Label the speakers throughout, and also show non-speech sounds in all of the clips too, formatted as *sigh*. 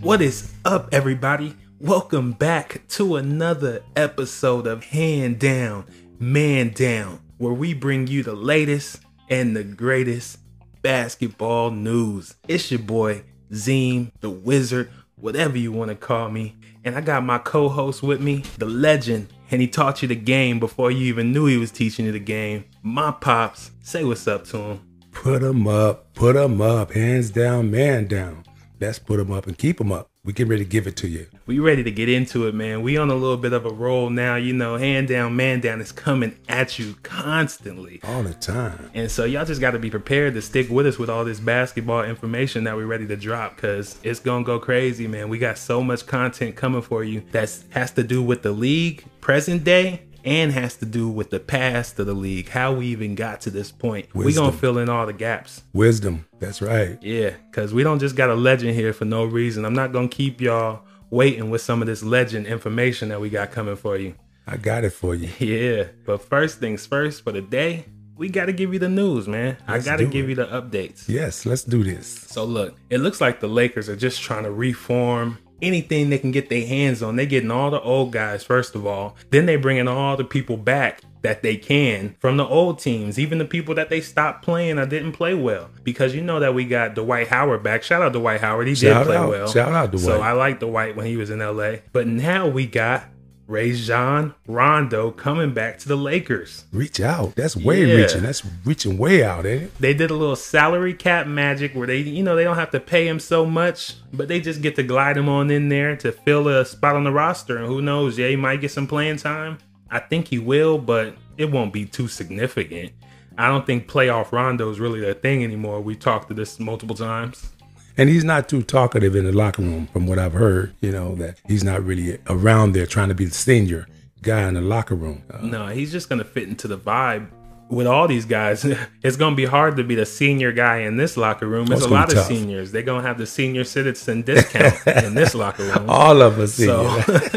Speaker 1: What is up, everybody? Welcome back to another episode of Hand Down, Man Down, where we bring you the latest and the greatest basketball news. It's your boy, Zeem, the Wizard, whatever you want to call me. And I got my co host with me, the legend, and he taught you the game before you even knew he was teaching you the game. My pops, say what's up to him.
Speaker 2: Put 'em up, put 'em up, hands down, man down. Let's put 'em up and keep 'em up. We get ready to give it to you.
Speaker 1: we ready to get into it, man. We on a little bit of a roll now, you know. Hand down, man down is coming at you constantly,
Speaker 2: All the time.
Speaker 1: and so y'all just got to be prepared to stick with us with all this basketball information that we ready to drop, cause it's gonna go crazy, man. We got so much content coming for you that has to do with the league, present day. And has to do with the past of the league, how we even got to this point. we
Speaker 2: Wisdom.
Speaker 1: gonna fill in all the gaps.
Speaker 2: Wisdom. That's right.
Speaker 1: Yeah, because we don't just got a legend here for no reason. I'm not going to keep y'all waiting with some of this legend information that we got coming for you.
Speaker 2: I got it for you.
Speaker 1: *laughs* Yeah, but first things first for the day, we got to give you the news, man. I got to
Speaker 2: do
Speaker 1: give you the updates.
Speaker 2: Yes, let's do this.
Speaker 1: So look, it looks like the Lakers are just trying to reform anything they can get their hands on. They're getting all the old guys first of all, then they bringing all the people back that they can from the old teams, even the people that they stopped playing or didn't play well. Because you know that we got Dwight Howard back. Shout out Dwight Howard, he
Speaker 2: Shout
Speaker 1: did play
Speaker 2: out.
Speaker 1: well.
Speaker 2: Shout out Dwight.
Speaker 1: So I liked Dwight when he was in LA, but now we got Rajon Rondo coming back to the Lakers.
Speaker 2: Reach out. That's way
Speaker 1: Yeah.
Speaker 2: reaching. That's reaching way out, ain't it?
Speaker 1: they did a little salary cap magic where they you know they don't have to pay him so much but they just get to glide him on in there to fill a spot on the roster and who knows yeah he might get some playing time i think he will but it won't be too significant i don't think playoff rondo is really their thing anymore we talked to this multiple times
Speaker 2: And he's not too talkative in the locker room, from what I've heard. You know that he's not really around there trying to be the senior guy in the locker room. Uh,
Speaker 1: no he's just gonna fit into the vibe with all these guys *laughs* it's gonna be hard to be the senior guy in this locker room there's
Speaker 2: it's
Speaker 1: a
Speaker 2: gonna
Speaker 1: lot
Speaker 2: be
Speaker 1: of
Speaker 2: tough.
Speaker 1: seniors they're gonna have the senior citizen discount in this locker room
Speaker 2: *laughs* all of us.
Speaker 1: So
Speaker 2: senior.
Speaker 1: *laughs*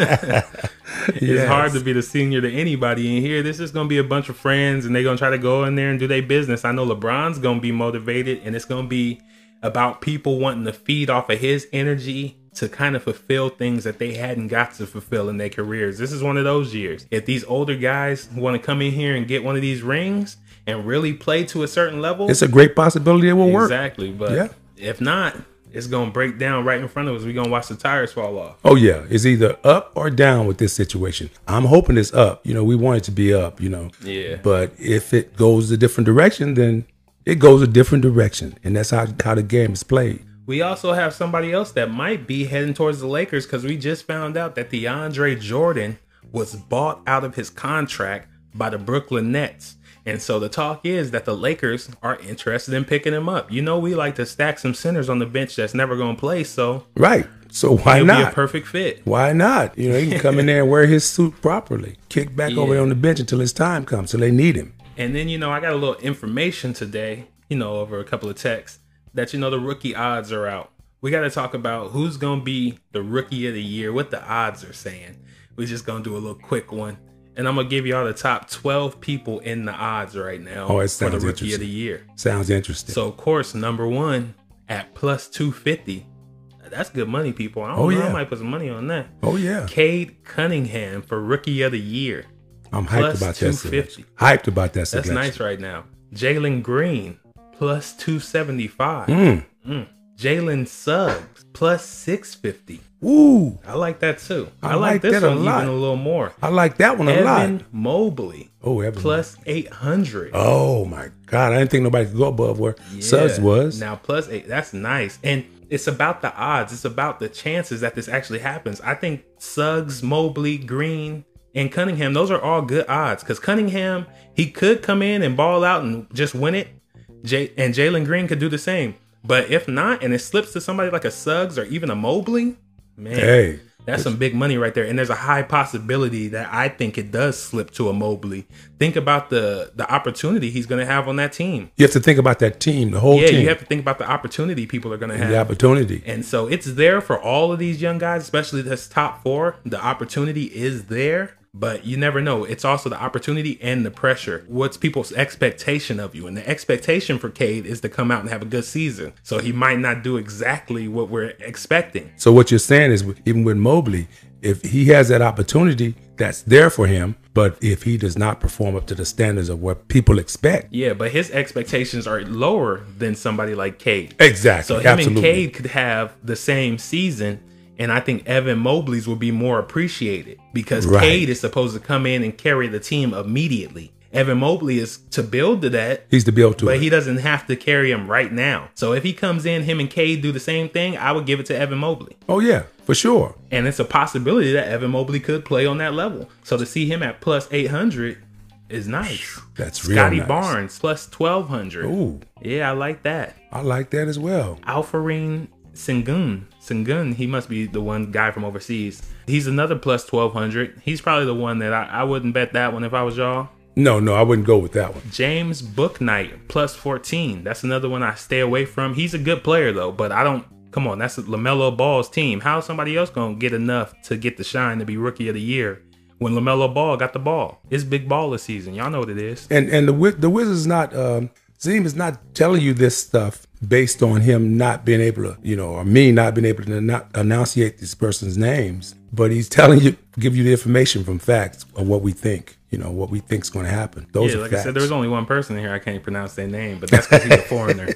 Speaker 1: it's
Speaker 2: Yes.
Speaker 1: hard to be the senior to anybody in here. This is gonna be a bunch of friends, and they're gonna try to go in there and do their business. I know LeBron's gonna be motivated, and it's gonna be about people wanting to feed off of his energy to kind of fulfill things that they hadn't got to fulfill in their careers. This is one of those years. If these older guys want to come in here and get one of these rings and really play to a certain level,
Speaker 2: it's a great possibility it will work.
Speaker 1: exactly. But
Speaker 2: Yeah.
Speaker 1: if not, it's gonna break down right in front of us. We're gonna watch the tires fall off.
Speaker 2: Oh yeah, it's either up or down with this situation. I'm hoping it's up. You know, we want it to be up. You know,
Speaker 1: Yeah.
Speaker 2: But if it goes a different direction, then it goes a different direction, and that's how how the game is played.
Speaker 1: We also have somebody else that might be heading towards the Lakers because we just found out that DeAndre Jordan was bought out of his contract by the Brooklyn Nets. And so the talk is that the Lakers are interested in picking him up. You know, we like to stack some centers on the bench that's never going to play, so
Speaker 2: Right. So why
Speaker 1: it'll be a
Speaker 2: not?
Speaker 1: perfect fit.
Speaker 2: why not? You know, he can come in there and wear his suit properly, kick back over there on the bench until his time comes, till they need him.
Speaker 1: And then, you know, I got a little information today, you know, over a couple of texts that, you know, the rookie odds are out. We got to talk about who's going to be the rookie of the year, what the odds are saying. We're just going to do a little quick one. And I'm going to give y'all the top 12 people in the odds right now
Speaker 2: Oh, it
Speaker 1: for the
Speaker 2: sounds
Speaker 1: rookie of
Speaker 2: interesting.
Speaker 1: the year.
Speaker 2: Sounds interesting.
Speaker 1: So, of course, number one at plus 250. That's good money, people. I don't
Speaker 2: Oh,
Speaker 1: know. I
Speaker 2: yeah.
Speaker 1: might put some money on that.
Speaker 2: oh yeah,
Speaker 1: Cade Cunningham for rookie of the year.
Speaker 2: I'm hyped
Speaker 1: plus
Speaker 2: about that.
Speaker 1: 250.
Speaker 2: selection. Hyped about that.
Speaker 1: That's
Speaker 2: selection.
Speaker 1: nice right now. Jalen Green plus 275.
Speaker 2: Mm.
Speaker 1: Jalen Suggs plus 650.
Speaker 2: Ooh,
Speaker 1: I like that too. I,
Speaker 2: I
Speaker 1: like,
Speaker 2: like
Speaker 1: this
Speaker 2: that a
Speaker 1: one
Speaker 2: lot.
Speaker 1: even a little more.
Speaker 2: I like that one a
Speaker 1: Evan
Speaker 2: lot.
Speaker 1: Mobley
Speaker 2: Oh, Evan.
Speaker 1: plus 800.
Speaker 2: Oh my God! I didn't think nobody could go above where Suggs
Speaker 1: Yeah.
Speaker 2: was.
Speaker 1: Now plus 8. That's nice. And it's about the odds. It's about the chances that this actually happens. I think Suggs, Mobley, Green, and Cunningham, those are all good odds cuz Cunningham, he could come in and ball out and just win it. J- and Jalen Green could do the same. But if not, and it slips to somebody like a Suggs or even a Mobley, man,
Speaker 2: Hey,
Speaker 1: that's some big money right there. And there's a high possibility that I think it does slip to a Mobley. Think about the the opportunity he's going to have on that team.
Speaker 2: you have to think about that team, the whole
Speaker 1: Yeah,
Speaker 2: team,
Speaker 1: you have to think about the opportunity people are going to have.
Speaker 2: the opportunity.
Speaker 1: And so it's there for all of these young guys, especially this top four. The opportunity is there. But you never know. It's also the opportunity and the pressure. What's people's expectation of you? And the expectation for Cade is to come out and have a good season. So he might not do exactly what we're expecting.
Speaker 2: So what you're saying is, even with Mobley, if he has that opportunity, that's there for him. But if he does not perform up to the standards of what people expect,
Speaker 1: Yeah, but his expectations are lower than somebody like Cade.
Speaker 2: exactly,
Speaker 1: So him and
Speaker 2: absolutely,
Speaker 1: Cade could have the same season, and I think Evan Mobley's will be more appreciated because
Speaker 2: Right.
Speaker 1: Cade is supposed to come in and carry the team immediately. Evan Mobley is to build to that,
Speaker 2: he's to be able to.
Speaker 1: but he doesn't have to carry him right now. So if he comes in, him and Cade do the same thing, I would give it to Evan Mobley.
Speaker 2: oh yeah, for sure.
Speaker 1: And it's a possibility that Evan Mobley could play on that level. So to see him at plus 800 is nice.
Speaker 2: That's real
Speaker 1: Scotty
Speaker 2: nice.
Speaker 1: Barnes plus 1200.
Speaker 2: Ooh,
Speaker 1: Yeah, I like that.
Speaker 2: I like that as well.
Speaker 1: Alpharine Sengun. Sengun, he must be the one guy from overseas. He's another plus 1200. He's probably the one that I, I wouldn't bet that one if I was y'all.
Speaker 2: No, no, I wouldn't go with that one.
Speaker 1: James Booknight, plus 14. That's another one I stay away from. He's a good player, though, but I don't. Come on, that's LaMelo Ball's team. How is somebody else going to get enough to get the shine to be rookie of the year when LaMelo Ball got the ball? It's big baller season. Y'all know what it is.
Speaker 2: And and the Wiz- the Wizards not um, Zim is not telling you this stuff based on him not being able to, you know, or me not being able to not enunciate these person's names, but he's *laughs* telling you, give you the information from facts of what we think, you know, what we think's going to happen. Those
Speaker 1: Yeah,
Speaker 2: are
Speaker 1: like
Speaker 2: facts.
Speaker 1: I said, there was only one person in here I can't pronounce their name, but that's because he's a
Speaker 2: *laughs*
Speaker 1: foreigner.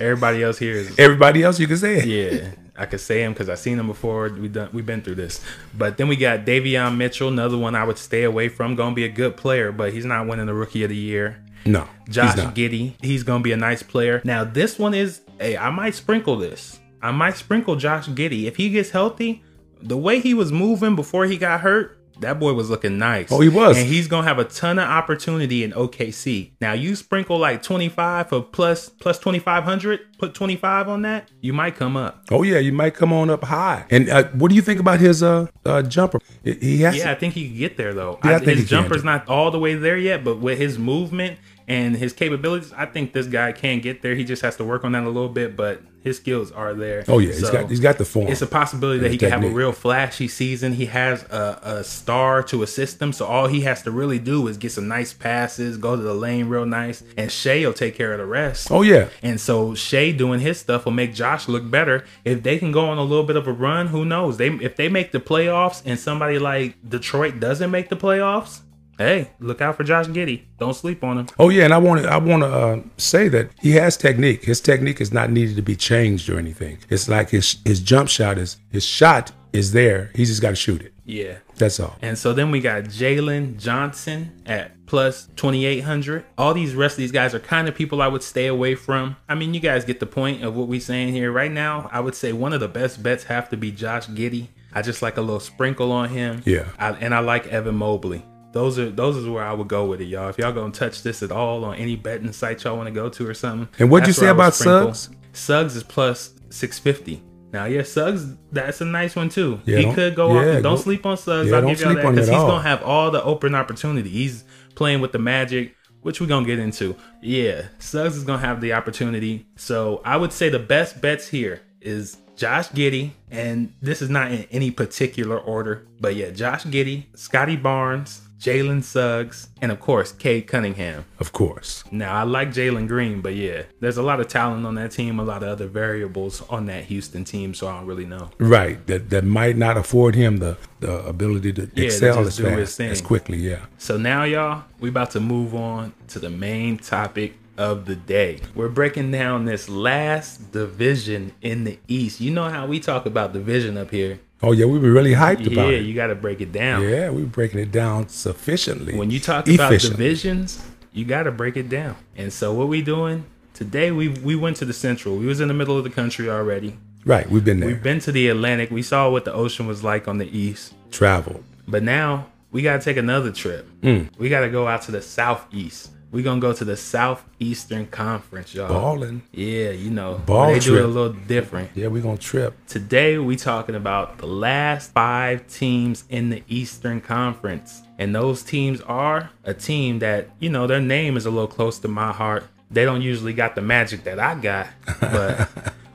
Speaker 1: Everybody else here is
Speaker 2: Everybody else, you can say it.
Speaker 1: Yeah, I could say him because I seen him before. We done, we've been through this. But then we got Davion Mitchell, another one I would stay away from. Gonna be a good player, but he's not winning the Rookie of the Year.
Speaker 2: No,
Speaker 1: Josh
Speaker 2: he's not.
Speaker 1: Giddy, he's gonna be a nice player. Now this one is, hey, I might sprinkle this. I might sprinkle Josh Giddy if he gets healthy. The way he was moving before he got hurt. That boy was looking nice.
Speaker 2: Oh, he was.
Speaker 1: And he's gonna have a ton of opportunity in OKC. Now you sprinkle like twenty five for plus plus twenty five hundred. Put twenty five on that, you might come up.
Speaker 2: Oh yeah, you might come on up high. And uh, what do you think about his uh, uh jumper? He- He has
Speaker 1: Yeah, I think he could get there though.
Speaker 2: Yeah, I
Speaker 1: I,
Speaker 2: think he
Speaker 1: his
Speaker 2: can
Speaker 1: jumper's
Speaker 2: do.
Speaker 1: not all the way there yet, but with his movement and his capabilities, I think this guy can get there. He just has to work on that a little bit, but his skills are there.
Speaker 2: Oh yeah, he's
Speaker 1: So,
Speaker 2: got he's got the form.
Speaker 1: It's a possibility that
Speaker 2: the
Speaker 1: he can have a
Speaker 2: technique.
Speaker 1: real flashy season. He has a, a star to assist him, so all he has to really do is get some nice passes, go to the lane real nice, and Shea will take care of the rest.
Speaker 2: oh yeah,
Speaker 1: And so Shea doing his stuff will make Josh look better. If they can go on a little bit of a run, who knows? They if they make the playoffs and somebody like Detroit doesn't make the playoffs, hey, look out for Josh Giddy. Don't sleep on him.
Speaker 2: Oh yeah, and I want to I want to uh, say that he has technique. His technique is not needed to be changed or anything. It's like his his jump shot is his shot is there. He's just got to shoot it.
Speaker 1: Yeah.
Speaker 2: That's all.
Speaker 1: And so then we got Jalen Johnson at plus 2,800. All these rest of these guys are kind of people I would stay away from. I mean, you guys get the point of what we're saying here. Right now, I would say one of the best bets have to be Josh Giddy. I just like a little sprinkle on him.
Speaker 2: Yeah.
Speaker 1: I, and I like Evan Mobley. Those are those is where I would go with it, y'all. If y'all gonna touch this at all on any betting site y'all want to go to or something.
Speaker 2: And what'd you
Speaker 1: that's
Speaker 2: say
Speaker 1: where I would
Speaker 2: about
Speaker 1: sprinkle.
Speaker 2: Suggs?
Speaker 1: Suggs is plus six fifty. Now, yeah, Suggs, that's a nice one too.
Speaker 2: Yeah,
Speaker 1: he
Speaker 2: don't-
Speaker 1: could go off.
Speaker 2: yeah,
Speaker 1: Don't,
Speaker 2: don't-
Speaker 1: sleep on Suggs.
Speaker 2: Yeah,
Speaker 1: I'll
Speaker 2: don't
Speaker 1: give y'all
Speaker 2: sleep
Speaker 1: that
Speaker 2: on it
Speaker 1: because
Speaker 2: at
Speaker 1: he's
Speaker 2: all.
Speaker 1: gonna have all the open opportunity. He's playing with the Magic, which we're gonna get into. Yeah, Suggs is gonna have the opportunity. So I would say the best bets here is Josh Giddy, and this is not in any particular order, but yeah, Josh Giddy, Scotty Barnes, Jalen Suggs, and of course Cade Cunningham.
Speaker 2: Of course.
Speaker 1: Now I like Jalen Green, but yeah, there's a lot of talent on that team, a lot of other variables on that Houston team, so I don't really know.
Speaker 2: Right. That that might not afford him the the ability to
Speaker 1: to
Speaker 2: excel
Speaker 1: just
Speaker 2: as
Speaker 1: do his
Speaker 2: fast
Speaker 1: thing.
Speaker 2: as quickly. Yeah.
Speaker 1: So now, y'all, we about to move on to the main topic of the day. We're breaking down this last division in the East. You know how we talk about division up here.
Speaker 2: Oh yeah, we were really hyped
Speaker 1: Yeah,
Speaker 2: about it.
Speaker 1: you got to break it down.
Speaker 2: Yeah, we were breaking it down sufficiently.
Speaker 1: When you talk about
Speaker 2: Efficiently.
Speaker 1: divisions, you got to break it down. And so, what we doing today? We we went to the Central. We was in the middle of the country already.
Speaker 2: right, we've been there.
Speaker 1: We've been to the Atlantic. We saw what the ocean was like on the East.
Speaker 2: Traveled.
Speaker 1: But now we gotta take another trip.
Speaker 2: Hmm.
Speaker 1: We gotta go out to the southeast. we gonna go to the southeastern conference, y'all.
Speaker 2: Balling.
Speaker 1: Yeah, you know.
Speaker 2: Ball
Speaker 1: they do it
Speaker 2: trip.
Speaker 1: a little different.
Speaker 2: Yeah, we're gonna trip.
Speaker 1: Today we talking about the last five teams in the Eastern Conference. And those teams are a team that, you know, their name is a little close to my heart. They don't usually got the magic that I got,
Speaker 2: *laughs*
Speaker 1: but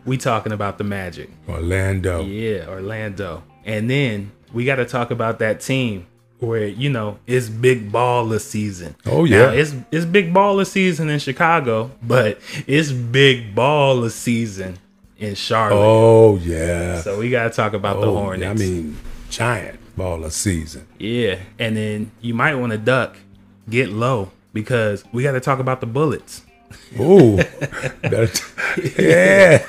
Speaker 1: we talking about the magic.
Speaker 2: Orlando.
Speaker 1: Yeah, Orlando. And then we got to talk about that team where you know it's big baller season.
Speaker 2: Oh, yeah.
Speaker 1: Now, it's it's big baller season in Chicago, but it's big baller season in Charlotte.
Speaker 2: Oh yeah.
Speaker 1: So we gotta talk about the
Speaker 2: Oh,
Speaker 1: Hornets.
Speaker 2: I mean, giant baller season.
Speaker 1: Yeah, and then you might want to duck, get low because we got to talk about the bullets. *laughs*
Speaker 2: Oh, better t- yeah.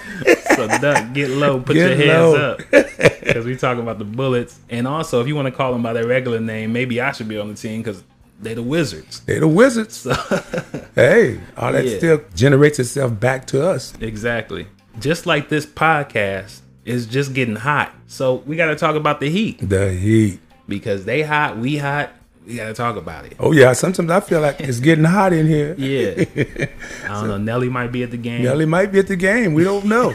Speaker 1: So duck, get low, put
Speaker 2: Get
Speaker 1: your hands
Speaker 2: low. *laughs*
Speaker 1: up because we talking about the bullets. And also, if you want to call them by their regular name, maybe I should be on the team because they the Wizards.
Speaker 2: They
Speaker 1: *laughs*
Speaker 2: the wizards. hey, all that
Speaker 1: Yeah.
Speaker 2: still generates itself back to us.
Speaker 1: Exactly. Just like this podcast is just getting hot, so we got to talk about the Heat
Speaker 2: The heat.
Speaker 1: because they hot, we hot. We got to talk about it.
Speaker 2: Oh yeah. Sometimes I
Speaker 1: *laughs*
Speaker 2: feel like it's getting hot in here.
Speaker 1: Yeah. *laughs* I don't know. Nelly might be at the game.
Speaker 2: Nelly might be at the game. We
Speaker 1: *laughs*
Speaker 2: don't know.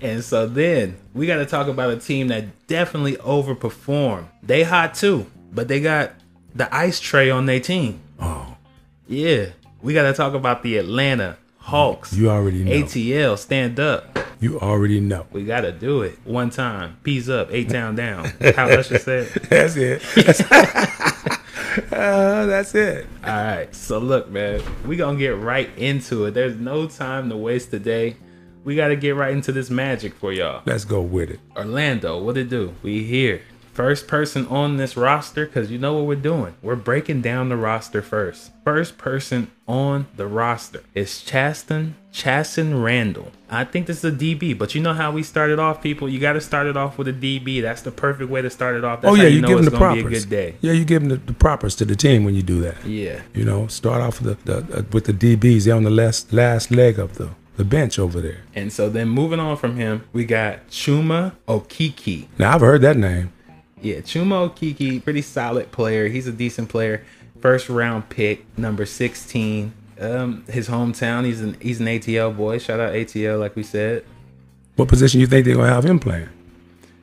Speaker 1: And so then we got to talk about a team that definitely overperformed. They hot too, but they got the ice tray on their team.
Speaker 2: oh,
Speaker 1: Yeah, we got to talk about the Atlanta Hawks.
Speaker 2: you already know.
Speaker 1: ATL stand up.
Speaker 2: You already
Speaker 1: *laughs*
Speaker 2: know.
Speaker 1: We got to do it one time. Peace up, eight town down.
Speaker 2: *laughs*
Speaker 1: How Usher said. *laughs*
Speaker 2: That's it. *laughs* Uh, that's it.
Speaker 1: All right, so look, man, we gonna get right into it. There's no time to waste today. We got to get right into this magic for y'all.
Speaker 2: Let's go with it.
Speaker 1: Orlando, what it do? We here. First person on this roster, because you know what we're doing. We're breaking down the roster first. First person on the roster is Chaston Chaston Randall. I think this is a DB, but you know how we started off, people. You got to start it off with a DB. That's the perfect way to start it off. That's
Speaker 2: oh
Speaker 1: how
Speaker 2: yeah, you,
Speaker 1: know
Speaker 2: give them
Speaker 1: it's
Speaker 2: the
Speaker 1: gonna
Speaker 2: props.
Speaker 1: Be a good day.
Speaker 2: Yeah, you give them the, the props to the team when you do that.
Speaker 1: Yeah,
Speaker 2: You know, start off with the, the uh, with the DBs. They're on the last last leg of the the bench over there.
Speaker 1: and so then moving on from him, we got Chuma Okiki.
Speaker 2: Now I've heard that name.
Speaker 1: Yeah, Chumo Kiki, pretty solid player. He's a decent player. First round pick, number 16. Um, his hometown. He's an he's an ATL boy. Shout out ATL, like we said.
Speaker 2: What position you think they're gonna have him playing?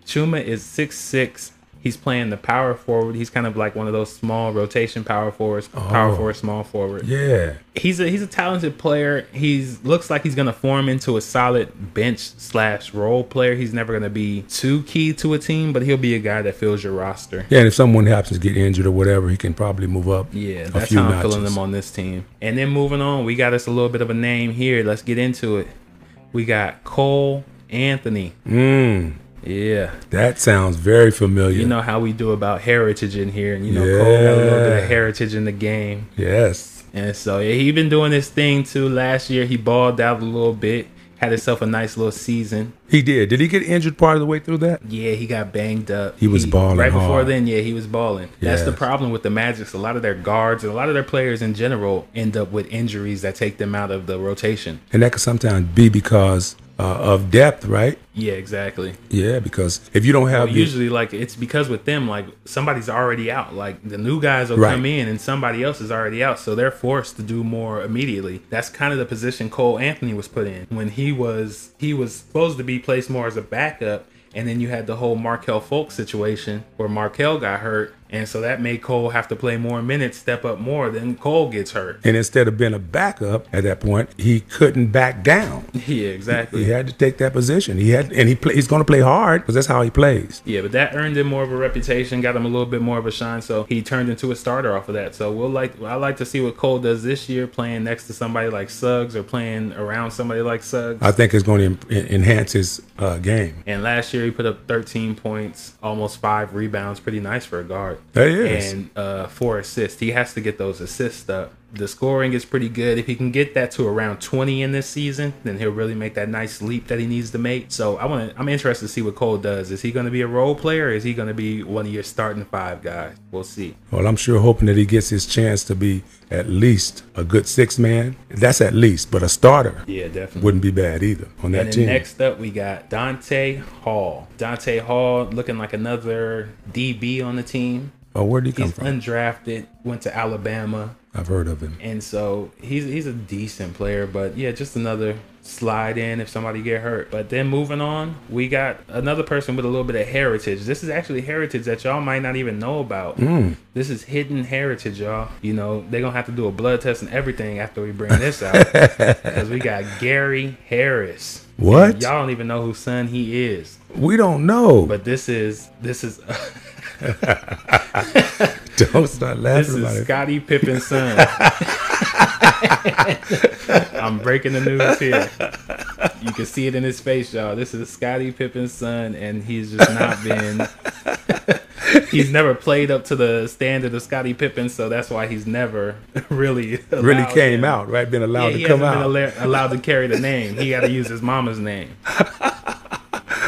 Speaker 1: Chuma is six six. He's playing the power forward. He's kind of like one of those small rotation power forwards, power
Speaker 2: Oh.
Speaker 1: forward, small forward.
Speaker 2: Yeah,
Speaker 1: He's a he's a talented player. He's looks like he's gonna form into a solid bench slash role player. He's never gonna be too key to a team, but he'll be a guy that fills your roster.
Speaker 2: yeah. And if someone happens to get injured or whatever, he can probably move up.
Speaker 1: Yeah,
Speaker 2: a
Speaker 1: that's
Speaker 2: few
Speaker 1: how I'm
Speaker 2: notches.
Speaker 1: feeling them on this team. And then moving on, we got us a little bit of a name here. Let's get into it. We got Cole Anthony.
Speaker 2: Mm,
Speaker 1: Yeah.
Speaker 2: that sounds very familiar.
Speaker 1: You know how we do about heritage in here. And you know, Cole got a little bit
Speaker 2: Yeah.
Speaker 1: of heritage in the game.
Speaker 2: yes.
Speaker 1: And so yeah, he been doing this thing too. Last year he balled out a little bit, had himself a nice little season.
Speaker 2: He did. Did he get injured part of the way through that?
Speaker 1: Yeah, he got banged up.
Speaker 2: He was balling
Speaker 1: right before
Speaker 2: hard.
Speaker 1: then. Yeah, he was balling. That's the
Speaker 2: Yes.
Speaker 1: problem with the Magic's. A lot of their guards and a lot of their players in general end up with injuries that take them out of the rotation.
Speaker 2: And that could sometimes be because uh, of depth, right?
Speaker 1: Yeah, exactly.
Speaker 2: Yeah, because if you don't have
Speaker 1: But
Speaker 2: the-
Speaker 1: usually, like it's because with them, like somebody's already out. Like the new guys will
Speaker 2: Right.
Speaker 1: come in and somebody else is already out, so they're forced to do more immediately. That's kind of the position Cole Anthony was put in when he was he was supposed to be placed more as a backup. And then you had the whole Markel Folk situation where Markel got hurt. And so that made Cole have to play more minutes, step up more. Then Cole gets hurt. *laughs*
Speaker 2: And instead of being a backup at that point, he couldn't back down.
Speaker 1: Yeah, exactly.
Speaker 2: He had to take that position. He had, and he play, he's going to play hard because that's how he plays.
Speaker 1: Yeah, but that earned him more of a reputation, got him a little bit more of a shine, so he turned into a starter off of that. So we'll like I like to see what Cole does this year, playing next to somebody like Suggs or playing around somebody like Suggs.
Speaker 2: I think it's going to enhance his uh, game.
Speaker 1: and last year he put up 13 points, almost five rebounds, pretty nice for a guard.
Speaker 2: That is.
Speaker 1: And uh, four assists. He has to get those assists up. The scoring is pretty good. If he can get that to around 20 in this season, then he'll really make that nice leap that he needs to make. So I want to. I'm interested to see what Cole does. Is he going to be a role player? Or is he going to be one of your starting five guys? We'll see.
Speaker 2: well, I'm sure hoping that he gets his chance to be at least a good six man. That's at least, but a starter
Speaker 1: Yeah, definitely.
Speaker 2: wouldn't be bad either on that
Speaker 1: And then
Speaker 2: team.
Speaker 1: next up, we got Dante Hall. Dante Hall looking like another DB on the team.
Speaker 2: oh, where did he come
Speaker 1: He's
Speaker 2: from?
Speaker 1: undrafted, went to Alabama.
Speaker 2: I've heard of him.
Speaker 1: and so he's he's a decent player, but yeah, just another slide in if somebody get hurt. But then moving on, we got another person with a little bit of heritage. This is actually heritage that y'all might not even know about.
Speaker 2: Mm.
Speaker 1: This is hidden heritage, y'all. You know they're gonna have to do
Speaker 2: *laughs*
Speaker 1: a blood test and everything after we bring this out because we got Gary Harris.
Speaker 2: What?
Speaker 1: Y'all don't even know whose son he is.
Speaker 2: We don't know.
Speaker 1: But this is this is *laughs*
Speaker 2: *laughs* don't
Speaker 1: this
Speaker 2: start laughing about
Speaker 1: is
Speaker 2: it.
Speaker 1: Scottie Pippen's
Speaker 2: *laughs*
Speaker 1: son. I'm breaking the news here. You can see it in his face, y'all. This is Scottie Pippen's son, and he's just not
Speaker 2: *laughs*
Speaker 1: been. he's never played up to the standard of Scottie Pippen, so that's why he's never really
Speaker 2: really
Speaker 1: allowed
Speaker 2: came
Speaker 1: him-
Speaker 2: out, right? Been allowed
Speaker 1: Yeah, he
Speaker 2: to come
Speaker 1: hasn't been
Speaker 2: out.
Speaker 1: alla- allowed to carry the name. He got to use his mama's name.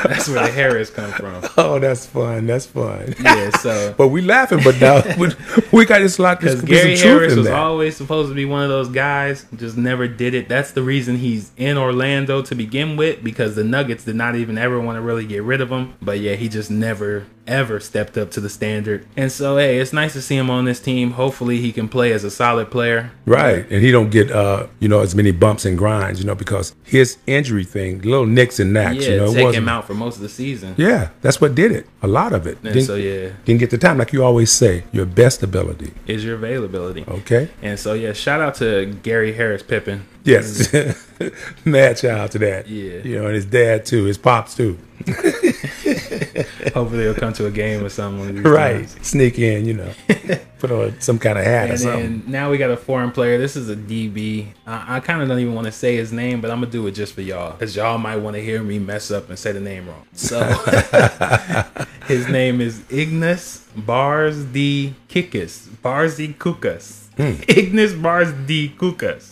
Speaker 1: That's where the Harris come from.
Speaker 2: *laughs* oh, that's fun. That's fun.
Speaker 1: Yeah, so
Speaker 2: But we laughing, but now *laughs* we, we got this lot. There's
Speaker 1: because
Speaker 2: some
Speaker 1: Gary
Speaker 2: truth
Speaker 1: Harris
Speaker 2: in
Speaker 1: was
Speaker 2: that.
Speaker 1: always supposed to be one of those guys, just never did it. That's the reason he's in Orlando to begin with, because the Nuggets did not even ever want to really get rid of him. But yeah, he just never ever stepped up to the standard. And so hey, it's nice to see him on this team. Hopefully, he can play as a solid player.
Speaker 2: Right, and he don't get uh you know as many bumps and grinds, you know, because his injury thing, little nicks and knacks,
Speaker 1: Yeah,
Speaker 2: you know, it
Speaker 1: take
Speaker 2: wasn't-
Speaker 1: him out for most of the season.
Speaker 2: Yeah, that's what did it. A lot of it.
Speaker 1: And so yeah,
Speaker 2: didn't get the time, like you always say, your best ability.
Speaker 1: is your availability.
Speaker 2: Okay.
Speaker 1: And so yeah, shout out to Gary Harris
Speaker 2: *laughs*
Speaker 1: Pippen.
Speaker 2: Yes. *laughs* Mad child to that.
Speaker 1: Mm. Yeah.
Speaker 2: You know, and his dad too, his pops too.
Speaker 1: Hopefully he'll come to a game or something. one of these
Speaker 2: Right.
Speaker 1: times.
Speaker 2: Sneak in, you
Speaker 1: *laughs*
Speaker 2: know, put on some kind of hat or
Speaker 1: And
Speaker 2: something.
Speaker 1: then now we got a foreign player. This is a DB. I, I kind of don't even want to say his name, but I'm gonna do it just for y'all, cause y'all might want to hear me mess up and say the name wrong. So *laughs* his name is Ignas Bars D Kikis Barzi Kukas. Ignas Bars D Kukas.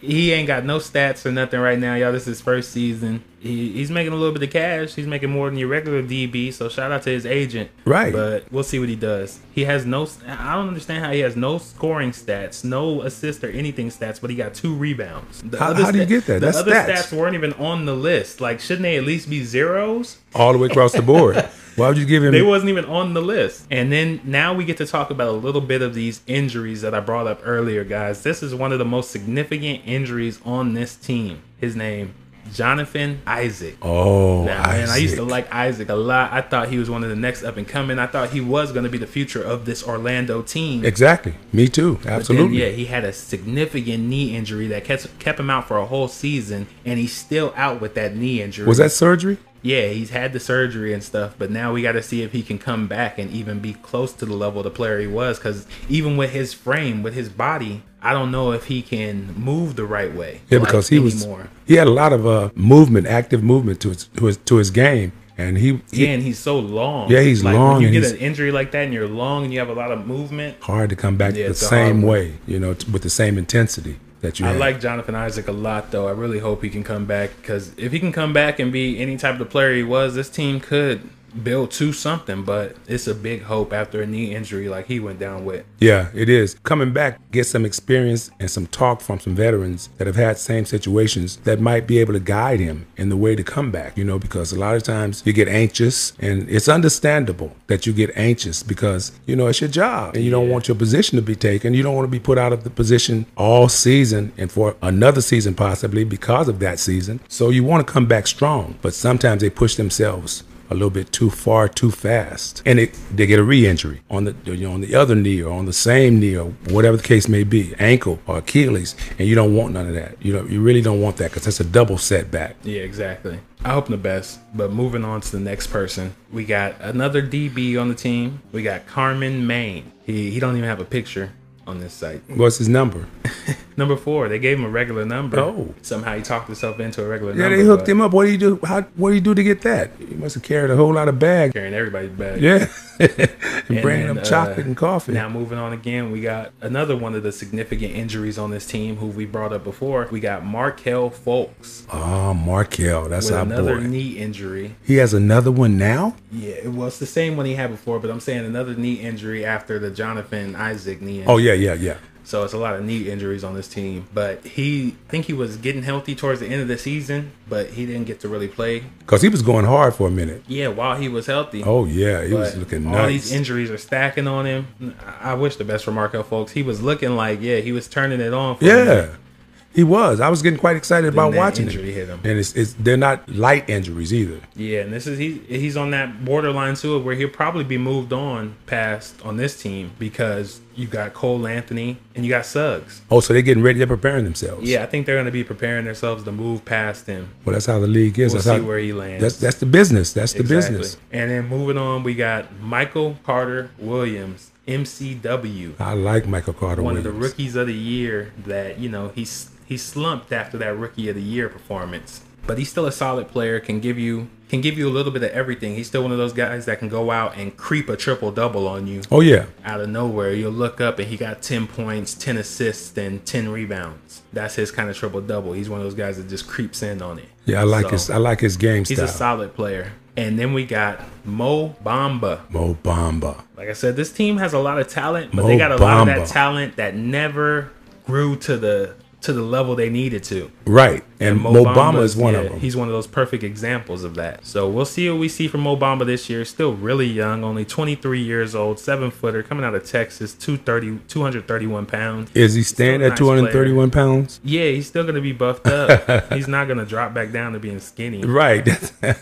Speaker 1: He ain't got no stats or nothing right now, y'all. This is his first season. He, he's making a little bit of cash. He's making more than your regular DB. So shout out to his agent.
Speaker 2: Right.
Speaker 1: But we'll see what he does. He has no. I don't understand how he has no scoring stats, no assist or anything stats, but he got two rebounds. The
Speaker 2: How- how do you
Speaker 1: sta-
Speaker 2: get that?
Speaker 1: The
Speaker 2: That's
Speaker 1: other
Speaker 2: stats.
Speaker 1: stats weren't even on the list. Like, shouldn't they at least be zeros?
Speaker 2: All the way across the board.
Speaker 1: *laughs*
Speaker 2: Why would you give him
Speaker 1: They wasn't even on the list. And then now we get to talk about a little bit of these injuries that I brought up earlier, guys. This is one of the most significant injuries on this team. His name, Jonathan Isaac.
Speaker 2: Oh,
Speaker 1: Now, man, I used to
Speaker 2: Isaac.
Speaker 1: like Isaac a lot. I thought he was one of the next up and coming. I thought he was going to be the future of this Orlando team.
Speaker 2: Exactly. Me too. Absolutely.
Speaker 1: Then, yeah, he had a significant knee injury that kept kept him out for a whole season, and he's still out with that knee injury.
Speaker 2: Was that surgery?
Speaker 1: Yeah, he's had the surgery and stuff, but now we got to see if he can come back and even be close to the level of the player he was. Because even with his frame, with his body, I don't know if he can move the right way.
Speaker 2: Yeah,
Speaker 1: like,
Speaker 2: because he was
Speaker 1: anymore.
Speaker 2: he had a lot of uh, movement, active movement to his to his, to his game, and he, he
Speaker 1: Yeah, and he's so long.
Speaker 2: Yeah, he's
Speaker 1: like,
Speaker 2: long
Speaker 1: When
Speaker 2: and
Speaker 1: you get
Speaker 2: he's-
Speaker 1: an injury like that, and you're long, and you have a lot of movement.
Speaker 2: hard to come back
Speaker 1: Yeah,
Speaker 2: the
Speaker 1: it's a hard
Speaker 2: same
Speaker 1: one.
Speaker 2: way, you know, t- with the same intensity that you
Speaker 1: I
Speaker 2: had.
Speaker 1: like Jonathan Isaac a lot, though. I really hope he can come back because if he can come back and be any type of player he was, this team could build to something. But it's a big hope after a knee injury like he went down with.
Speaker 2: yeah, it is coming back, get some experience and some talk from some veterans that have had same situations that might be able to guide him in the way to come back, you know, because a lot of times you get anxious, and it's understandable that you get anxious because you know it's your job and you don't want your position to be taken. You don't want to be put out of the position all season and for another season possibly because of that season. So you want to come back strong, but sometimes they push themselves a little bit too far too fast and it they get a re-injury on the you know, on the other knee or on the same knee or whatever the case may be ankle or achilles and you don't want none of that you know you really don't want that because that's a double setback
Speaker 1: Yeah, exactly. I hope the best. But moving on to the next person, we got another DB on the team. We got Carmen Main. He he don't even have a picture on this site.
Speaker 2: what's his number
Speaker 1: Number four, they gave him a regular number.
Speaker 2: Oh.
Speaker 1: somehow he talked himself into a regular
Speaker 2: yeah
Speaker 1: number.
Speaker 2: they hooked
Speaker 1: but
Speaker 2: him up what do you do how what do you do to get that he must have carried a whole lot of bag
Speaker 1: Carrying everybody's bag.
Speaker 2: yeah *laughs* and bringing
Speaker 1: then,
Speaker 2: them chocolate
Speaker 1: uh,
Speaker 2: and coffee
Speaker 1: Now moving on again, we got another one of the significant injuries on this team who we brought up before. We got Markel Folks
Speaker 2: oh markel that's
Speaker 1: with
Speaker 2: our
Speaker 1: another
Speaker 2: boy
Speaker 1: knee injury.
Speaker 2: he has another one now
Speaker 1: Yeah, it was the same one he had before, but I'm saying another knee injury after the Jonathan Isaac knee injury.
Speaker 2: oh yeah yeah yeah
Speaker 1: So it's a lot of knee injuries on this team. But he, I think he was getting healthy towards the end of the season, but he didn't get to really play.
Speaker 2: because he was going hard for a minute
Speaker 1: Yeah, while he was healthy.
Speaker 2: oh yeah he was
Speaker 1: But
Speaker 2: looking
Speaker 1: all
Speaker 2: nice
Speaker 1: these injuries are stacking on him. I I wish the best for Markel, folks. He was looking like, yeah, he was turning it on. For a
Speaker 2: Yeah.
Speaker 1: minute.
Speaker 2: He was. I was getting quite excited about
Speaker 1: that
Speaker 2: watching
Speaker 1: injury
Speaker 2: it.
Speaker 1: hit him.
Speaker 2: And it's, it's they're not light injuries either.
Speaker 1: Yeah, and this is he he's on that borderline too where he'll probably be moved on past on this team because you got Cole Anthony and you got Suggs.
Speaker 2: Oh, so they're getting ready. They're preparing themselves.
Speaker 1: Yeah, I think they're gonna be preparing themselves to move past him.
Speaker 2: Well, that's how the league is.
Speaker 1: We'll
Speaker 2: that's
Speaker 1: see
Speaker 2: how,
Speaker 1: where he lands.
Speaker 2: That's that's the business. That's the
Speaker 1: Exactly.
Speaker 2: business.
Speaker 1: And then moving on, we got Michael Carter Williams, MCW,
Speaker 2: I like Michael Carter.
Speaker 1: one of the
Speaker 2: Williams.
Speaker 1: rookies of the year. That you know he's he slumped after that rookie of the year performance, but he's still a solid player. Can give you can give you a little bit of everything. He's still one of those guys that can go out and creep a triple double on you
Speaker 2: Oh yeah.
Speaker 1: out of nowhere. You'll look up and he got 10 points, 10 assists, and 10 rebounds. That's his kind of triple double. He's one of those guys that just creeps in on it.
Speaker 2: Yeah, I like
Speaker 1: So,
Speaker 2: his I like his game
Speaker 1: He's
Speaker 2: style.
Speaker 1: a solid player. And then we got Mo Bamba.
Speaker 2: Mo Bamba.
Speaker 1: Like I said, this team has a lot of talent, but
Speaker 2: Mo
Speaker 1: they got a lot of that
Speaker 2: Bamba.
Speaker 1: talent that never grew to the to the level they needed to.
Speaker 2: Right. And, Mo, Bamba
Speaker 1: Bamba's-
Speaker 2: is one
Speaker 1: yeah,
Speaker 2: of them.
Speaker 1: He's one of those perfect examples of that. So we'll see what we see from Mo Bamba this year. Still really young, only 23 years old, seven footer, coming out of Texas, 230, 231 pounds.
Speaker 2: Is he staying
Speaker 1: still a
Speaker 2: at
Speaker 1: nice
Speaker 2: 231 pounds?
Speaker 1: Yeah, he's still going to be buffed
Speaker 2: *laughs*
Speaker 1: up. he's not going to drop back down to being skinny.
Speaker 2: Right. *laughs*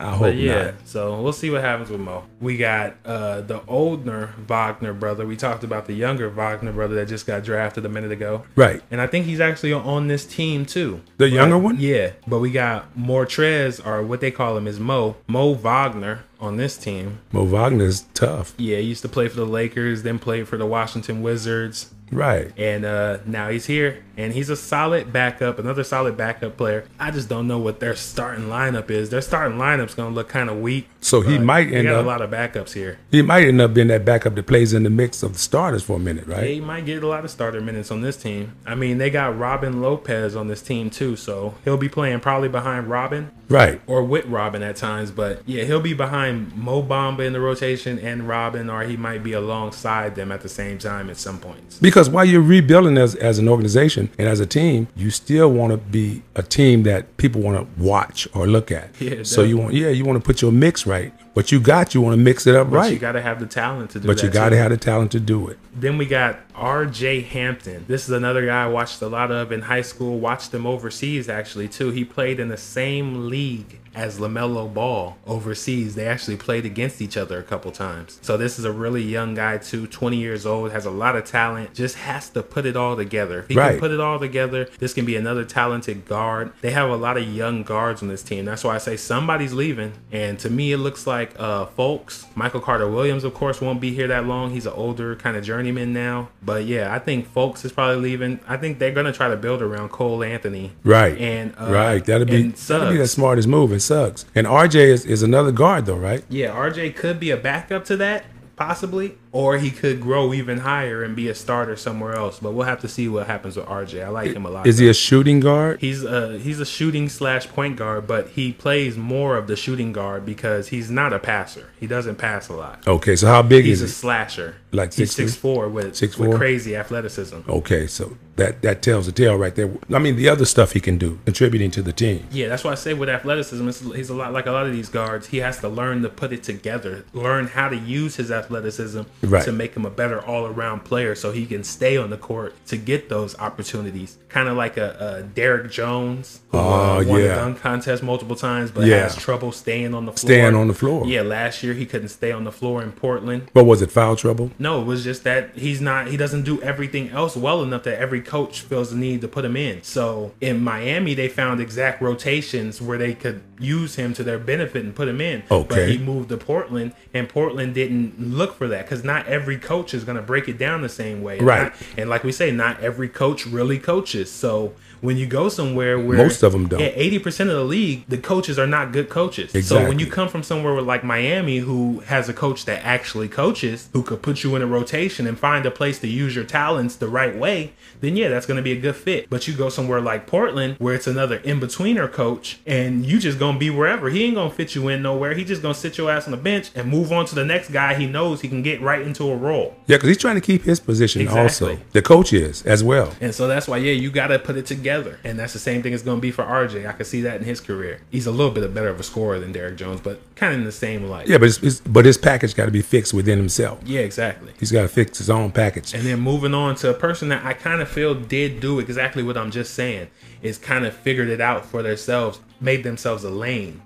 Speaker 2: I hope
Speaker 1: But yeah,
Speaker 2: not.
Speaker 1: so we'll see what happens with Mo. We got uh, the older Wagner brother. We talked about the younger Wagner brother that just got drafted a minute ago.
Speaker 2: Right.
Speaker 1: And I think he's actually on this team too.
Speaker 2: The younger one?
Speaker 1: Yeah, but we got Mortrez, or what they call him is Mo, Mo Wagner on this team.
Speaker 2: Mo Wagner's tough.
Speaker 1: Yeah, he used to play for the Lakers, then played for the Washington Wizards,
Speaker 2: Right.
Speaker 1: and uh, now he's here. And he's a solid backup, another solid backup player. I just don't know what their starting lineup is. Their starting lineup's gonna look kind of weak.
Speaker 2: So he
Speaker 1: but
Speaker 2: might
Speaker 1: They
Speaker 2: end
Speaker 1: got
Speaker 2: up
Speaker 1: a lot of backups here.
Speaker 2: he might end up being that backup that plays in the mix of the starters for a minute, right?
Speaker 1: They might get a lot of starter minutes on this team. I mean, they got Robin Lopez on this team too, so he'll be playing probably behind Robin.
Speaker 2: Right.
Speaker 1: or with Robin at times, but yeah, he'll be behind Mo Bamba in the rotation and Robin, or he might be alongside them at the same time at some points.
Speaker 2: Because while you're rebuilding as, as an organization and as a team, you still want to be a team that people want to watch or look at.
Speaker 1: Yeah,
Speaker 2: so you want, yeah, you want to put your mix right. What you got, you want to mix it up
Speaker 1: But
Speaker 2: right.
Speaker 1: you got to have the talent to do
Speaker 2: but
Speaker 1: that.
Speaker 2: you got
Speaker 1: too.
Speaker 2: to have the talent to do it.
Speaker 1: Then we got R.J. Hampton. This is another guy I watched a lot of in high school. Watched him overseas actually too. He played in the same league as Lamelo Ball overseas. They actually played against each other a couple times. So this is a really young guy too. 20 years old, has a lot of talent. Just has to put it all together. If He
Speaker 2: Right.
Speaker 1: can put it all together. This can be another talented guard. They have a lot of young guards on this team. That's why I say somebody's leaving. And to me, it looks like uh, folks. Michael Carter Williams, of course, won't be here that long. He's an older kind of journeyman now. But yeah, I think folks is probably leaving. I think they're gonna try to build around Cole Anthony.
Speaker 2: Right.
Speaker 1: And, uh,
Speaker 2: right. That'll be,
Speaker 1: and
Speaker 2: that'll be the
Speaker 1: Suggs.
Speaker 2: smartest move. And sucks. And RJ is, is another guard, though, right?
Speaker 1: Yeah, RJ could be a backup to that. Possibly, or he could grow even higher and be a starter somewhere else. But we'll have to see what happens with RJ. I like him a lot.
Speaker 2: Is
Speaker 1: though.
Speaker 2: he a shooting guard?
Speaker 1: He's a he's a shooting slash point guard, but he plays more of the shooting guard because he's not a passer. He doesn't pass a lot.
Speaker 2: Okay. So how big
Speaker 1: He's a
Speaker 2: Oh, is
Speaker 1: slasher.
Speaker 2: Like
Speaker 1: he's
Speaker 2: 6'3"?
Speaker 1: six four with
Speaker 2: 6'4"?
Speaker 1: with crazy athleticism.
Speaker 2: he? Okay. So that, that tells the tale right there. I mean, the other stuff he can do, contributing to the team.
Speaker 1: Yeah, that's why I say with athleticism, it's, he's a lot like a lot of these guards. He has to learn to put it together, learn how to use his athleticism
Speaker 2: Right.
Speaker 1: to make him a better all-around player, so he can stay on the court to get those opportunities. Kind of like a, a Derrick Jones who
Speaker 2: Oh,
Speaker 1: uh, won
Speaker 2: yeah.
Speaker 1: the dunk contest multiple times, but
Speaker 2: Yeah.
Speaker 1: has trouble staying on the floor.
Speaker 2: Staying on the floor.
Speaker 1: Yeah, last year he couldn't stay on the floor in Portland.
Speaker 2: But was it foul trouble?
Speaker 1: No, it was just that he's not he doesn't do everything else well enough that every coach feels the need to put him in. So in Miami they found exact rotations where they could use him to their benefit and put him in. But
Speaker 2: Okay.
Speaker 1: he moved to Portland and Portland didn't look for that cuz not every coach is going to break it down the same way. And
Speaker 2: Right.
Speaker 1: not- and like we say not every coach really coaches. So when you go somewhere where
Speaker 2: Most of 'em don't.
Speaker 1: Yeah, 80% of the league, the coaches are not good coaches. So when
Speaker 2: Exactly.
Speaker 1: you come from somewhere with like Miami, who has a coach that actually coaches, who could put you in a rotation and find a place to use your talents the right way, then yeah, that's going to be a good fit. But you go somewhere like Portland, where it's another in betweener coach, and you just going to be wherever. He ain't going to fit you in nowhere. He just going to sit your ass on the bench and move on to the next guy he knows he can get right right into a role.
Speaker 2: Yeah, because he's trying to keep his position also.
Speaker 1: Exactly.
Speaker 2: The coach is as well.
Speaker 1: And so that's why, yeah, you got to put it together. And that's the same thing it's going to be for RJ. I can see that in his career. He's a little bit of better of a scorer than Derrick Jones, but kind of in the same light.
Speaker 2: Yeah, but it's, it's, but his package got to be fixed within himself.
Speaker 1: Yeah, exactly.
Speaker 2: He's got to fix his own package.
Speaker 1: And then moving on to a person that I kind of feel did do exactly what I'm just saying is kind of figured it out for themselves, made themselves a lane.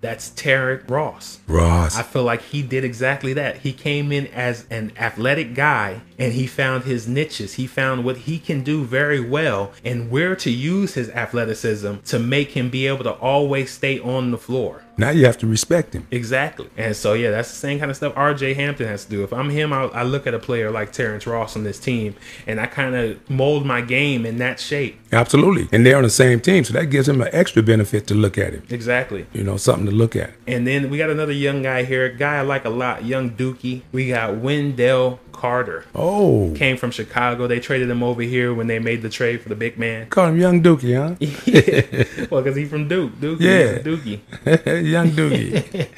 Speaker 1: That's Tarek Ross.
Speaker 2: Ross,
Speaker 1: I feel like he did exactly that. He came in as an athletic guy and he found his niches. He found what he can do very well and where to use his athleticism to make him be able to always stay on the floor.
Speaker 2: now you have to respect him.
Speaker 1: Exactly. And so, yeah, that's the same kind of stuff RJ Hampton has to do. If I'm him, I, I look at a player like Terrence Ross on this team and I kind of mold my game in that shape.
Speaker 2: Absolutely. And they're on the same team, so that gives him an extra benefit to look at him.
Speaker 1: Exactly.
Speaker 2: You know, something to look at.
Speaker 1: And then we got another young guy here, a guy I like a lot, young Dookie. We got Wendell Carter.
Speaker 2: Oh,
Speaker 1: came from Chicago. They traded him over here when they made the trade for the big man. *laughs*
Speaker 2: call him Young Dookie, huh? *laughs*
Speaker 1: well, because he's from Duke. Duke
Speaker 2: Yeah.
Speaker 1: is Dookie. *laughs*
Speaker 2: young Dookie.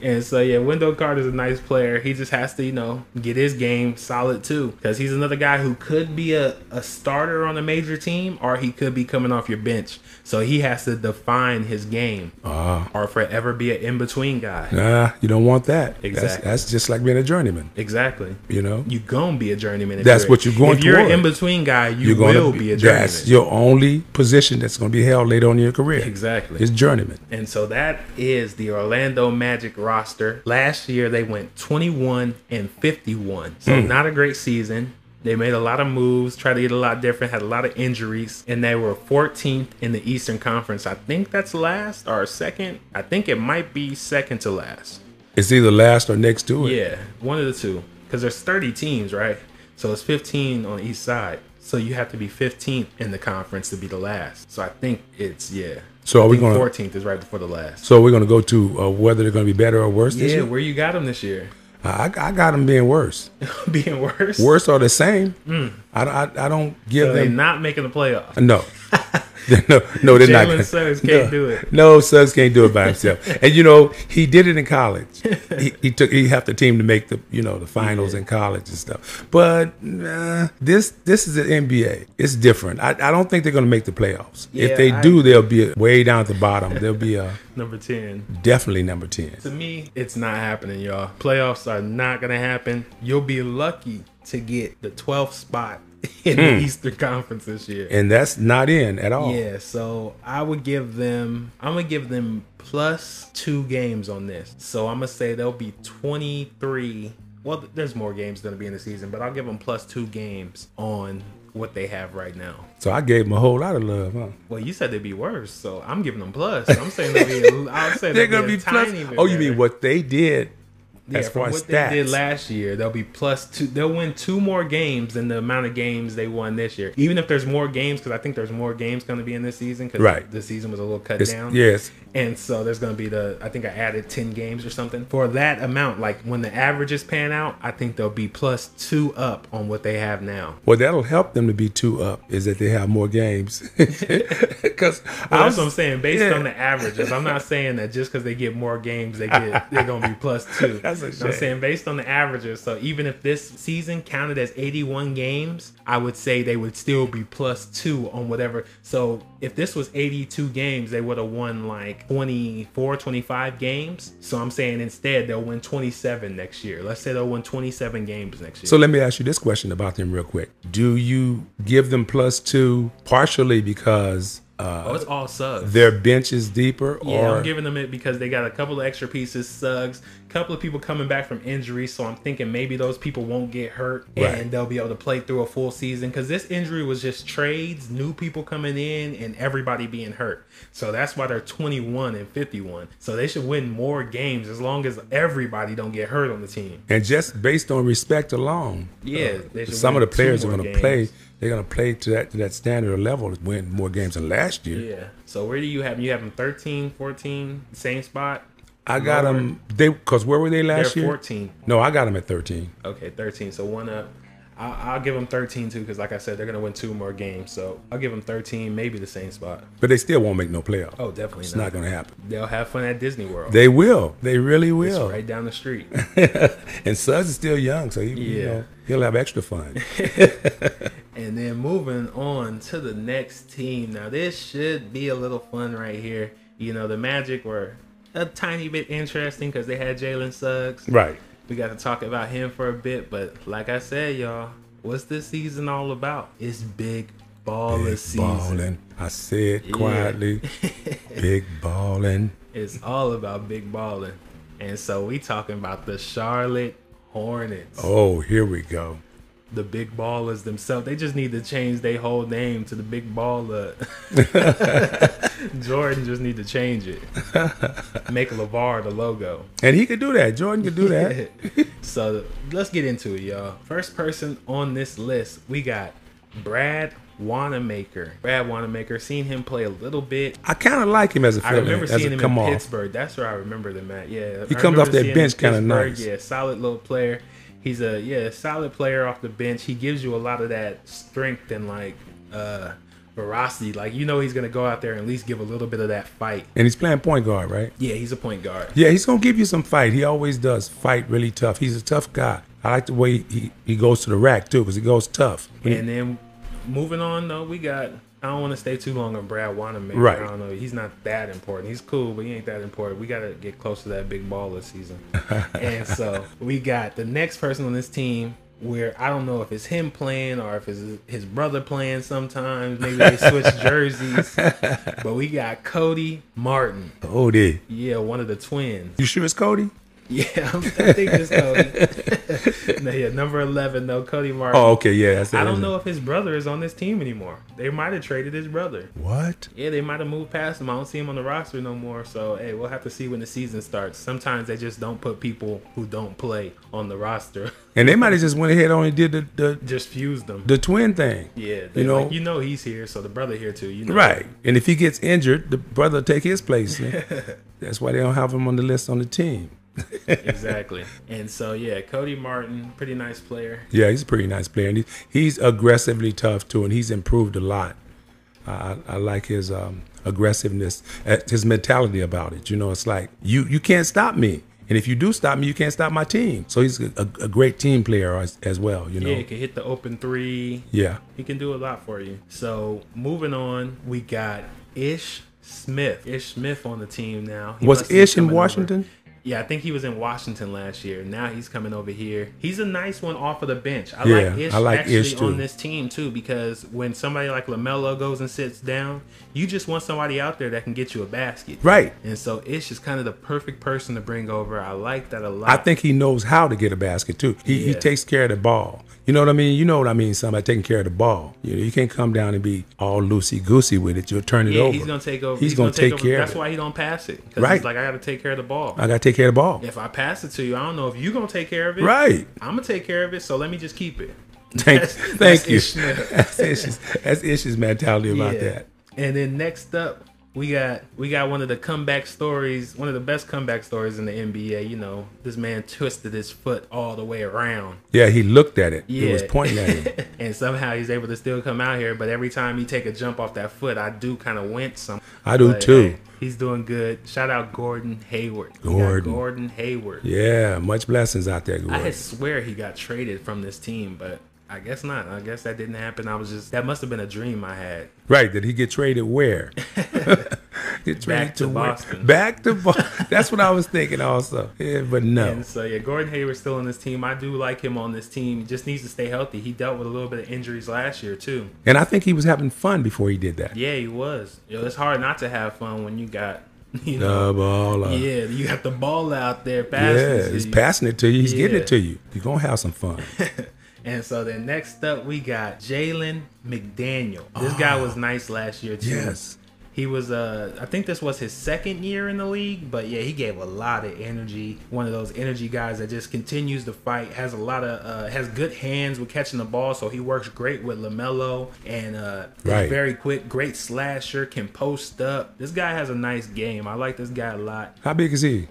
Speaker 1: And so, yeah, Wendell Carter's a nice player. He just has to, you know, get his game solid too. Because he's another guy who could be a, a starter on a major team or he could be coming off your bench. So he has to define his game
Speaker 2: Ah.
Speaker 1: or forever be an in between guy.
Speaker 2: nah, you don't want that. That's,
Speaker 1: Exactly.
Speaker 2: that's just like being a journeyman,
Speaker 1: Exactly.
Speaker 2: you know?
Speaker 1: You gonna be a journeyman. If
Speaker 2: That's what you're going
Speaker 1: If you're an
Speaker 2: toward.
Speaker 1: in between guy, you
Speaker 2: You're going
Speaker 1: will
Speaker 2: to
Speaker 1: be a journeyman.
Speaker 2: That's your only position that's going to be held later on in your career.
Speaker 1: Exactly.
Speaker 2: It's journeyman.
Speaker 1: And so that is the Orlando Magic roster. Last year they went 21 and 51. So
Speaker 2: Hmm.
Speaker 1: not a great season. They made a lot of moves, tried to get a lot different, had a lot of injuries, and they were 14th in the Eastern Conference. I think that's last or second. I think it might be second to last.
Speaker 2: It's either last or next to it.
Speaker 1: Yeah, one of the two. Because there's 30 teams, right? So it's 15 on each side. So you have to be 15th in the conference to be the last. So I think it's yeah.
Speaker 2: So are
Speaker 1: I
Speaker 2: we
Speaker 1: think
Speaker 2: gonna-
Speaker 1: 14th is right before the last.
Speaker 2: So we're going to go to uh, whether they're going to be better or worse this
Speaker 1: Yeah,
Speaker 2: year.
Speaker 1: where you got him this year? *laughs*
Speaker 2: I, I got them being worse.
Speaker 1: Being worse.
Speaker 2: Worse are the same. I, I, I don't give
Speaker 1: Hmm. So they
Speaker 2: them.
Speaker 1: not making the playoffs.
Speaker 2: No. no, no, *laughs* they're not.
Speaker 1: Jalen Suggs can't
Speaker 2: *laughs* no,
Speaker 1: do it.
Speaker 2: No, Suggs can't do it by himself.
Speaker 1: *laughs*
Speaker 2: and you know, he did it in college. He, he took he helped the team to make the you know the finals in college and stuff. But uh, this this is an NBA. It's different. I, I don't think they're going to make the playoffs.
Speaker 1: Yeah,
Speaker 2: if they
Speaker 1: I-
Speaker 2: do, they'll be way down at
Speaker 1: *laughs*
Speaker 2: the bottom. They'll be uh,
Speaker 1: Number 10.
Speaker 2: definitely number ten.
Speaker 1: To me, it's not happening, y'all. Playoffs are not going to happen. You'll be lucky to get the 12th spot *laughs* in
Speaker 2: Hmm.
Speaker 1: the Eastern Conference this year.
Speaker 2: And that's not in at all.
Speaker 1: Yeah, so I would give them, I'm going to give them plus two games on this. So I'm going to say they'll be 23. Well, th- there's more games going to be in the season, but I'll give them plus two games on what they have right now.
Speaker 2: So I gave them a whole lot of love. Huh?
Speaker 1: Well, you said they'd be worse, so I'm giving them plus. I'm saying they'll be. I'm saying
Speaker 2: *laughs* They're
Speaker 1: they'll
Speaker 2: going to
Speaker 1: a
Speaker 2: be plus.
Speaker 1: tiny bit
Speaker 2: Oh, you mean
Speaker 1: better.
Speaker 2: what they did
Speaker 1: Yeah,
Speaker 2: as
Speaker 1: from
Speaker 2: far as
Speaker 1: what
Speaker 2: stats?
Speaker 1: they did last year, they'll be plus two. They'll win two more games than the amount of games they won this year. Even if there's more games, because I think there's more games going to be in this season. Because
Speaker 2: Right.
Speaker 1: the season was a little cut
Speaker 2: It's-
Speaker 1: down.
Speaker 2: yes.
Speaker 1: And so there's going to be the I think I added 10 games or something. For that amount, like when the averages pan out, I think they'll be plus 2 up on what they have now.
Speaker 2: Well, that'll help them to be two up is that they have more games. *laughs* Because
Speaker 1: Well, that's what I'm saying. Based
Speaker 2: yeah.
Speaker 1: on the averages, I'm not saying that just because they get more games, they get they're gonna be plus
Speaker 2: *laughs*
Speaker 1: two.
Speaker 2: That's a
Speaker 1: I'm
Speaker 2: shame.
Speaker 1: saying based on the averages. So even if this season counted as 81 games, I would say they would still be plus two on whatever. So if this was 82 games, they would have won like 24, 25 games. So I'm saying instead they'll win 27 next year. Let's say they'll win 27 games next year.
Speaker 2: So let me ask you this question about them real quick. Do you give them plus two partially because uh,
Speaker 1: oh, it's all subs.
Speaker 2: their bench is deeper,
Speaker 1: Yeah,
Speaker 2: or
Speaker 1: I'm giving them it because they got a couple of extra pieces, Suggs, couple of people coming back from injury, so I'm thinking maybe those people won't get hurt
Speaker 2: Right.
Speaker 1: and they'll be able to play through a full season because this injury was just trades, new people coming in, and everybody being hurt. So that's why they're 21 and 51. So they should win more games as long as everybody don't get hurt on the team.
Speaker 2: and just based on respect alone,
Speaker 1: Yeah, they should
Speaker 2: some of
Speaker 1: win two
Speaker 2: the players are
Speaker 1: more
Speaker 2: going to
Speaker 1: games.
Speaker 2: play. They're going to play to that to that standard or level to win more games than last year.
Speaker 1: Yeah. So where do you have 'em? You have them 13, 14, same spot.
Speaker 2: I got
Speaker 1: Lower.
Speaker 2: them. They because where were they
Speaker 1: They're
Speaker 2: last year?
Speaker 1: 14.
Speaker 2: No, I got them at thirteen.
Speaker 1: Okay, 13. So one up. I, I'll give them 13 too, because like I said, they're gonna win two more games. So I'll give them 13, maybe the same spot.
Speaker 2: But they still won't make no playoff.
Speaker 1: Oh, definitely
Speaker 2: it's
Speaker 1: not.
Speaker 2: not going to happen.
Speaker 1: They'll have fun at Disney World.
Speaker 2: They will. They really
Speaker 1: It's
Speaker 2: will.
Speaker 1: right down the street. *laughs*
Speaker 2: and Suds is still young, so he, you
Speaker 1: Yeah.
Speaker 2: know, he'll have extra fun.
Speaker 1: *laughs* And then moving on to the next team. Now this should be a little fun right here. You know the Magic were a tiny bit interesting because they had Jalen Suggs.
Speaker 2: right.
Speaker 1: We got to talk about him for a bit, but like I said, y'all, what's this season all about? It's big baller season.
Speaker 2: Ballin'. I
Speaker 1: *laughs*
Speaker 2: said quietly, big ballin'.
Speaker 1: It's all about big balling. And so we talking about the Charlotte Hornets.
Speaker 2: Oh, here we go.
Speaker 1: The big ballers themselves. They just need to change their whole name to the big baller. Jordan just need to change it. Make LeVar the logo.
Speaker 2: And he could do that. Jordan could do that.
Speaker 1: *laughs* so let's get into it, y'all. First person on this list, we got Brad Wanamaker. Brad Wanamaker, seen him play a little bit.
Speaker 2: I kind of like him as a
Speaker 1: I
Speaker 2: fill-in,
Speaker 1: remember
Speaker 2: as
Speaker 1: seeing
Speaker 2: a
Speaker 1: him
Speaker 2: come
Speaker 1: in
Speaker 2: off.
Speaker 1: Pittsburgh. That's where I remember them at. Yeah, he
Speaker 2: comes off that bench kinda nice.
Speaker 1: Yeah, solid little player. He's a yeah solid player off the bench. He gives you a lot of that strength and like uh veracity. Like you know he's gonna go out there and at least give a little bit of that fight.
Speaker 2: And he's playing point guard, right?
Speaker 1: Yeah, he's a point guard.
Speaker 2: Yeah, he's gonna give you some fight. He always does fight really tough. He's a tough guy. I like the way he, he goes to the rack too, because he goes tough.
Speaker 1: And then moving on though, we got. I don't want to stay too long on Brad Wanamaker.
Speaker 2: Right.
Speaker 1: I don't know. He's not that important. He's cool, but he ain't that important. We got to get close to that big ball this
Speaker 2: *laughs*
Speaker 1: season. and so we got the next person on this team where I don't know if it's him playing or if it's his brother playing sometimes. Maybe they
Speaker 2: *laughs*
Speaker 1: switch jerseys. But we got Cody Martin.
Speaker 2: Cody.
Speaker 1: Yeah, one of the twins.
Speaker 2: Oh,
Speaker 1: *laughs*
Speaker 2: You sure it's Cody?
Speaker 1: Yeah, I'm, I think it's Cody. *laughs* no, yeah, number 11, though, Cody Martin.
Speaker 2: Oh, okay, yeah. That's
Speaker 1: I don't know if his brother is on this team anymore. They might have traded his brother.
Speaker 2: What?
Speaker 1: Yeah, they might have moved past him. I don't see him on the roster no more. So, hey, we'll have to see when the season starts. Sometimes they just don't put people who don't play on the roster. *laughs*
Speaker 2: And they might have just went ahead and only did the the,
Speaker 1: just fuse them.
Speaker 2: the twin thing.
Speaker 1: yeah,
Speaker 2: You
Speaker 1: you
Speaker 2: know-
Speaker 1: know, you know he's here, so the brother here too. You know, *laughs*
Speaker 2: Right. And if he gets injured, the brother will take his place. that's why they don't have him on the list on the team.
Speaker 1: exactly. And so, yeah, Cody Martin, pretty nice player.
Speaker 2: Yeah, he's a pretty nice player, and he, he's aggressively tough too, and he's improved a lot. I, I I like his um, aggressiveness, uh, his mentality about it. You know, it's like you you can't stop me, and if you do stop me, you can't stop my team. So he's a, a, a great team player as, as well. You know,
Speaker 1: Yeah, he can hit the open three.
Speaker 2: yeah.
Speaker 1: He can do a lot for you. So moving on, we got Ish Smith. Ish Smith on the team now. He
Speaker 2: Was
Speaker 1: must be
Speaker 2: Ish in
Speaker 1: coming over.
Speaker 2: Washington?
Speaker 1: Yeah, I think he was in Washington last year. Now he's coming over here. He's a nice one off of the bench. I
Speaker 2: Yeah,
Speaker 1: like Ish
Speaker 2: I like
Speaker 1: actually
Speaker 2: Ish, too.
Speaker 1: on this team too because when somebody like LaMelo goes and sits down, you just want somebody out there that can get you a basket.
Speaker 2: Right.
Speaker 1: And so Ish is kind of the perfect person to bring over. I like that a lot.
Speaker 2: I think he knows how to get a basket too. He, he
Speaker 1: Yeah.
Speaker 2: takes care of the ball. You know what I mean? You know what I mean? Somebody taking care of the ball. You know, you can't come down and be all loosey goosey with it. You'll turn it
Speaker 1: yeah,
Speaker 2: over.
Speaker 1: he's gonna take over.
Speaker 2: He's, gonna, take,
Speaker 1: over.
Speaker 2: care.
Speaker 1: That's
Speaker 2: of it.
Speaker 1: why he don't pass it. 'Cause
Speaker 2: Right.
Speaker 1: He's like I got to take care of the ball.
Speaker 2: I gotta take care of the ball.
Speaker 1: if I pass it to you, I don't know if you're gonna take care of it.
Speaker 2: Right.
Speaker 1: *laughs* I'm gonna take care of it, so let me just keep it.
Speaker 2: Thank,
Speaker 1: That's-
Speaker 2: thank
Speaker 1: that's
Speaker 2: you.
Speaker 1: Ish Smith.
Speaker 2: *laughs* that's Ish's. That's Ish's mentality about
Speaker 1: Yeah.
Speaker 2: that.
Speaker 1: And then next up, we got we got one of the comeback stories, one of the best comeback stories in the NBA. You know, this man twisted his foot all the way around,
Speaker 2: Yeah, he looked at it. He was
Speaker 1: Yeah. *laughs*
Speaker 2: pointing at him.
Speaker 1: and somehow he's able to still come out here. But every time he take a jump off that foot, I do kind of wince some.
Speaker 2: I do
Speaker 1: But,
Speaker 2: too.
Speaker 1: hey, he's doing good. Shout out Gordon Hayward. We got
Speaker 2: Gordon.
Speaker 1: Gordon Hayward.
Speaker 2: Yeah, much blessings out there, Gordon.
Speaker 1: I had swear he got traded from this team, but I guess not. I guess that didn't happen. I was just that must have been a dream I had.
Speaker 2: Right? Did he get
Speaker 1: *laughs*
Speaker 2: traded where? *laughs* get traded
Speaker 1: Back to
Speaker 2: where?
Speaker 1: Boston.
Speaker 2: Back to Boston. *laughs* That's what I was thinking also. Yeah, but no.
Speaker 1: And so yeah, Gordon Hayward's still on this team. I do like him on this team. He just needs to stay healthy. He dealt with a little bit of injuries last year too.
Speaker 2: And I think he was having fun before he did that.
Speaker 1: Yeah, he was. Yo, it's hard not to have fun when you got *laughs* you know
Speaker 2: The ball. uh,
Speaker 1: Yeah, you got the ball out there
Speaker 2: yeah,
Speaker 1: passing. to
Speaker 2: he's
Speaker 1: you.
Speaker 2: passing it to you. He's getting
Speaker 1: Yeah.
Speaker 2: it to you. You're gonna have
Speaker 1: *laughs*
Speaker 2: some fun.
Speaker 1: And so then next up we got Jalen McDaniel. This guy was nice last year too.
Speaker 2: Ah. Yes.
Speaker 1: He was uh I think this was his second year in the league, but yeah, he gave a lot of energy. One of those energy guys that just continues to fight, has a lot of uh has good hands with catching the ball, so he works great with LaMelo and uh is
Speaker 2: Right.
Speaker 1: very quick, great slasher, can post up. This guy has a nice game. I like this guy a lot.
Speaker 2: How big is he?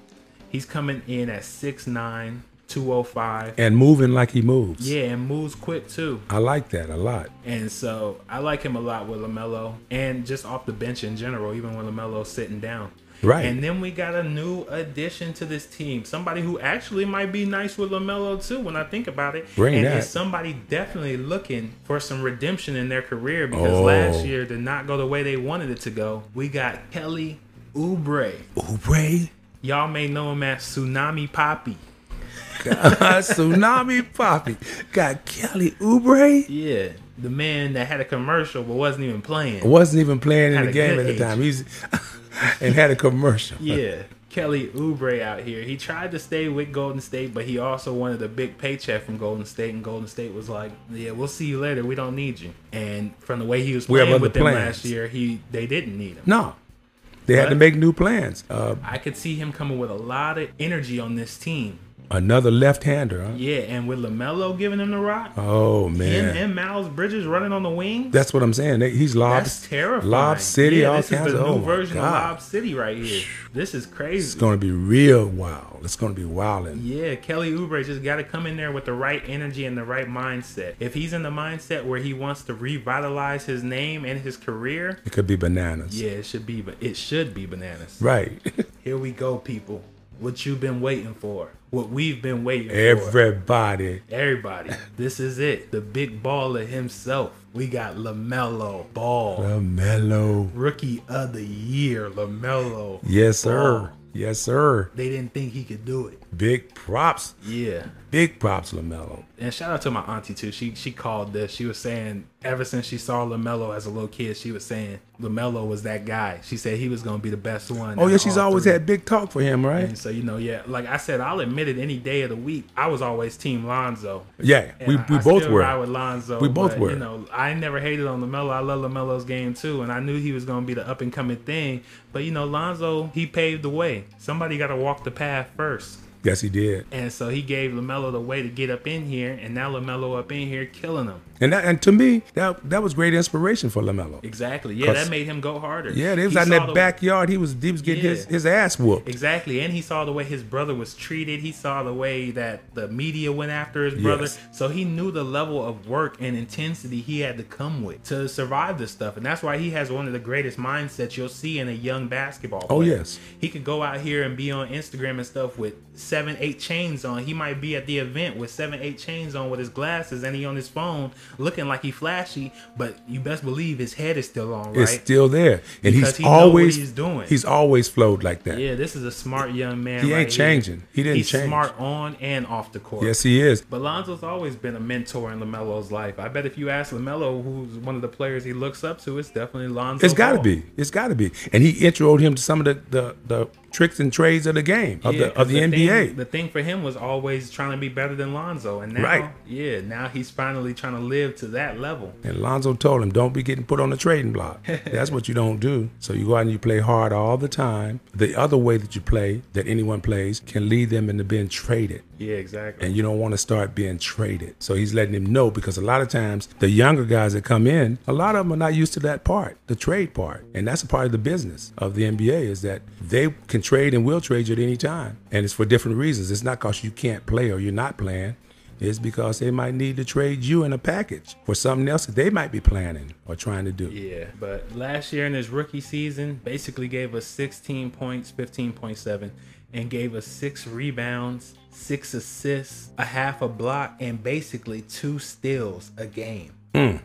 Speaker 1: He's coming in at six nine, 205.
Speaker 2: and moving like he moves.
Speaker 1: Yeah, and moves quick too.
Speaker 2: I like that a lot.
Speaker 1: And so I like him a lot with LaMelo and just off the bench in general, even when LaMelo's sitting down.
Speaker 2: Right.
Speaker 1: And then we got a new addition to this team. Somebody who actually might be nice with LaMelo too when I think about it.
Speaker 2: Bring
Speaker 1: and
Speaker 2: that.
Speaker 1: is somebody definitely looking for some redemption in their career because
Speaker 2: Oh.
Speaker 1: last year did not go the way they wanted it to go. We got Kelly Oubre.
Speaker 2: Oubre,
Speaker 1: Y'all may know him as Tsunami Poppy.
Speaker 2: *laughs* tsunami poppy, got Kelly Oubre.
Speaker 1: Yeah. The man that had a commercial but wasn't even playing.
Speaker 2: Wasn't even playing in
Speaker 1: Had
Speaker 2: the
Speaker 1: a
Speaker 2: game
Speaker 1: good
Speaker 2: at the
Speaker 1: age.
Speaker 2: time. He's *laughs* and had a commercial.
Speaker 1: Yeah, Kelly Oubre out here. He tried to stay with Golden State, but he also wanted a big paycheck from Golden State, and Golden State was like, "Yeah, we'll see you later. We don't need you." And from the way he was
Speaker 2: We have
Speaker 1: playing
Speaker 2: other
Speaker 1: with them
Speaker 2: plans.
Speaker 1: last year, he they didn't need him.
Speaker 2: No, they had to
Speaker 1: What?
Speaker 2: make new plans. Uh,
Speaker 1: I could see him coming with a lot of energy on this team.
Speaker 2: another left-hander. Huh?
Speaker 1: Yeah, and with Lamelo giving him the rock,
Speaker 2: Oh
Speaker 1: him
Speaker 2: man,
Speaker 1: and Miles Bridges running on the wing.
Speaker 2: that's what I'm saying. They- He's lob,
Speaker 1: That's terrifying.
Speaker 2: lob city.
Speaker 1: Yeah,
Speaker 2: all
Speaker 1: this
Speaker 2: kinds
Speaker 1: is the
Speaker 2: of.
Speaker 1: new
Speaker 2: oh
Speaker 1: version
Speaker 2: my
Speaker 1: of
Speaker 2: God.
Speaker 1: Lob City right here. This is crazy.
Speaker 2: It's going to be real wild. It's going to be wild.
Speaker 1: Yeah, Kelly Oubre just got to come in there with the right energy and the right mindset. If he's in the mindset where he wants to revitalize his name and his career,
Speaker 2: it could be bananas.
Speaker 1: yeah, it should be, but it should be bananas.
Speaker 2: Right. *laughs*
Speaker 1: Here we go, people. What you've been waiting for, what we've been waiting for.
Speaker 2: Everybody.
Speaker 1: Everybody, this is it. The big baller himself. We got LaMelo Ball,
Speaker 2: LaMelo.
Speaker 1: rookie of the year, LaMelo.
Speaker 2: Yes, sir.
Speaker 1: Ball.
Speaker 2: Yes, sir.
Speaker 1: They didn't think he could do it.
Speaker 2: Big props.
Speaker 1: Yeah.
Speaker 2: Big props, LaMelo.
Speaker 1: and shout out to my auntie too. She she called this. She was saying ever since she saw Lamelo as a little kid, she was saying Lamelo was that guy. She said he was gonna be the best one.
Speaker 2: Oh,
Speaker 1: out
Speaker 2: yeah,
Speaker 1: of
Speaker 2: she's
Speaker 1: all
Speaker 2: always
Speaker 1: three.
Speaker 2: had big talk for him, right?
Speaker 1: And so you know, yeah, like I said, I'll admit it any day of the week. I was always Team Lonzo.
Speaker 2: Yeah,
Speaker 1: And
Speaker 2: we,
Speaker 1: I-
Speaker 2: we
Speaker 1: I
Speaker 2: both
Speaker 1: still
Speaker 2: were.
Speaker 1: ride with Lonzo.
Speaker 2: We both
Speaker 1: but,
Speaker 2: were.
Speaker 1: You know, I never hated on Lamelo. I love Lamelo's game too, and I knew he was going to be the up and coming thing. But you know, Lonzo, he paved the way. Somebody got to walk the path first.
Speaker 2: Yes, he did.
Speaker 1: And so he gave LaMelo the way to get up in here, and now LaMelo up in here killing him.
Speaker 2: And that, and to me, that that was great inspiration for LaMelo.
Speaker 1: Exactly. Yeah,
Speaker 2: 'Cause-
Speaker 1: that made him go harder.
Speaker 2: Yeah, they was
Speaker 1: He
Speaker 2: out in
Speaker 1: saw
Speaker 2: that
Speaker 1: the-
Speaker 2: backyard. He was, he was getting
Speaker 1: Yeah.
Speaker 2: his, his ass whooped.
Speaker 1: Exactly. And he saw the way his brother was treated. He saw the way that the media went after his brother.
Speaker 2: Yes.
Speaker 1: So he knew the level of work and intensity he had to come with to survive this stuff. And that's why he has one of the greatest mindsets you'll see in a young basketball player.
Speaker 2: Oh, yes.
Speaker 1: He could go out here and be on Instagram and stuff with seven, eight chains on. He might be at the event with seven, eight chains on with his glasses and he on his phone looking like he flashy, but you best believe his head is still on, right?
Speaker 2: It's still there. And
Speaker 1: Because
Speaker 2: he's
Speaker 1: he know what
Speaker 2: always
Speaker 1: he's doing.
Speaker 2: He's always flowed like that.
Speaker 1: Yeah, this is a smart young man.
Speaker 2: He ain't
Speaker 1: right here.
Speaker 2: changing. He didn't
Speaker 1: He's
Speaker 2: change.
Speaker 1: smart on and off the court.
Speaker 2: Yes, he is.
Speaker 1: But Lonzo's always been a mentor in Lamelo's life. I bet if you ask Lamelo, who's one of the players he looks up to, it's definitely Lonzo.
Speaker 2: It's got to
Speaker 1: Ball.
Speaker 2: be. It's got to be. And he introed him to some of the, the, the tricks and trades of the game of
Speaker 1: Yeah,
Speaker 2: the of
Speaker 1: 'cause
Speaker 2: the, NBA.
Speaker 1: Thing, the thing for him was always trying to be better than Lonzo, and now,
Speaker 2: Right.
Speaker 1: yeah, now he's finally trying to live to that level.
Speaker 2: and Lonzo told him, "Don't be getting put on the
Speaker 1: *laughs*
Speaker 2: trading block. That's what you don't do. So you go out and you play hard all the time. The other way that you play, that anyone plays, can lead them into being traded."
Speaker 1: Yeah, exactly.
Speaker 2: And you don't want to start being traded. So he's letting him know because a lot of times the younger guys that come in, a lot of them are not used to that part, the trade part. And that's a part of the business of the NBA is that they can trade and will trade you at any time. And it's for different reasons. It's not because you can't play or you're not playing. It's because they might need to trade you in a package for something else that they might be planning or trying to do.
Speaker 1: Yeah, but last year in his rookie season, basically gave us 16 points, 15.7, and gave us six rebounds, six assists, a half a block, and basically two steals a game.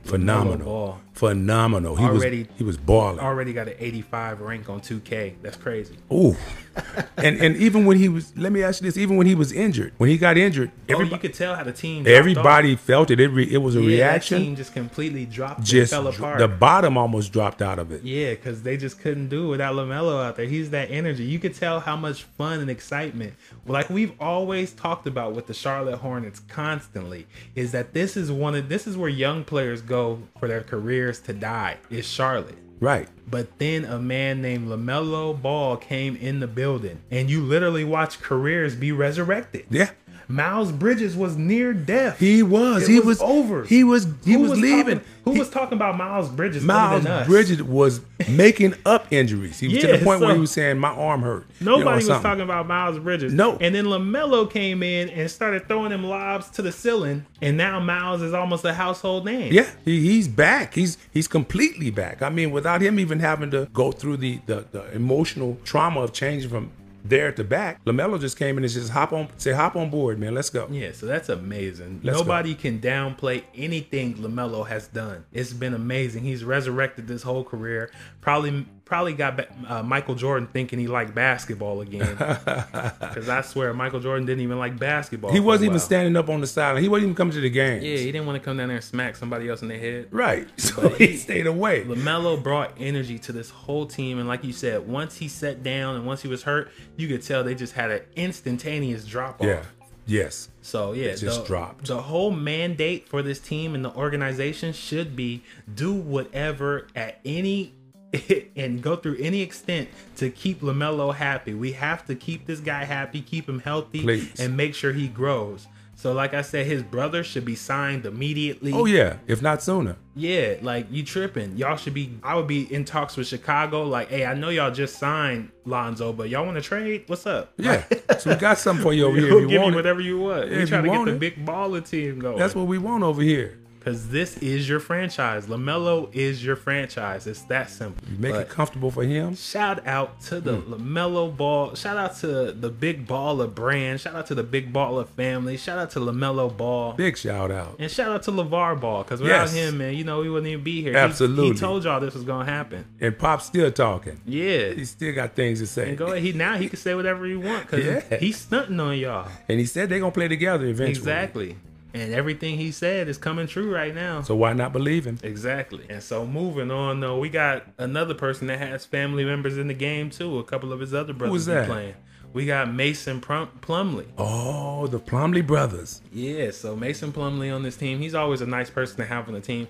Speaker 2: Phenomenal.
Speaker 1: Ball.
Speaker 2: Phenomenal. He
Speaker 1: Already-
Speaker 2: was he was balling.
Speaker 1: Already got an 85 rank on 2K. That's crazy. *laughs*
Speaker 2: Ooh. and and even when he was let me ask you this, even when he was injured, when he got injured,
Speaker 1: Everybody,
Speaker 2: everybody
Speaker 1: you could tell how the team. dropped off.
Speaker 2: everybody felt it. It re, it was a
Speaker 1: Yeah, that
Speaker 2: reaction.
Speaker 1: team just completely dropped.
Speaker 2: Just
Speaker 1: Just fell
Speaker 2: dr-
Speaker 1: apart.
Speaker 2: the bottom almost dropped out of it.
Speaker 1: Yeah, because they just couldn't do it without LaMelo out there. He's that energy. You could tell how much fun and excitement, like we've always talked about with the Charlotte Hornets constantly, is that this is one of this is where young players go for their careers to die, is Charlotte.
Speaker 2: Right.
Speaker 1: But then a man named LaMelo Ball came in the building, and you literally watch careers be resurrected.
Speaker 2: Yeah.
Speaker 1: Miles Bridges was near death.
Speaker 2: He was.
Speaker 1: It
Speaker 2: he
Speaker 1: was
Speaker 2: was,
Speaker 1: over.
Speaker 2: He was. He was, leaving.
Speaker 1: Talking, who was talking about Miles Bridges? Miles
Speaker 2: Miles
Speaker 1: than us? *laughs*
Speaker 2: Bridges was making up injuries. He was to
Speaker 1: Yeah,
Speaker 2: the point where
Speaker 1: so-
Speaker 2: he was saying, "My arm hurt." you know, or
Speaker 1: Nobody was
Speaker 2: something.
Speaker 1: talking about Miles Bridges.
Speaker 2: No.
Speaker 1: And then LaMelo came in and started throwing them lobs to the ceiling. And now Miles is almost a household name.
Speaker 2: Yeah, he, he's back. He's he's completely back. I mean, without him even having to go through the, the the emotional trauma of changing from there to back, Lamelo just came in and just hop on, say, "Hop on board, man. Let's go."
Speaker 1: Yeah, so that's amazing.
Speaker 2: Let's go.
Speaker 1: Nobody can downplay anything LaMelo has done. It's been amazing. He's resurrected this whole career. Probably probably got ba- uh, Michael Jordan thinking he liked basketball
Speaker 2: *laughs*
Speaker 1: again. Cuz I swear Michael Jordan didn't even like basketball.
Speaker 2: He
Speaker 1: for a
Speaker 2: wasn't even
Speaker 1: while.
Speaker 2: standing up on the sideline. He wasn't even coming to the games.
Speaker 1: Yeah, he didn't want to come down there and smack somebody else in the head.
Speaker 2: Right. *laughs* So he stayed away.
Speaker 1: LaMelo brought energy to this whole team. And like you said, once he sat down and once he was hurt, you could tell they just had an instantaneous drop off.
Speaker 2: Yeah. Yes.
Speaker 1: So, yeah.
Speaker 2: just
Speaker 1: the,
Speaker 2: dropped.
Speaker 1: The whole mandate for this team and the organization should be do whatever at any *laughs* and go through any extent to keep LaMelo happy. We have to keep this guy happy, keep him healthy,
Speaker 2: Please.
Speaker 1: and make sure he grows. So, like I said, his brother should be signed immediately.
Speaker 2: Oh yeah. If not sooner.
Speaker 1: Yeah, like you tripping. Y'all should be. I would be in talks with Chicago. Like, hey, I know y'all just signed Lonzo, but y'all want to trade? What's up?
Speaker 2: Yeah. *laughs* so we got
Speaker 1: *laughs*
Speaker 2: something for you over here
Speaker 1: You'll
Speaker 2: if you
Speaker 1: give me
Speaker 2: want. it.
Speaker 1: whatever you want.
Speaker 2: Yeah,
Speaker 1: we
Speaker 2: if
Speaker 1: trying to
Speaker 2: you
Speaker 1: get
Speaker 2: want
Speaker 1: the
Speaker 2: it.
Speaker 1: big baller team going.
Speaker 2: That's what we want over here.
Speaker 1: because this is your franchise. Lamelo is your franchise. It's that simple.
Speaker 2: You make
Speaker 1: But
Speaker 2: it Mm. comfortable for him.
Speaker 1: Shout out to the LaMelo Ball. Shout out to the Big Baller brand. Shout out to the Big Baller family. Shout out to LaMelo Ball.
Speaker 2: Big shout out.
Speaker 1: And shout out to LeVar Ball, because without
Speaker 2: Yes.
Speaker 1: him, man, you know, we wouldn't even be here. He- He,
Speaker 2: Absolutely.
Speaker 1: told y'all this was going to happen.
Speaker 2: And Pop's still talking.
Speaker 1: Yeah.
Speaker 2: He still got things to say.
Speaker 1: And go ahead. He, now he can say whatever he want, because
Speaker 2: Yeah.
Speaker 1: he's stunting on y'all.
Speaker 2: And he said they're gonna play together eventually.
Speaker 1: Exactly. And everything he said is coming true right now.
Speaker 2: So why not believe him?
Speaker 1: Exactly. And so moving on, though, we got another person that has family members in the game, too. A couple of his other brothers
Speaker 2: was
Speaker 1: be
Speaker 2: that?
Speaker 1: playing. We got Mason Plum- Plumley.
Speaker 2: Oh, the Plumley brothers.
Speaker 1: Yeah, so Mason Plumley on this team. He's always a nice person to have on the team.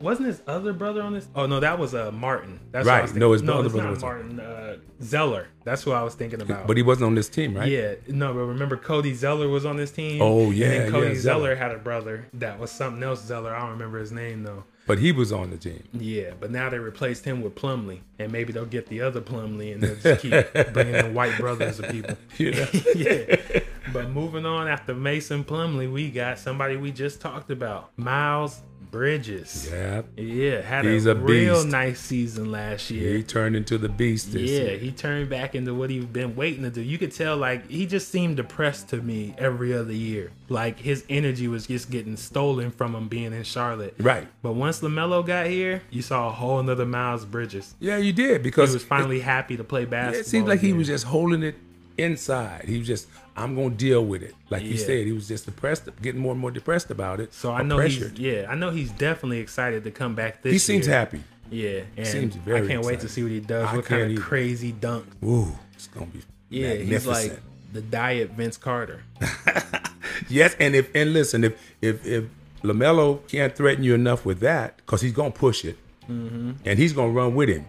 Speaker 1: Wasn't his other brother on this? Oh no, that was uh Martin. That's what I
Speaker 2: Right,
Speaker 1: was thinking.
Speaker 2: no, his
Speaker 1: no,
Speaker 2: other
Speaker 1: it's
Speaker 2: brother
Speaker 1: not
Speaker 2: was-
Speaker 1: Martin. Uh, Zeller. That's who I was thinking about.
Speaker 2: But he wasn't on this team, right?
Speaker 1: yeah, no, but remember Cody Zeller was on this team.
Speaker 2: Oh, yeah,
Speaker 1: and then Cody
Speaker 2: yeah,
Speaker 1: Zeller.
Speaker 2: Zeller.
Speaker 1: had a brother that was something else. Zeller, I don't remember his name though.
Speaker 2: But he was on the team. *laughs*
Speaker 1: Yeah, but now they replaced him with Plumley, and maybe they'll get the other Plumley, and they'll just
Speaker 2: *laughs*
Speaker 1: keep bringing in white brothers of people. *laughs*
Speaker 2: You know?
Speaker 1: yeah. But moving on after Mason Plumley, we got somebody we just talked about, Miles Bridges.
Speaker 2: yeah.
Speaker 1: Yeah, had
Speaker 2: He's
Speaker 1: a,
Speaker 2: a
Speaker 1: real
Speaker 2: beast.
Speaker 1: nice season last year.
Speaker 2: He turned into the beast this
Speaker 1: yeah,
Speaker 2: year.
Speaker 1: he turned back into what he's been waiting to do. You could tell, like, he just seemed depressed to me every other year. Like, his energy was just getting stolen from him being in Charlotte.
Speaker 2: Right.
Speaker 1: But once LaMelo got here, you saw a whole nother Miles Bridges.
Speaker 2: Yeah, you did
Speaker 1: He
Speaker 2: because
Speaker 1: was finally happy to play basketball.
Speaker 2: it seems like he
Speaker 1: again.
Speaker 2: was just holding it inside. He was just, I'm gonna deal with it. Like you
Speaker 1: Yeah.
Speaker 2: said, he was just depressed, getting more and more depressed about it.
Speaker 1: So I
Speaker 2: or
Speaker 1: know
Speaker 2: pressured.
Speaker 1: he's yeah, I know he's definitely excited to come back this
Speaker 2: He seems
Speaker 1: year.
Speaker 2: happy.
Speaker 1: Yeah, and
Speaker 2: Seems very
Speaker 1: I can't wait to
Speaker 2: excited.
Speaker 1: see what he does.
Speaker 2: I
Speaker 1: what kind of
Speaker 2: can't either.
Speaker 1: crazy dunk?
Speaker 2: Ooh, it's gonna be
Speaker 1: Yeah, he's
Speaker 2: magnificent.
Speaker 1: like the diet Vince Carter.
Speaker 2: Yes, and if and listen, if if if Lamelo can't threaten you enough with that, because he's gonna push it, and he's gonna run with him.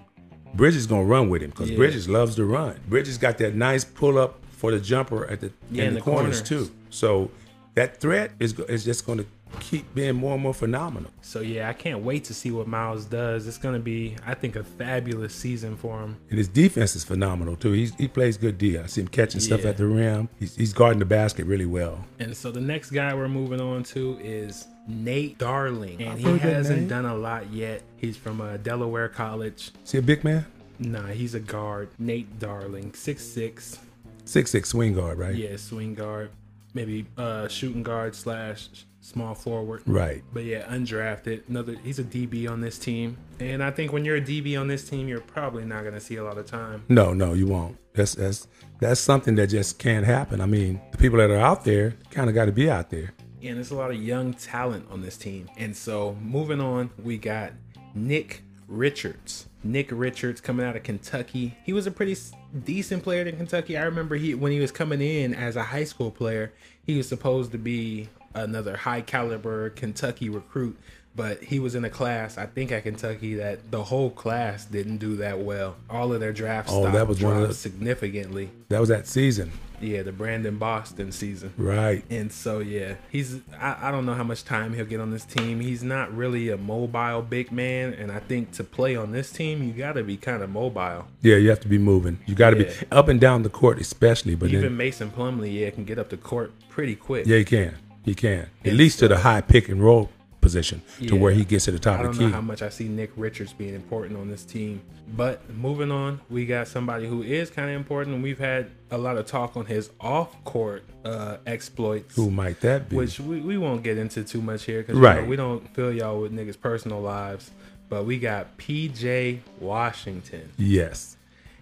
Speaker 2: Bridges gonna run with him because
Speaker 1: Mm-hmm. Yeah.
Speaker 2: Bridges loves to run. Bridges got that nice pull up for the jumper at the
Speaker 1: Yeah,
Speaker 2: in,
Speaker 1: in
Speaker 2: the,
Speaker 1: the
Speaker 2: corners,
Speaker 1: corners.
Speaker 2: too. So that threat is go- is just gonna keep being more and more phenomenal.
Speaker 1: So yeah, I can't wait to see what Miles does. It's gonna be, I think, a fabulous season for him.
Speaker 2: And his defense is phenomenal too. He's, he plays good D. I see him catching stuff
Speaker 1: Yeah.
Speaker 2: at the rim. He's, he's guarding the basket really well.
Speaker 1: And so the next guy we're moving on to is Nate Darling, and he
Speaker 2: heard that
Speaker 1: hasn't
Speaker 2: name.
Speaker 1: done a lot yet. He's from uh, Delaware College.
Speaker 2: See a big man,
Speaker 1: Nah, he's a guard. Nate Darling, six six,
Speaker 2: six six swing guard, right?
Speaker 1: Yeah, swing guard, maybe uh shooting guard slash small forward.
Speaker 2: Right.
Speaker 1: But yeah, undrafted. Another he's a DB on this team. And I think when you're a DB on this team, you're probably not gonna see a lot of time.
Speaker 2: No, no, you won't. That's that's that's something that just can't happen. I mean, the people that are out there kind of got to be out there.
Speaker 1: And there's a lot of young talent on this team. And so moving on, we got Nick Richards. Nick Richards coming out of Kentucky. He was a pretty s- decent player in Kentucky. I remember he when he was coming in as a high school player, he was supposed to be another high caliber Kentucky recruit, but he was in a class I think at Kentucky that the whole class didn't do that well. All of their draft
Speaker 2: Oh,
Speaker 1: stock
Speaker 2: that was one of
Speaker 1: dropped
Speaker 2: the-
Speaker 1: significantly.
Speaker 2: That was that season.
Speaker 1: yeah, the Brandon Boston season.
Speaker 2: Right.
Speaker 1: And so yeah, he's I, I don't know how much time he'll get on this team. He's not really a mobile big man, and I think to play on this team, you got to be kind of mobile.
Speaker 2: Yeah, you have to be moving. You got to
Speaker 1: Yeah.
Speaker 2: be up and down the court, especially. But
Speaker 1: Even
Speaker 2: then,
Speaker 1: Mason Plumley, yeah, can get up the court pretty quick.
Speaker 2: yeah, he can. He can. At least to the high pick and roll position to
Speaker 1: Yeah.
Speaker 2: where he gets to the
Speaker 1: I
Speaker 2: top of
Speaker 1: don't
Speaker 2: the
Speaker 1: know
Speaker 2: key.
Speaker 1: how much I see Nick Richards being important on this team. But moving on, we got somebody who is kind of important. We've had a lot of talk on his off-court uh, exploits,
Speaker 2: Who might that be?
Speaker 1: which we, we won't get into too much here because
Speaker 2: Right.
Speaker 1: we don't fill y'all with niggas' personal lives. But we got PJ Washington.
Speaker 2: yes.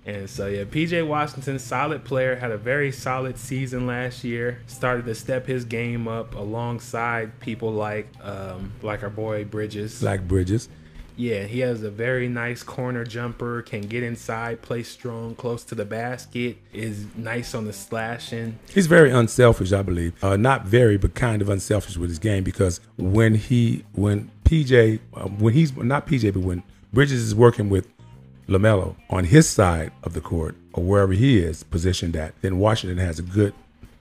Speaker 1: And so yeah, PJ Washington, solid player, had a very solid season last year. Started to step his game up alongside people like um, like our boy Bridges.
Speaker 2: Like Bridges.
Speaker 1: Yeah, he has a very nice corner jumper, can get inside, play strong, close to the basket, is nice on the slashing.
Speaker 2: He's very unselfish, I believe. Uh, not very, but kind of unselfish with his game because when he, when PJ, uh, when he's not PJ, but when Bridges is working with Lamelo on his side of the court or wherever he is positioned at, then Washington has a good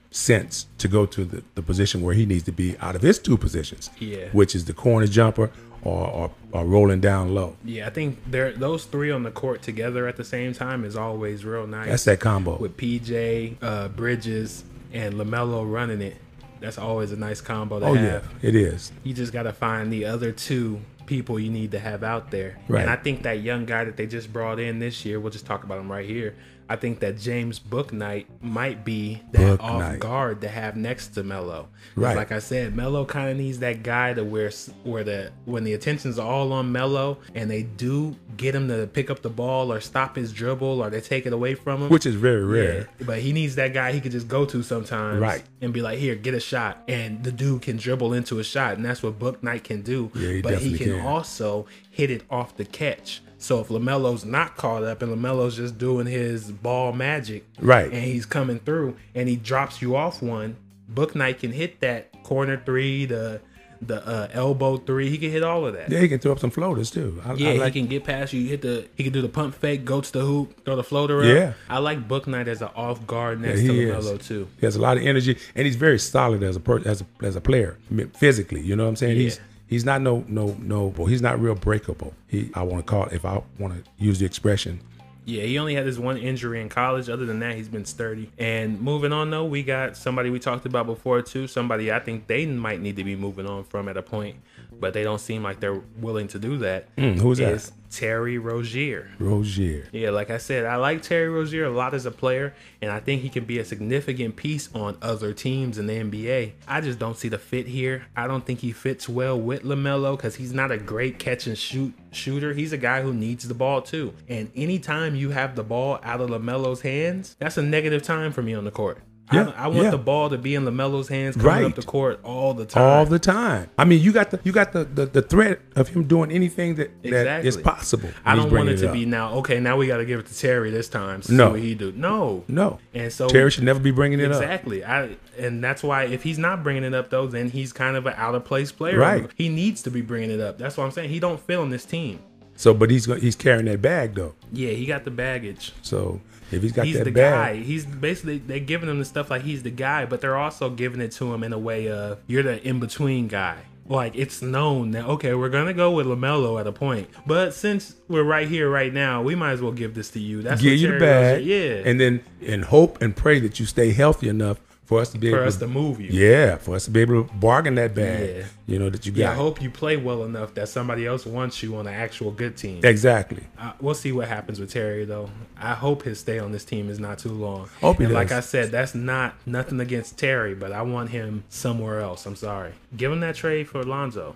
Speaker 2: sense to go to the, the position where he needs to be out of his two positions,
Speaker 1: Yeah.
Speaker 2: which is the corner jumper or, or, or rolling down low.
Speaker 1: Yeah, I think they're, those three on the court together at the same time is always real nice.
Speaker 2: That's that combo.
Speaker 1: With PJ, uh, Bridges, and LaMelo running it. That's always a nice combo to
Speaker 2: Oh,
Speaker 1: have.
Speaker 2: yeah, it is.
Speaker 1: You just got to find the other two people you need to have out there.
Speaker 2: Right.
Speaker 1: And I think that young guy that they just brought in this year, we'll just talk about him right here. I think that James Booknight might be that
Speaker 2: Bouknight.
Speaker 1: off guard to have next to Melo. 'Cause
Speaker 2: Right.
Speaker 1: Like I said, Melo kind of needs that guy to where s- where the when the attention's all on Melo and they do get him to pick up the ball or stop his dribble or they take it away from him.
Speaker 2: Which is very rare.
Speaker 1: Yeah, but he needs that guy he could just go to sometimes,
Speaker 2: Right.
Speaker 1: And be like, "Here, get a shot," and the dude can dribble into a shot, and that's what Book Knight can do.
Speaker 2: Yeah, he
Speaker 1: but he
Speaker 2: definitely
Speaker 1: can,
Speaker 2: can.
Speaker 1: also hit it off the catch. So if Lamelo's not caught up and Lamelo's just doing his ball magic,
Speaker 2: Right.
Speaker 1: and he's coming through and he drops you off one, Book Knight can hit that corner three, the the uh, elbow three. He can hit all of that.
Speaker 2: Yeah, he can throw up some floaters too. I, I
Speaker 1: Yeah,
Speaker 2: like-
Speaker 1: he can get past you. Hit the he can do the pump fake, go to the hoop, throw the floater up.
Speaker 2: Yeah.
Speaker 1: I like Book Knight as an off guard next
Speaker 2: Yeah, he
Speaker 1: to
Speaker 2: is.
Speaker 1: Lamelo too.
Speaker 2: He has a lot of energy, and he's very solid as a per, as a, as a player I mean, physically. You know what I'm saying? He's
Speaker 1: Yeah.
Speaker 2: he's not no no no. Well, he's not real breakable. He I want to call it, if I want to use the expression.
Speaker 1: Yeah, he only had this one injury in college. Other than that, he's been sturdy. And moving on though, we got somebody we talked about before too. Somebody I think they might need to be moving on from at a point, but they don't seem like they're willing to do that.
Speaker 2: who's Hmm, that?
Speaker 1: Is Terry Rozier.
Speaker 2: Rozier.
Speaker 1: Yeah, like I said, I like Terry Rozier a lot as a player, and I think he can be a significant piece on other teams in the NBA. I just don't see the fit here. I don't think he fits well with LaMelo because he's not a great catch and shoot shooter. He's a guy who needs the ball too. And anytime you have the ball out of LaMelo's hands, that's a negative time for me on the court.
Speaker 2: Yeah,
Speaker 1: I, I want
Speaker 2: yeah.
Speaker 1: the ball to be in LaMelo's hands coming
Speaker 2: Right.
Speaker 1: up the court all the time.
Speaker 2: All the time. I mean, you got the you got the the, the threat of him doing anything that that
Speaker 1: Exactly.
Speaker 2: is possible.
Speaker 1: I
Speaker 2: He's
Speaker 1: don't want
Speaker 2: bringing
Speaker 1: it to
Speaker 2: up.
Speaker 1: be now. Okay, now we got to give it to Terry this time. See
Speaker 2: No.
Speaker 1: what he do. No,
Speaker 2: no.
Speaker 1: And so
Speaker 2: Terry should never be bringing it up.
Speaker 1: Exactly. I and that's why if he's not bringing it up though, then he's kind of an out of place player.
Speaker 2: Right.
Speaker 1: He needs to be bringing it up. That's what I'm saying. He don't fit on this team.
Speaker 2: So, but he's go- he's carrying that bag though.
Speaker 1: Yeah, he got the baggage.
Speaker 2: So if he's got
Speaker 1: He's
Speaker 2: that
Speaker 1: the
Speaker 2: bag,
Speaker 1: guy. He's basically they're giving him the stuff like he's the guy, but they're also giving it to him in a way of you're the in between guy. Like it's known that okay, we're gonna go with Lamelo at a point, but since we're right here right now, we might as well give this to you. That's
Speaker 2: give
Speaker 1: what
Speaker 2: you
Speaker 1: Terry
Speaker 2: the bag,
Speaker 1: Rozier- yeah,
Speaker 2: and then and hope and pray that you stay healthy enough for us to be
Speaker 1: for
Speaker 2: able
Speaker 1: us to move you.
Speaker 2: yeah, for us to be able to bargain that bag,
Speaker 1: Yeah.
Speaker 2: you know that you
Speaker 1: Yeah,
Speaker 2: got
Speaker 1: I hope you play well enough that somebody else wants you on an actual good team.
Speaker 2: exactly.
Speaker 1: Uh, we'll see what happens with Terry though. I hope his stay on this team is not too long.
Speaker 2: Hope he
Speaker 1: and like
Speaker 2: does.
Speaker 1: I said, that's not nothing against Terry, but I want him somewhere else. I'm sorry. Give him that trade for Alonzo.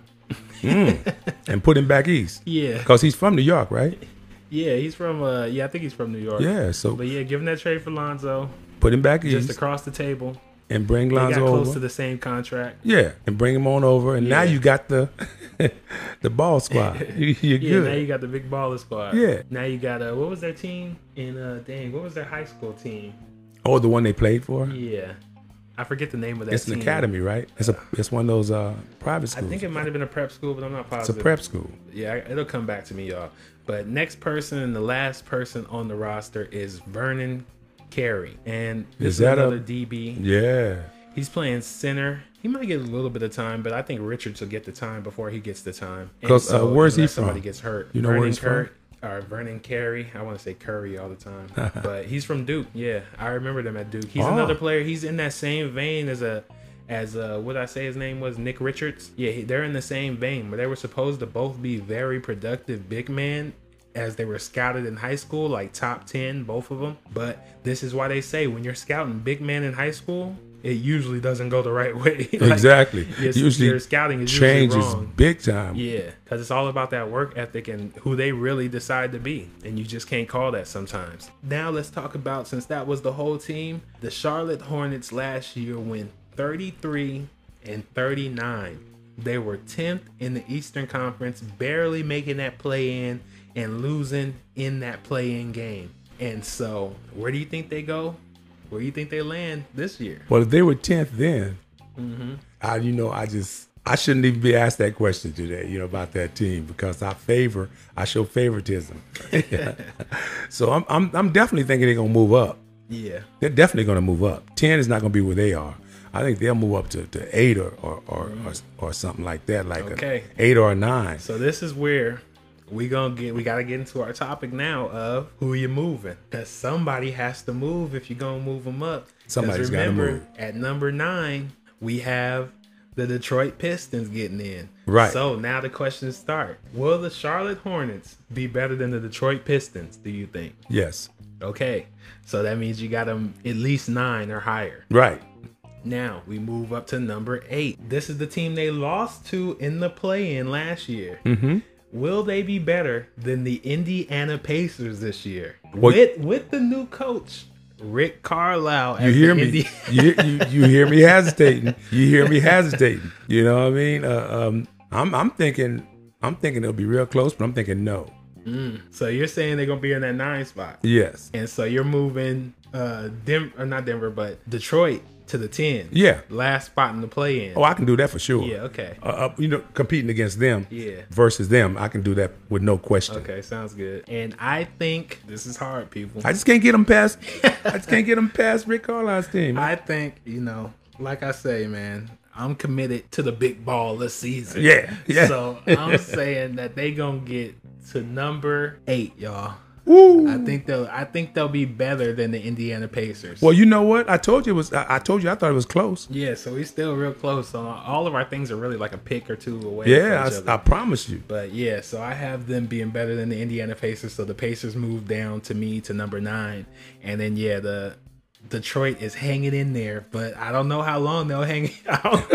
Speaker 2: And put him back east
Speaker 1: Yeah,
Speaker 2: because he's from New
Speaker 1: *laughs*
Speaker 2: York, right?
Speaker 1: yeah, he's from. Uh, yeah, I think he's from New York.
Speaker 2: Yeah, so
Speaker 1: But yeah, give him that trade for Lonzo,
Speaker 2: put him back
Speaker 1: just
Speaker 2: east
Speaker 1: across the table.
Speaker 2: and bring
Speaker 1: They got
Speaker 2: Lonzo
Speaker 1: close
Speaker 2: over.
Speaker 1: to the same contract.
Speaker 2: yeah, and bring him on over, and now
Speaker 1: Yeah.
Speaker 2: you got the *laughs*
Speaker 1: *laughs*
Speaker 2: the ball squad. *laughs* You- You're
Speaker 1: Yeah, now
Speaker 2: good.
Speaker 1: you got the big baller squad.
Speaker 2: Yeah.
Speaker 1: Now you got uh, what was their team? In uh, dang, what was their high school team?
Speaker 2: oh, the one they played for.
Speaker 1: Yeah, I forget the name of that.
Speaker 2: It's an
Speaker 1: team.
Speaker 2: academy, right? It's a it's one of those uh, private
Speaker 1: I
Speaker 2: schools.
Speaker 1: think it might have been a prep school, but I'm not
Speaker 2: it's a
Speaker 1: positive.
Speaker 2: prep school.
Speaker 1: Yeah, I- it'll come back to me, y'all. But next person and the last person on the roster is Vernon Carey, and this is,
Speaker 2: Is that a-
Speaker 1: another DB.
Speaker 2: Yeah.
Speaker 1: He's playing center. He might get a little bit of time, but I think Richards will get the time before he gets the time. And
Speaker 2: 'Cause, uh, where's he
Speaker 1: unless
Speaker 2: from?
Speaker 1: Somebody gets hurt.
Speaker 2: You know where he's
Speaker 1: Cur- Or Vernon Carey. I want to say Curry all the
Speaker 2: *laughs*
Speaker 1: time, but he's from Duke. Yeah, I remember them at Duke. He's
Speaker 2: Oh.
Speaker 1: another player. He's in that same vein as a. As uh, what I say his name was Nick Richards. Yeah, he- they're in the same vein, but they were supposed to both be very productive big men as they were scouted in high school, like top 10, both of them. But this is why they say when you're scouting big men in high school, it usually doesn't go the *laughs* right *laughs* way. Like,
Speaker 2: Exactly.
Speaker 1: Your,
Speaker 2: usually
Speaker 1: your scouting is
Speaker 2: changes
Speaker 1: usually wrong.
Speaker 2: big time.
Speaker 1: Yeah, because it's all about that work ethic and who they really decide to be. And you just can't call that sometimes. Now, let's talk about since that was the whole team, the Charlotte Hornets last year went 33 and 39. They were 10th in the Eastern Conference, barely making that play in and losing in that play in game. And so, where do you think they go? Where do you think they land this year?
Speaker 2: Well, if they were tenth then, I you know I just I shouldn't even be asked that question today. You know about that team because I favor I show favoritism. *laughs* so I'm, I'm I'm definitely thinking they're gonna move up.
Speaker 1: Yeah.
Speaker 2: They're definitely gonna move up. Ten is not gonna be where they are. I think they'll move up to, to eight or or, or, or or something like that, like a
Speaker 1: Okay.
Speaker 2: eight or a nine.
Speaker 1: So this is where we gonna get we gotta get into our topic now of who you moving because somebody has to move if you're gonna move them up. 'Cause
Speaker 2: Somebody's gotta
Speaker 1: remember,
Speaker 2: move.
Speaker 1: At number nine, we have the Detroit Pistons getting in.
Speaker 2: Right.
Speaker 1: So now the questions start: Will the Charlotte Hornets be better than the Detroit Pistons? Do you think?
Speaker 2: Yes,
Speaker 1: Okay, so that means you got them at least nine or higher.
Speaker 2: right.
Speaker 1: Now we move up to number eight. This is the team they lost to in the play in last year. Mm-hmm. Will they be better than the Indiana Pacers this year?
Speaker 2: What-
Speaker 1: With with the new coach, Rick Carlisle.
Speaker 2: You
Speaker 1: as the
Speaker 2: hear me?
Speaker 1: Indi- *laughs*
Speaker 2: you, you you hear me hesitating? You hear me hesitating? You know what I mean? Uh, um, I'm I'm thinking I'm thinking it'll be real close, but I'm thinking no.
Speaker 1: so you're saying they're gonna be in that nine spot,
Speaker 2: Yes.
Speaker 1: and so you're moving uh Denver, or not Denver, but Detroit to the ten.
Speaker 2: Yeah.
Speaker 1: last spot in the play in.
Speaker 2: Oh, I can do that for sure.
Speaker 1: yeah, okay,
Speaker 2: Uh, uh, you know, competing against them
Speaker 1: yeah.
Speaker 2: versus them, I can do that with no question.
Speaker 1: Okay, sounds good. And I think this is hard, people.
Speaker 2: I just can't get them past. I just can't get them past Rick Carlisle's team.
Speaker 1: I think, you know, like I say, man, I'm committed to the big ball this season.
Speaker 2: yeah. Yeah.
Speaker 1: So
Speaker 2: *laughs*
Speaker 1: I'm saying that they gonna get to number eight, y'all.
Speaker 2: Woo.
Speaker 1: I think they'll I think they'll be better than the Indiana Pacers.
Speaker 2: well, you know what? I told you it was. I, I told you I thought it was close.
Speaker 1: yeah, so we still real close. So all of our things are really like a pick or two away.
Speaker 2: Yeah,
Speaker 1: from each other.
Speaker 2: I, I promise you.
Speaker 1: But yeah, so I have them being better than the Indiana Pacers. So the Pacers moved down to me to number nine, and then yeah, the Detroit is hanging in there, but I don't know how long they'll hang *laughs* out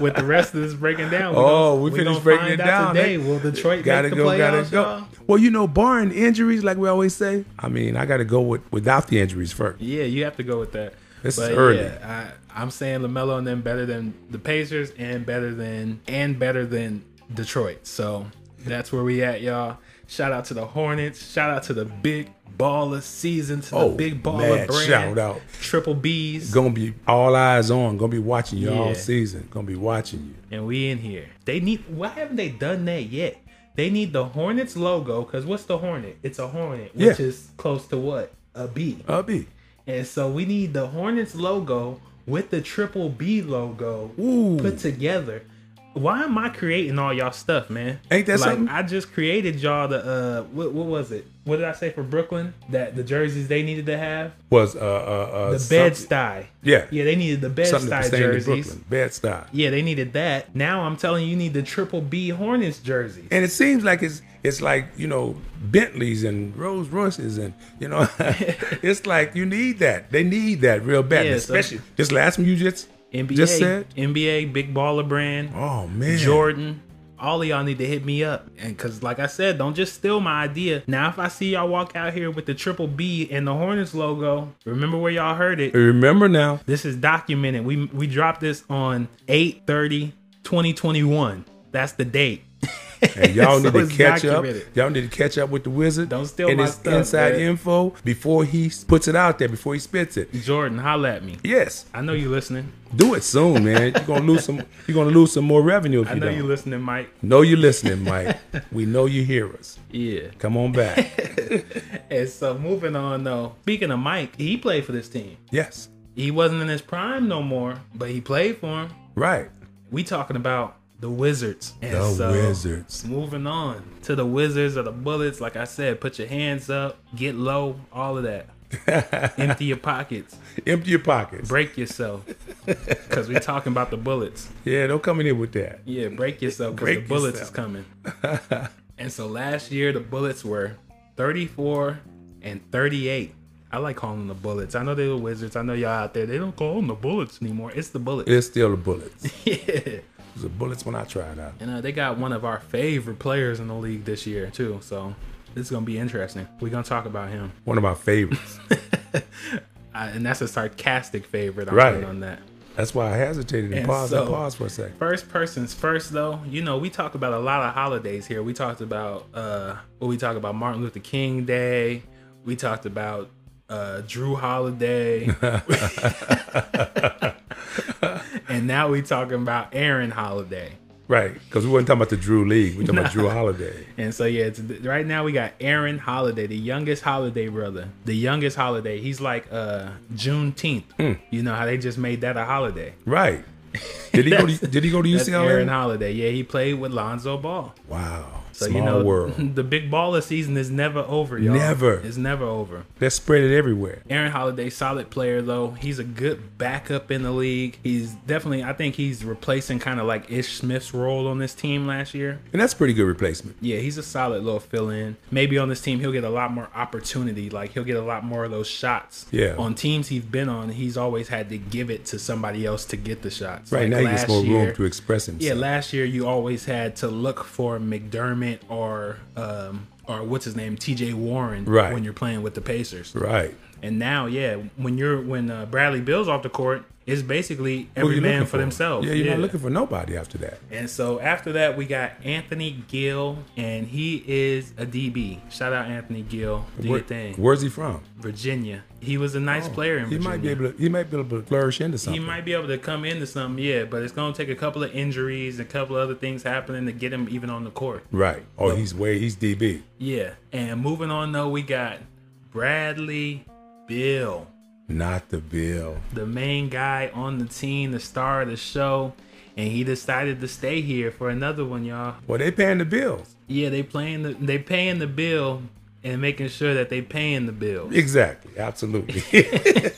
Speaker 1: with the rest of this breaking down. We
Speaker 2: Oh, we
Speaker 1: we
Speaker 2: finished
Speaker 1: gonna
Speaker 2: breaking
Speaker 1: find
Speaker 2: it
Speaker 1: out
Speaker 2: down.
Speaker 1: today.
Speaker 2: They-
Speaker 1: Will Detroit
Speaker 2: gotta
Speaker 1: make the
Speaker 2: go,
Speaker 1: playoffs?
Speaker 2: gotta go.
Speaker 1: y'all?
Speaker 2: Well, you know, barring injuries, like we always say. I mean, I gotta go with without the injuries first.
Speaker 1: Yeah, you have to go with that.
Speaker 2: This is
Speaker 1: But,
Speaker 2: early.
Speaker 1: Yeah, I, I'm saying Lamelo and them better than the Pacers and better than and better than Detroit. So that's where we at, y'all. Shout out to the Hornets. Shout out to the Big Baller season. To
Speaker 2: Oh,
Speaker 1: the Big Baller
Speaker 2: man,
Speaker 1: brand.
Speaker 2: shout out.
Speaker 1: Triple B's.
Speaker 2: Gonna be all eyes on. Gonna be watching you
Speaker 1: Yeah.
Speaker 2: all season. Gonna be watching you.
Speaker 1: And we in here. They need. Why haven't they done that yet? They need the Hornets logo because what's the Hornet? It's a Hornet, which
Speaker 2: Yeah.
Speaker 1: is close to what a Uh, B.
Speaker 2: I'll be.
Speaker 1: And so we need the Hornets logo with the triple B logo
Speaker 2: Ooh.
Speaker 1: put together. Why am I creating all y'all stuff, man?
Speaker 2: Ain't that
Speaker 1: like,
Speaker 2: something?
Speaker 1: I just created y'all the uh what, what was it? What did I say for Brooklyn? That the jerseys they needed to have?
Speaker 2: Was uh uh, uh
Speaker 1: The
Speaker 2: something-
Speaker 1: bed sty.
Speaker 2: Yeah.
Speaker 1: Yeah, they needed the bed
Speaker 2: Something to
Speaker 1: sty
Speaker 2: stay in
Speaker 1: jerseys.
Speaker 2: Brooklyn. Bad style.
Speaker 1: Yeah, they needed that. Now I'm telling you you need the triple B Hornets jerseys.
Speaker 2: And it seems like it's it's like, you know, Bentleys and Rolls Royces and you know *laughs* it's like you need that. They need that real bad.
Speaker 1: Yeah, so-
Speaker 2: Especially this last one you just
Speaker 1: NBA
Speaker 2: just said.
Speaker 1: NBA Big Baller brand.
Speaker 2: Oh man.
Speaker 1: Jordan. All of y'all need to hit me up. And cause like I said, don't just steal my idea. Now if I see y'all walk out here with the triple B and the Hornets logo, remember where y'all heard it.
Speaker 2: Remember now.
Speaker 1: This is documented. We we dropped this on 8 30 2021. That's the date.
Speaker 2: And y'all
Speaker 1: *laughs* So
Speaker 2: need
Speaker 1: it's
Speaker 2: to catch
Speaker 1: documented.
Speaker 2: up. Y'all need to catch up with the wizard.
Speaker 1: Don't steal
Speaker 2: and
Speaker 1: my
Speaker 2: his
Speaker 1: stuff,
Speaker 2: inside
Speaker 1: man.
Speaker 2: info before he s- puts it out there, before he spits it.
Speaker 1: Jordan, holla at me.
Speaker 2: Yes,
Speaker 1: I know you listening.
Speaker 2: do it soon, man. You're gonna lose some. *laughs* You're gonna lose some more revenue if
Speaker 1: I
Speaker 2: you
Speaker 1: know
Speaker 2: don't.
Speaker 1: you listening, Mike.
Speaker 2: know you're listening, Mike. *laughs* we know you hear us.
Speaker 1: Yeah.
Speaker 2: Come on back.
Speaker 1: *laughs* And so moving on though. Speaking of Mike, he played for this team.
Speaker 2: yes,
Speaker 1: He wasn't in his prime no more, but he played for him.
Speaker 2: right.
Speaker 1: We talking about the Wizards. And
Speaker 2: The
Speaker 1: so,
Speaker 2: Wizards.
Speaker 1: Moving on to the Wizards or the Bullets. Like I said, put your hands up, get low, all of that.
Speaker 2: *laughs*
Speaker 1: Empty your pockets,
Speaker 2: Empty your pockets.
Speaker 1: break yourself, because we're talking about the Bullets.
Speaker 2: Yeah, don't come in here with that.
Speaker 1: Yeah, break yourself because the
Speaker 2: Break
Speaker 1: bullets
Speaker 2: yourself.
Speaker 1: is
Speaker 2: *laughs*
Speaker 1: coming. and so last year the bullets were 34 and 38. I like calling them the bullets. I know they were wizards. I know y'all out there. They don't call them the bullets anymore. It's the bullets.
Speaker 2: It's still the bullets. It
Speaker 1: *laughs* yeah.
Speaker 2: was the bullets when I tried out.
Speaker 1: And uh, they got one of our favorite players in the league this year too. So this is gonna be interesting. We're gonna talk about him,
Speaker 2: One of my favorites.
Speaker 1: I, and that's a sarcastic favorite. I'm
Speaker 2: Right.
Speaker 1: putting on that.
Speaker 2: That's why I hesitated and,
Speaker 1: And
Speaker 2: paused and
Speaker 1: so-
Speaker 2: paused for a second.
Speaker 1: First persons first, though. You know, we talk about a lot of holidays here. We talked about uh, well, we talked about Martin Luther King Day. We talked about uh, Drew Holiday, *laughs* and now we talking about Aaron Holiday.
Speaker 2: Right, because we weren't talking about the Drew League. We were
Speaker 1: *laughs*
Speaker 2: talking about Drew Holiday.
Speaker 1: And so yeah, it's, right now we got Aaron Holiday, the youngest Holiday brother, the youngest Holiday. He's like uh, Juneteenth.
Speaker 2: Hmm.
Speaker 1: You know how they just made that a holiday.
Speaker 2: Right. Did he go? To, did he go to
Speaker 1: *laughs* That's Aaron
Speaker 2: UCLA?
Speaker 1: Holiday. Yeah, he played with Lonzo Ball.
Speaker 2: Wow.
Speaker 1: So
Speaker 2: Small
Speaker 1: you know, *laughs*
Speaker 2: world.
Speaker 1: the big baller season is never over, y'all.
Speaker 2: Never.
Speaker 1: It's never over.
Speaker 2: Let's spread it everywhere.
Speaker 1: Aaron Holiday, solid player though. He's a good backup in the league. He's definitely, I think he's replacing kind of like Ish Smith's role on this team last year.
Speaker 2: And that's a pretty good replacement.
Speaker 1: Yeah, he's a solid little fill-in. Maybe on this team he'll get a lot more opportunity. Like he'll get a lot more of those shots.
Speaker 2: Yeah.
Speaker 1: On teams he's been on, he's always had to give it to somebody else to get the shots.
Speaker 2: Right
Speaker 1: Like,
Speaker 2: now, he gets
Speaker 1: last
Speaker 2: more
Speaker 1: year-
Speaker 2: room to express
Speaker 1: yeah,
Speaker 2: himself.
Speaker 1: last year you always had to look for McDermott or um or what's his name, T.J. Warren,
Speaker 2: Right.
Speaker 1: when you're playing with the Pacers.
Speaker 2: right.
Speaker 1: And now, yeah, when you're when uh, Bradley Bill's off the court, it's basically
Speaker 2: Who are
Speaker 1: every
Speaker 2: you
Speaker 1: man
Speaker 2: looking
Speaker 1: for themselves.
Speaker 2: Yeah, you're not looking for nobody after that.
Speaker 1: And so after that, we got Anthony Gill, and he is a DB. Shout out Anthony Gill, do your
Speaker 2: Where-
Speaker 1: thing,
Speaker 2: Where's he from?
Speaker 1: Virginia. He was a nice player in
Speaker 2: Oh, He
Speaker 1: Virginia.
Speaker 2: might be able to. He might be able to flourish into
Speaker 1: he
Speaker 2: something.
Speaker 1: might be able to come into something, yeah, but it's gonna take a couple of injuries, and a couple of other things happening to get him even on the court.
Speaker 2: Right. Oh, he's way. He's DB.
Speaker 1: Yeah. And moving on though, we got Bradley Bill,
Speaker 2: Not the bill.
Speaker 1: the main guy on the team, the star of the show. And he decided to stay here for another one, y'all.
Speaker 2: Well, they paying the bills.
Speaker 1: Yeah, they playing the they paying the bill and making sure that they paying the bill.
Speaker 2: Exactly. Absolutely. *laughs*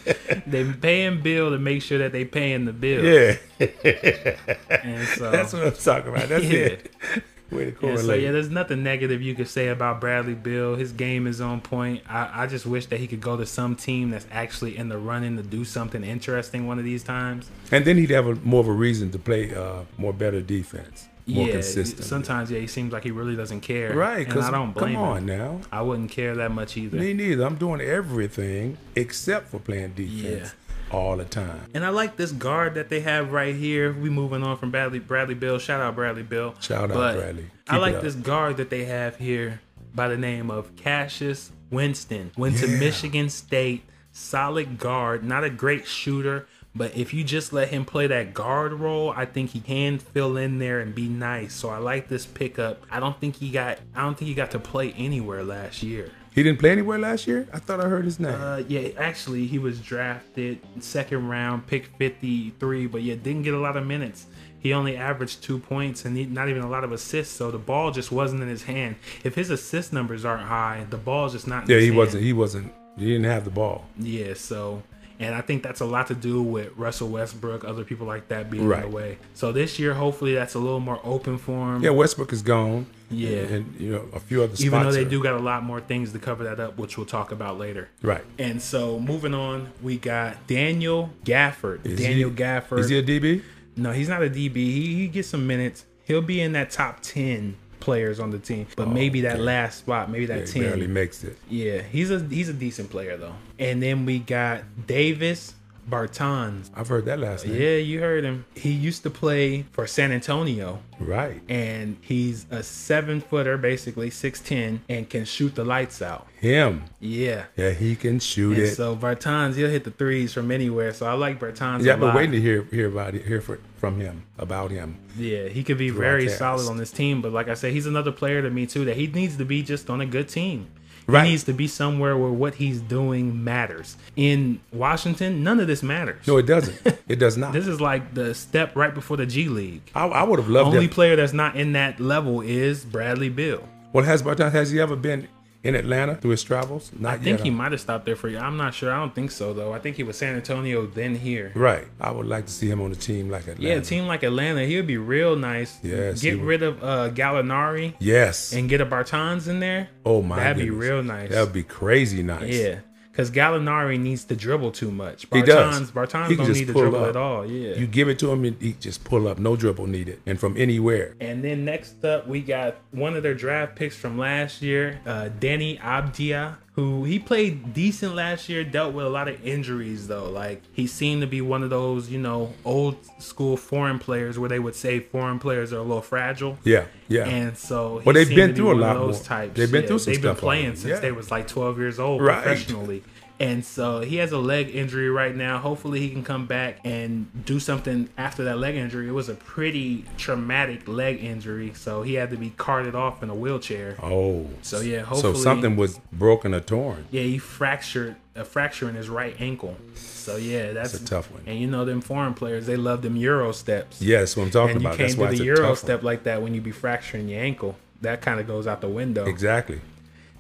Speaker 1: They paying bill to make sure that they paying the bill.
Speaker 2: yeah. *laughs*
Speaker 1: And so,
Speaker 2: That's what I'm talking about. That's
Speaker 1: Oh. *laughs* Yeah.
Speaker 2: it. *laughs* Way to
Speaker 1: and
Speaker 2: correlate.
Speaker 1: so yeah, there's nothing negative you could say about Bradley Bill. His game is on point. I, I just wish that he could go to some team that's actually in the running to do something interesting one of these times.
Speaker 2: And then he'd have a, more of a reason to play uh, more better defense, more consistent.
Speaker 1: Sometimes, yeah, he seems like he really doesn't care.
Speaker 2: right?
Speaker 1: and
Speaker 2: Because
Speaker 1: I don't blame
Speaker 2: Come on
Speaker 1: him.
Speaker 2: now,
Speaker 1: I wouldn't care that much either.
Speaker 2: me neither. I'm doing everything except for playing defense all the time.
Speaker 1: And I like this guard that they have right here. We moving on from Bradley Bradley Bill. Shout out Bradley Bill.
Speaker 2: Shout out Bradley.
Speaker 1: I
Speaker 2: Keep it
Speaker 1: like
Speaker 2: up.
Speaker 1: this guard that they have here by the name of Cassius Winston. Went to Michigan State. Solid guard, not a great shooter, but if you just let him play that guard role, I think he can fill in there and be nice. So I like this pickup. I don't think he got I don't think he got to play anywhere last year.
Speaker 2: He didn't play anywhere last year. I thought I heard his name.
Speaker 1: Uh, yeah, actually, he was drafted second round, pick 53, but yeah, didn't get a lot of minutes. He only averaged two points and he, not even a lot of assists, so the ball just wasn't in his hand. If his assist numbers aren't high, the ball's just not. In
Speaker 2: yeah,
Speaker 1: his
Speaker 2: he
Speaker 1: hand.
Speaker 2: wasn't. He wasn't. He didn't have the ball.
Speaker 1: Yeah, so. And I think that's a lot to do with Russell Westbrook, other people like that being
Speaker 2: Right.
Speaker 1: in the way. So this year, hopefully, that's a little more open for him.
Speaker 2: Yeah, Westbrook is gone.
Speaker 1: Yeah.
Speaker 2: and, you know a few other spots.
Speaker 1: even though they
Speaker 2: are-
Speaker 1: do got a lot more things to cover that up, which we'll talk about later.
Speaker 2: Right.
Speaker 1: And so moving on, we got Daniel Gafford.
Speaker 2: Is
Speaker 1: Daniel
Speaker 2: he-
Speaker 1: Gafford.
Speaker 2: Is he a DB?
Speaker 1: no, he's not a DB. He, he gets some minutes. He'll be in that top 10 players on the team, but maybe that last spot, maybe that
Speaker 2: Oh, He
Speaker 1: 10.
Speaker 2: barely makes it.
Speaker 1: Yeah, he's a he's a decent player though. And then we got Davis Bartons.
Speaker 2: I've heard that last name.
Speaker 1: Yeah, you heard him. He used to play for San Antonio,
Speaker 2: Right.
Speaker 1: and he's a seven footer, basically 6'10, and can shoot the lights out.
Speaker 2: Him.
Speaker 1: Yeah.
Speaker 2: Yeah, he can shoot
Speaker 1: And
Speaker 2: it.
Speaker 1: so Bartons, he'll hit the threes from anywhere. So I like Bartons.
Speaker 2: yeah,
Speaker 1: a
Speaker 2: I've
Speaker 1: lot.
Speaker 2: been waiting to hear hear about it, hear for, from him about him.
Speaker 1: Yeah, he could be very
Speaker 2: Broadcast.
Speaker 1: solid on this team, but like I said, he's another player to me too that he needs to be just on a good team.
Speaker 2: Right.
Speaker 1: He needs to be somewhere where what he's doing matters. In Washington, none of this matters.
Speaker 2: No, it doesn't. It does not.
Speaker 1: This is like the step right before the G League.
Speaker 2: I, I would have loved
Speaker 1: Only
Speaker 2: him.
Speaker 1: player that's not in that level is Bradley Bill.
Speaker 2: Well, has Barton has he ever been in Atlanta through his travels? Not
Speaker 1: I think
Speaker 2: yet.
Speaker 1: he might have stopped there for you. I'm not sure. I don't think so though. I think he was San Antonio then here.
Speaker 2: right. I would like to see him on a team like Atlanta.
Speaker 1: Yeah, a team like Atlanta, he would be real nice.
Speaker 2: Yes, he
Speaker 1: Get
Speaker 2: would.
Speaker 1: rid of uh Gallinari
Speaker 2: Yes.
Speaker 1: and get a Bartons in there.
Speaker 2: oh my.
Speaker 1: That'd be
Speaker 2: goodness.
Speaker 1: real nice.
Speaker 2: That'd be crazy nice.
Speaker 1: Yeah, because Gallinari needs to dribble too much. Bartons,
Speaker 2: He does.
Speaker 1: Bartons
Speaker 2: He can
Speaker 1: don't
Speaker 2: just
Speaker 1: need to
Speaker 2: pull
Speaker 1: dribble
Speaker 2: up.
Speaker 1: at all. Yeah.
Speaker 2: You give it to him, and he just pull up, no dribble needed, and from anywhere.
Speaker 1: and then next up, we got one of their draft picks from last year, uh, Danny Abdia, who he played decent last year. Dealt with a lot of injuries though. Like he seemed to be one of those, you know, old school foreign players where they would say foreign players are a little fragile.
Speaker 2: Yeah, yeah.
Speaker 1: And so he
Speaker 2: Well, they've
Speaker 1: seemed
Speaker 2: been
Speaker 1: to be
Speaker 2: through a
Speaker 1: one of
Speaker 2: lot
Speaker 1: Those
Speaker 2: more.
Speaker 1: types.
Speaker 2: They've been
Speaker 1: Yeah,
Speaker 2: through some
Speaker 1: They've
Speaker 2: stuff
Speaker 1: been playing
Speaker 2: already.
Speaker 1: since
Speaker 2: Yeah.
Speaker 1: they was like 12 years old
Speaker 2: Right.
Speaker 1: professionally. And so he has a leg injury right now. Hopefully he can come back and do something after that leg injury. It was a pretty traumatic leg injury, so he had to be carted off in a wheelchair.
Speaker 2: oh.
Speaker 1: So yeah,
Speaker 2: So
Speaker 1: hopefully
Speaker 2: something was broken or torn.
Speaker 1: yeah, he fractured a fracture in his right ankle. So yeah, that's
Speaker 2: It's a tough one.
Speaker 1: And you know them foreign players, they love them euro steps.
Speaker 2: Yeah, that's what I'm talking
Speaker 1: And you
Speaker 2: about.
Speaker 1: can't
Speaker 2: That's why
Speaker 1: do
Speaker 2: it's
Speaker 1: the
Speaker 2: a
Speaker 1: euro
Speaker 2: tough one.
Speaker 1: step like that when you be fracturing your ankle. That kind of goes out the window.
Speaker 2: Exactly.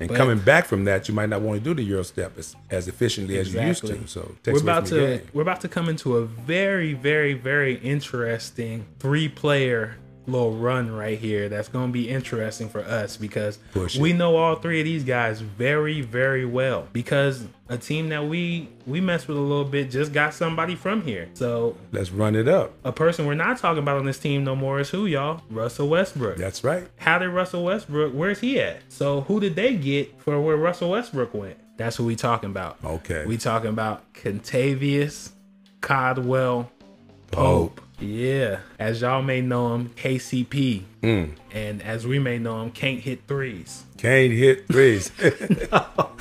Speaker 2: And coming back from that, you might not want to do the Euro step as, as efficiently as you
Speaker 1: Exactly.
Speaker 2: used to. So it
Speaker 1: We're
Speaker 2: takes away
Speaker 1: about
Speaker 2: from your
Speaker 1: to
Speaker 2: game.
Speaker 1: we're about to come into a very very very interesting three player little run right here. That's going to be interesting for us because
Speaker 2: Push it.
Speaker 1: we know all three of these guys very very well because a team that we we mess with a little bit just got somebody from here. So
Speaker 2: Let's run it up.
Speaker 1: a person we're not talking about on this team no more is who y'all Russell Westbrook.
Speaker 2: That's right.
Speaker 1: how did Russell Westbrook, where's he at? So who did they get for where Russell Westbrook went? That's who we talking about.
Speaker 2: Okay.
Speaker 1: We talking about Contavious Codwell Pope.
Speaker 2: Pope.
Speaker 1: Yeah. As y'all may know him, KCP.
Speaker 2: Mm.
Speaker 1: And as we may know him, can't hit threes.
Speaker 2: Kane hit threes. *laughs*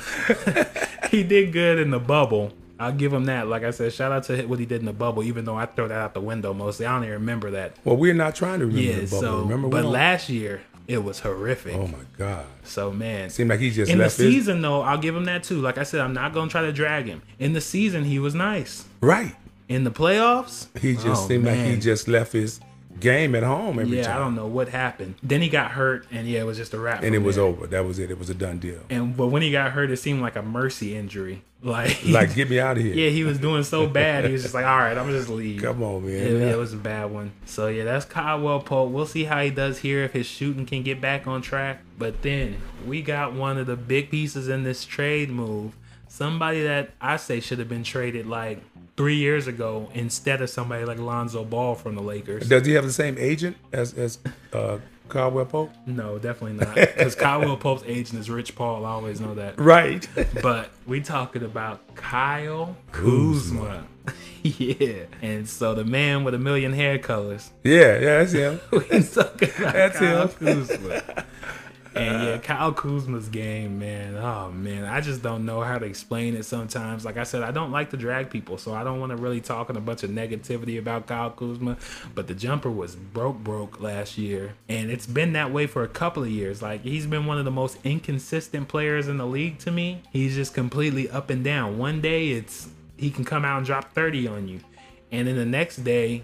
Speaker 1: he did good in the bubble. I'll give him that. Like I said, shout out to hit what he did in the bubble, even though I throw that out the window mostly. I don't even remember that.
Speaker 2: well, we're not trying to remember
Speaker 1: Yeah,
Speaker 2: the bubble.
Speaker 1: so
Speaker 2: remember
Speaker 1: but
Speaker 2: we don't-
Speaker 1: last year it was horrific.
Speaker 2: Oh my God.
Speaker 1: So man.
Speaker 2: Seemed like he just
Speaker 1: in the
Speaker 2: left his
Speaker 1: season though i'll give him that too like i said i'm not gonna try to drag him in the season he was nice
Speaker 2: right.
Speaker 1: in the
Speaker 2: *laughs*
Speaker 1: playoffs
Speaker 2: He just
Speaker 1: Oh,
Speaker 2: seemed like he
Speaker 1: man.
Speaker 2: just left his game at home every
Speaker 1: yeah i
Speaker 2: time.
Speaker 1: don't know what happened then he got hurt and yeah it was just a wrap
Speaker 2: And it
Speaker 1: from
Speaker 2: was
Speaker 1: there.
Speaker 2: over. That was it. It was a
Speaker 1: *laughs*
Speaker 2: done deal.
Speaker 1: and but when he got hurt it seemed like a mercy injury *laughs* like
Speaker 2: Like, get me out of here.
Speaker 1: yeah he was doing so bad he was just like all right i'm gonna just leave
Speaker 2: Come on, man.
Speaker 1: Yeah, yeah, it was a bad one. So yeah, that's Caldwell Pope. We'll see how he does here if his shooting can get back on track. But then we got one of the big pieces in this trade move. Somebody that I say should have been traded like three years ago instead of somebody like Lonzo Ball from the Lakers.
Speaker 2: Does he have the same agent as as uh, Caldwell Pope?
Speaker 1: No, definitely not. Because Caldwell Pope's agent is Rich Paul. I always know that.
Speaker 2: *laughs* Right.
Speaker 1: But we talking about Kyle Kuzma. *laughs* yeah. And so the man with a million hair colors.
Speaker 2: yeah, yeah, that's him.
Speaker 1: *laughs* we talking about
Speaker 2: That's
Speaker 1: Kyle
Speaker 2: him.
Speaker 1: Kuzma. *laughs* And yeah, Kyle Kuzma's game, man. Oh man, I just don't know how to explain it sometimes. Like I said, I don't like to drag people, so I don't want to really talk in a bunch of negativity about Kyle Kuzma. But the jumper was broke, broke last year, and it's been that way for a couple of years. Like he's been one of the most inconsistent players in the league to me. He's just completely up and down. One day it's he can come out and drop thirty on you, and then the next day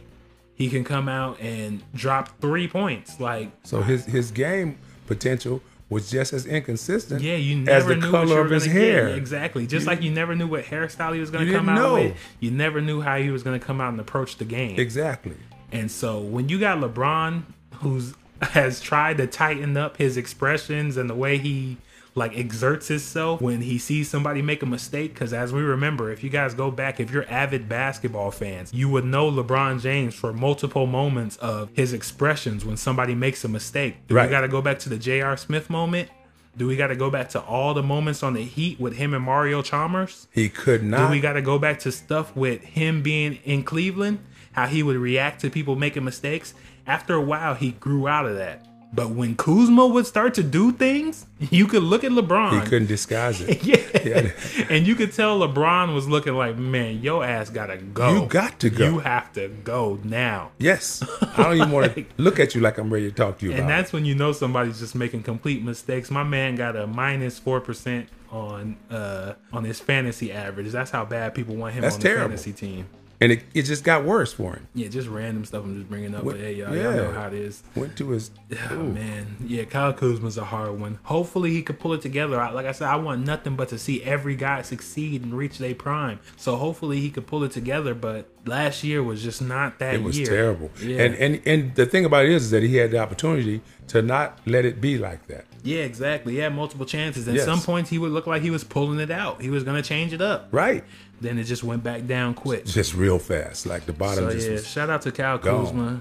Speaker 1: he can come out and drop three points. Like,
Speaker 2: So his his game potential was just as inconsistent.
Speaker 1: yeah, you
Speaker 2: as
Speaker 1: never
Speaker 2: the
Speaker 1: knew what you
Speaker 2: color
Speaker 1: were
Speaker 2: of his
Speaker 1: gonna get.
Speaker 2: hair.
Speaker 1: Exactly. Just like you never knew what hairstyle he was going
Speaker 2: You
Speaker 1: to come
Speaker 2: didn't
Speaker 1: out
Speaker 2: know.
Speaker 1: with. You never knew how he was going to come out and approach the game.
Speaker 2: Exactly.
Speaker 1: And so when you got LeBron, who's has tried to tighten up his expressions and the way he like exerts himself when he sees somebody make a mistake, because as we remember, if you guys go back, if you're avid basketball fans, you would know LeBron James for multiple moments of his expressions when somebody makes a mistake. If
Speaker 2: Right.
Speaker 1: You got to go back to the J.R. Smith moment. Do we got to go back to all the moments on the Heat with him and Mario Chalmers?
Speaker 2: He could
Speaker 1: Do
Speaker 2: not.
Speaker 1: we got to go back to stuff with him being in Cleveland? How he would react to people making mistakes? After a while, he grew out of that. But when Kuzma would start to do things, you could look at LeBron.
Speaker 2: he couldn't disguise it.
Speaker 1: *laughs* Yeah.
Speaker 2: Yeah.
Speaker 1: and you could tell LeBron was looking like, man, your ass gotta go.
Speaker 2: You got to go."
Speaker 1: You have to go now.
Speaker 2: Yes, I don't even want to look at you like I'm ready to talk to you
Speaker 1: And
Speaker 2: about. it.
Speaker 1: that's when you know somebody's just making complete mistakes. My man got a minus four percent on uh on his fantasy average. That's how bad people want him
Speaker 2: That's
Speaker 1: on
Speaker 2: terrible.
Speaker 1: the fantasy team.
Speaker 2: And it, it just got worse for him.
Speaker 1: Yeah, just random stuff I'm just bringing up.
Speaker 2: What-
Speaker 1: But hey, y'all,
Speaker 2: yeah.
Speaker 1: y'all know how it is.
Speaker 2: Went to his.
Speaker 1: Oh man, yeah, Kyle Kuzma's a hard one. Hopefully, he could pull it together. I- Like I said, I want nothing but to see every guy succeed and reach their prime. So hopefully, he could pull it together. But last year was just not that.
Speaker 2: It was
Speaker 1: year.
Speaker 2: terrible.
Speaker 1: Yeah,
Speaker 2: And and and the thing about it is, is that he had the opportunity to not let it be like that.
Speaker 1: yeah, exactly. He had multiple chances. And
Speaker 2: Yes.
Speaker 1: some points, he would look like he was pulling it out. He was gonna change it up.
Speaker 2: Right.
Speaker 1: Then it just went back down quick.
Speaker 2: Just real fast. Like the bottom
Speaker 1: So
Speaker 2: just
Speaker 1: yeah,
Speaker 2: was.
Speaker 1: shout out to Kyle
Speaker 2: gone.
Speaker 1: Kuzma.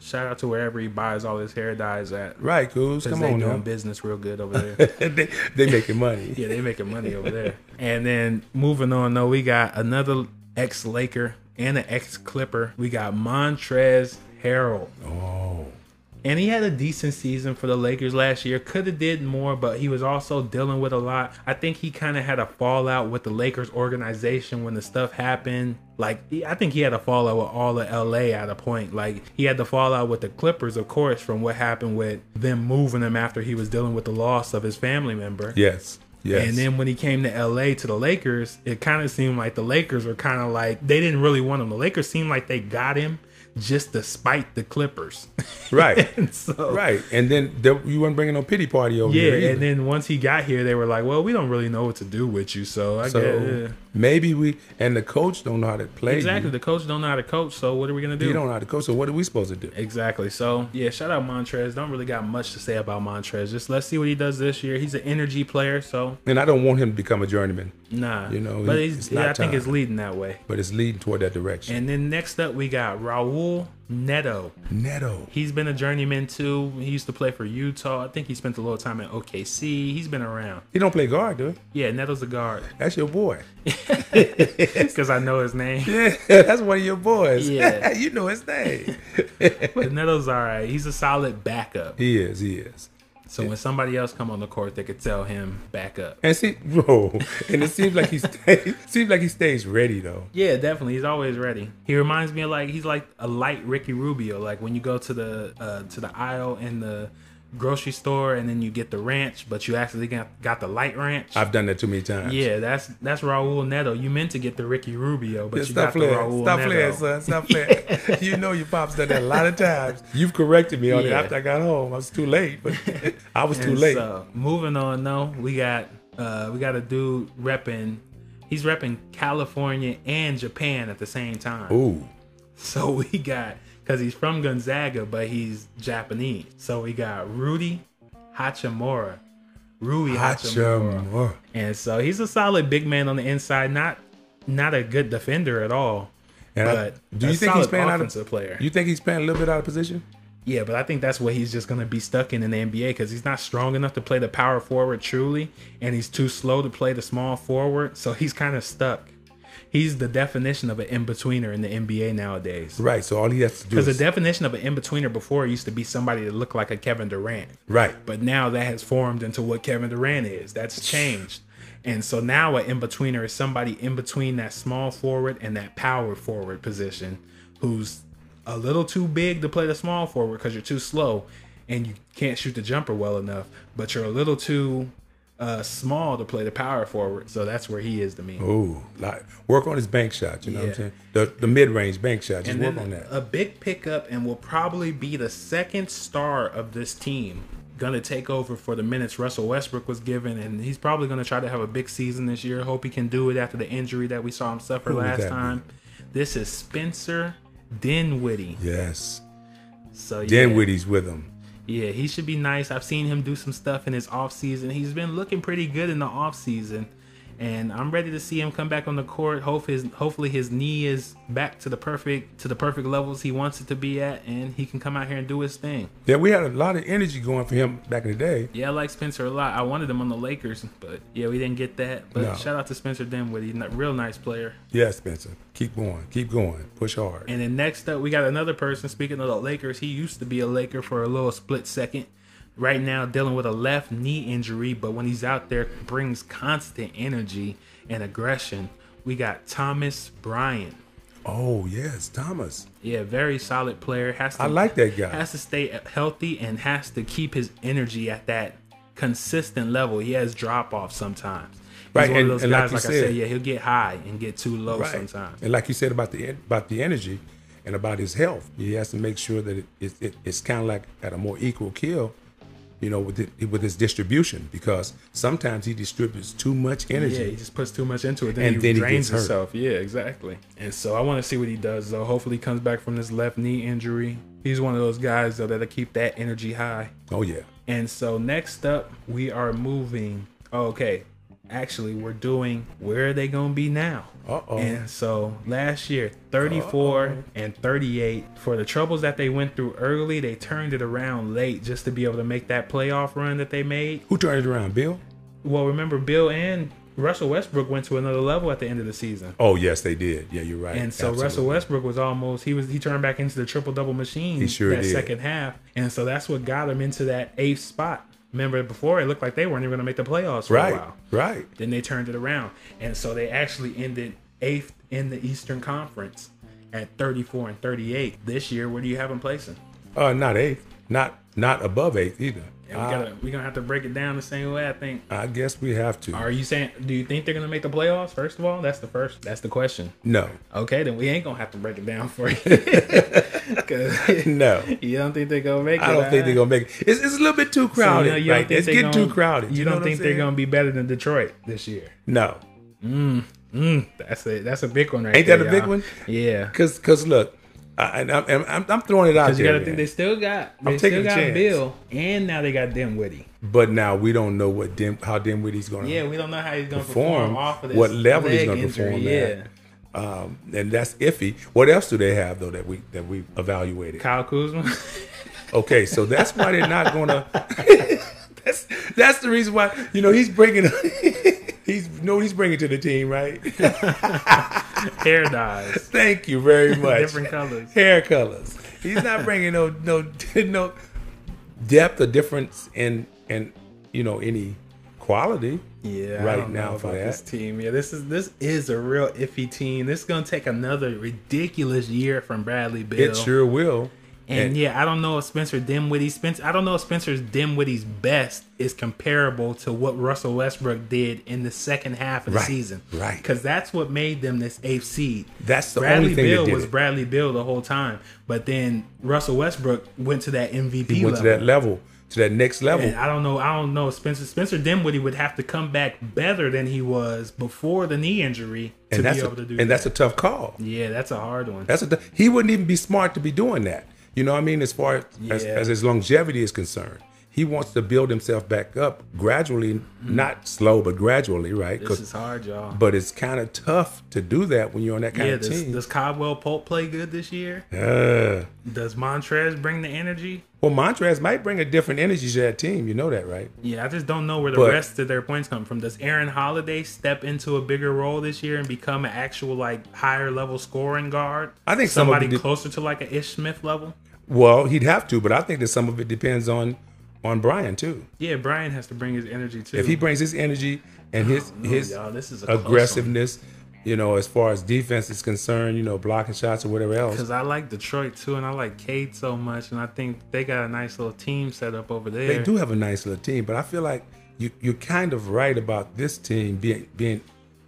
Speaker 1: Shout out to wherever he buys all his hair dyes at.
Speaker 2: Right, Coos.
Speaker 1: 'Cause
Speaker 2: Come
Speaker 1: they
Speaker 2: on
Speaker 1: doing
Speaker 2: now.
Speaker 1: business real good over
Speaker 2: *laughs*
Speaker 1: there.
Speaker 2: they, they making money.
Speaker 1: *laughs* Yeah, they making money over there. And then moving on, though, we got another ex Laker and an ex Clipper. We got Montrez Harrell,
Speaker 2: Oh.
Speaker 1: and he had a decent season for the Lakers last year. Could have did more, but he was also dealing with a lot. I think he kind of had a fallout with the Lakers organization when the stuff happened. Like he- I think he had a fallout with all of LA at a point. Like he had the fallout with the Clippers, of course, from what happened with them moving him after he was dealing with the loss of his family member.
Speaker 2: Yes. Yes.
Speaker 1: And then when he came to LA to the Lakers, it kind of seemed like the Lakers were kind of like they didn't really want him. The Lakers seemed like they got him just to spite the Clippers. *laughs*
Speaker 2: right.
Speaker 1: so
Speaker 2: right. And then there, you weren't bringing no pity party over
Speaker 1: yeah,
Speaker 2: here. either.
Speaker 1: and then once he got here, they were like, "Well, we don't really know what to do with you." So I
Speaker 2: so
Speaker 1: guess
Speaker 2: maybe we and the coach don't know how to play. you.
Speaker 1: exactly the coach don't know how to coach. So what are we gonna do?
Speaker 2: He don't know how to coach. So what are we supposed to do?
Speaker 1: Exactly. So yeah, shout out Montrez. Don't really got much to say about Montrez. Just let's see what he does this year. He's an energy player, so
Speaker 2: And I don't want him to become a journeyman,
Speaker 1: nah.
Speaker 2: You know,
Speaker 1: but
Speaker 2: he-
Speaker 1: he's,
Speaker 2: it's
Speaker 1: yeah,
Speaker 2: not
Speaker 1: I think
Speaker 2: time.
Speaker 1: it's leading that way.
Speaker 2: but it's leading toward that direction.
Speaker 1: And then next up, we got Raul Neto.
Speaker 2: Neto.
Speaker 1: He's been a journeyman too. He used to play for Utah. I think he spent a little time at OKC. He's been around.
Speaker 2: He don't play guard, dude.
Speaker 1: Yeah, Neto's a guard *laughs*
Speaker 2: That's your boy. *laughs*
Speaker 1: because I know his name.
Speaker 2: Yeah, that's one of your boys.
Speaker 1: Yeah.
Speaker 2: *laughs* you know his name.
Speaker 1: But Neto's all right. He's a solid backup.
Speaker 2: he is. He is.
Speaker 1: So when somebody else come on the court, they could tell him back up.
Speaker 2: And see, *laughs* bro, and it seems like he *laughs* stays, seems like he stays ready though.
Speaker 1: Yeah, definitely. He's always ready. He reminds me of like he's like a light Ricky Rubio. Like when you go to the uh, to the aisle in the grocery store, and then you get the ranch, but you actually got got the light ranch.
Speaker 2: I've done that too many times.
Speaker 1: Yeah, that's that's Raul Neto. You meant to get the Ricky Rubio, but
Speaker 2: Yeah,
Speaker 1: you got
Speaker 2: Stop
Speaker 1: the
Speaker 2: playing.
Speaker 1: Raul
Speaker 2: Stop
Speaker 1: Neto.
Speaker 2: playing, son. Stop playing. uh, *laughs* You know your pops done that a lot of times. You've corrected me on it
Speaker 1: Yeah.
Speaker 2: after I got home. I was too late, but *laughs* I was too
Speaker 1: And
Speaker 2: late.
Speaker 1: So, moving on though, we got uh we got a dude repping. He's repping California and Japan at the same time.
Speaker 2: Ooh.
Speaker 1: *laughs* So we got because he's from Gonzaga, but he's Japanese. So we got Rudy Hachimura, Rui Hachimura.
Speaker 2: Hachimura.
Speaker 1: and so he's a solid big man on the inside. Not not a good defender at all.
Speaker 2: And I-
Speaker 1: But
Speaker 2: do
Speaker 1: a
Speaker 2: you think he's
Speaker 1: solid
Speaker 2: playing out
Speaker 1: offensive
Speaker 2: of
Speaker 1: player?
Speaker 2: You think he's playing a little bit out of position?
Speaker 1: Yeah, but I think that's what he's just going to be stuck in in the NBA because he's not strong enough to play the power forward truly, and he's too slow to play the small forward. So he's kind of stuck. He's the definition of an in betweener in the NBA nowadays.
Speaker 2: Right. So all he has to do
Speaker 1: Because the
Speaker 2: is
Speaker 1: definition of an in betweener before used to be somebody that looked like a Kevin Durant.
Speaker 2: right.
Speaker 1: But now that has formed into what Kevin Durant is. That's changed. And so now an in betweener is somebody in between that small forward and that power forward position who's a little too big to play the small forward because you're too slow and you can't shoot the jumper well enough, but you're a little too uh, small to play the power forward. So that's where he is to me.
Speaker 2: Ooh, like work on his bank shot. You know what I'm
Speaker 1: Yeah.
Speaker 2: saying? The the mid range bank shot. Just
Speaker 1: And
Speaker 2: work
Speaker 1: then
Speaker 2: on that.
Speaker 1: A big pickup and will probably be the second star of this team. Gonna take over for the minutes Russell Westbrook was given, and he's probably gonna try to have a big season this year. Hope he can do it after the injury that we saw him suffer
Speaker 2: would that
Speaker 1: last
Speaker 2: be?
Speaker 1: time. This is Spencer Dinwiddie.
Speaker 2: yes.
Speaker 1: So yeah,
Speaker 2: Dinwiddie's with him.
Speaker 1: yeah, he should be nice. I've seen him do some stuff in his offseason. He's been looking pretty good in the offseason. and I'm ready to see him come back on the court. Hope his hopefully his knee is back to the perfect to the perfect levels he wants it to be at, and he can come out here and do his thing.
Speaker 2: Yeah, we had a lot of energy going for him back in the day.
Speaker 1: Yeah, I like Spencer a lot. I wanted him on the Lakers, but yeah, we didn't get that. But
Speaker 2: No.
Speaker 1: shout out to Spencer Dinwiddie, n- real nice player.
Speaker 2: Yeah, Spencer. Keep going. Keep going. Push hard.
Speaker 1: And then next up, we got another person. Speaking of the Lakers, he used to be a Laker for a little split second. Right now, dealing with a left knee injury, but when he's out there, brings constant energy and aggression. We got Thomas Bryant.
Speaker 2: Oh, yes, Thomas.
Speaker 1: Yeah, very solid player. Has to,
Speaker 2: I like that guy.
Speaker 1: Has to stay healthy and has to keep his energy at that consistent level. He has drop off sometimes. He's
Speaker 2: Right,
Speaker 1: one
Speaker 2: and-
Speaker 1: of those
Speaker 2: and like
Speaker 1: guys,
Speaker 2: you
Speaker 1: like, I
Speaker 2: said-
Speaker 1: said, yeah, he'll get high and get too low Oh, sometimes.
Speaker 2: And like you said about the en- about the energy and about his health, he has to make sure that it, it, it- it's kind of like at a more equal kill, you know, with it, with his distribution because sometimes he distributes too much energy.
Speaker 1: Yeah, he just puts too much into it, then
Speaker 2: And
Speaker 1: he
Speaker 2: then he
Speaker 1: drains
Speaker 2: gets hurt.
Speaker 1: himself. Yeah, exactly. And so I want to see what he does though. Hopefully, he comes back from this left knee injury. He's one of those guys though that'll keep that energy high.
Speaker 2: Oh yeah,
Speaker 1: And so next up, we are moving. Okay, actually, we're doing where are they gonna be now?
Speaker 2: Uh-oh.
Speaker 1: And so last year, 34 and 38 for the troubles that they went through early, they turned it around late just to be able to make that playoff run that they made.
Speaker 2: who turned it around, Bill?
Speaker 1: Well, remember Bill and Russell Westbrook went to another level at the end of the season.
Speaker 2: Oh yes, they did. Yeah, you're right.
Speaker 1: And so Russell
Speaker 2: Absolutely.
Speaker 1: Westbrook was almost he was he turned back into the triple double machine
Speaker 2: He sure
Speaker 1: that
Speaker 2: did.
Speaker 1: second half. And so that's what got him into that eighth spot. Remember before it looked like they weren't even gonna make the playoffs for a
Speaker 2: Right,
Speaker 1: while.
Speaker 2: right.
Speaker 1: Then they turned it around. And so they actually ended eighth in the Eastern Conference at 34 and 38. This year, where do you have them placing?
Speaker 2: Uh, not eighth, not not above eighth either.
Speaker 1: And we gotta, we're gonna have to break it down the same way, I think.
Speaker 2: I, I guess we have to.
Speaker 1: Are you saying do you think they're gonna make the playoffs? First of all, that's the first that's the question.
Speaker 2: No, *laughs*
Speaker 1: Okay, then we ain't gonna have to break it down for you. 'Cause
Speaker 2: no.
Speaker 1: you don't think they're gonna make it.
Speaker 2: I don't think
Speaker 1: huh?
Speaker 2: they're gonna make it. It's, it's a little bit too
Speaker 1: So, you
Speaker 2: crowded.
Speaker 1: know, you don't
Speaker 2: right?
Speaker 1: think
Speaker 2: It's
Speaker 1: they
Speaker 2: getting
Speaker 1: gonna-
Speaker 2: too crowded.
Speaker 1: You,
Speaker 2: know
Speaker 1: don't
Speaker 2: what
Speaker 1: think
Speaker 2: I'm
Speaker 1: they're
Speaker 2: saying?
Speaker 1: gonna be better than Detroit this year?
Speaker 2: No,
Speaker 1: That's a that's a big one, right?
Speaker 2: Ain't
Speaker 1: there,
Speaker 2: that a big
Speaker 1: y'all.
Speaker 2: one?
Speaker 1: Yeah,
Speaker 2: Cause, cause look, I, and I'm, and I'm, I'm throwing it out
Speaker 1: because you
Speaker 2: there.
Speaker 1: gotta think
Speaker 2: man.
Speaker 1: they still got they
Speaker 2: I'm taking
Speaker 1: still
Speaker 2: a
Speaker 1: got
Speaker 2: chance.
Speaker 1: Bill, and now they got Dinwiddie.
Speaker 2: but now we don't know what Dim, how Dinwiddie's going to
Speaker 1: Yeah, we don't know how he's gonna perform,
Speaker 2: perform,
Speaker 1: off of this
Speaker 2: what level he's
Speaker 1: leg
Speaker 2: going to
Speaker 1: injury,
Speaker 2: perform
Speaker 1: Yeah,
Speaker 2: at. Um, and that's iffy. What else do they have though that we that we evaluated?
Speaker 1: Kyle Kuzma. *laughs*
Speaker 2: Okay, so that's why they're not going to. That's that's the reason why you know he's bringing. *laughs* he's no, he's bringing to the team, right? *laughs*
Speaker 1: Hair dyes,
Speaker 2: Thank you very
Speaker 1: *laughs*
Speaker 2: much.
Speaker 1: different colors.
Speaker 2: hair colors. He's not bringing no no *laughs* no depth or difference in in you know any quality.
Speaker 1: Yeah,
Speaker 2: right
Speaker 1: I don't
Speaker 2: now
Speaker 1: know
Speaker 2: for
Speaker 1: about
Speaker 2: that.
Speaker 1: this team. Yeah, this is this is a real iffy team. This is gonna take another ridiculous year from Bradley Bill.
Speaker 2: It sure will.
Speaker 1: and,
Speaker 2: and-
Speaker 1: yeah, I don't know if Spencer Dimwitty Spencer. I don't know if Spencer's Dimwitty's best is comparable to what Russell Westbrook did in the second half of the
Speaker 2: Right,
Speaker 1: season.
Speaker 2: right.
Speaker 1: because that's what made them this eighth seed.
Speaker 2: That's the
Speaker 1: Bradley
Speaker 2: only thing
Speaker 1: Bill
Speaker 2: that did
Speaker 1: was
Speaker 2: it.
Speaker 1: Bradley Bill the whole time, but then Russell Westbrook went to that MVP
Speaker 2: He
Speaker 1: level.
Speaker 2: went to that level, to that next level.
Speaker 1: And I don't know. I don't know. Spencer Spencer Dinwiddie would have to come back better than he was before the knee injury to
Speaker 2: and
Speaker 1: be
Speaker 2: that's a,
Speaker 1: able to do.
Speaker 2: and
Speaker 1: that.
Speaker 2: that's a tough call.
Speaker 1: yeah, that's a hard one.
Speaker 2: That's a th- he wouldn't even be smart to be doing that. You know what I mean? As far as, as,
Speaker 1: Yeah.
Speaker 2: as his longevity is concerned, he wants to build himself back up gradually, not slow, but gradually,
Speaker 1: Mm-hmm.
Speaker 2: right?
Speaker 1: This
Speaker 2: 'Cause-
Speaker 1: is hard, y'all.
Speaker 2: but it's kind of tough to do that when you're on that kind
Speaker 1: Yeah,
Speaker 2: of
Speaker 1: does,
Speaker 2: team.
Speaker 1: does Caldwell Pope play good this year?
Speaker 2: Uh,
Speaker 1: Does Montrez bring the energy?
Speaker 2: well, Montrez might bring a different energy to that team. You know that, right?
Speaker 1: Yeah, I just don't know where the
Speaker 2: But-
Speaker 1: rest of their points come from. Does Aaron Holiday step into a bigger role this year and become an actual like higher level scoring guard?
Speaker 2: I think some of
Speaker 1: somebody
Speaker 2: it did-
Speaker 1: closer to like an Ish Smith level.
Speaker 2: Well, he'd have to, but I think that some of it depends on on Brian too.
Speaker 1: Yeah, Brian has to bring his energy too.
Speaker 2: If he brings his energy and his his
Speaker 1: y'all, this is a close one.
Speaker 2: aggressiveness, you know, as far as defense is concerned, you know, blocking shots or whatever else.
Speaker 1: Because I like Detroit too, and I like Cade so much, and I think they got a nice little team set up over there.
Speaker 2: They do have a nice little team, but I feel like you you're kind of right about this team being being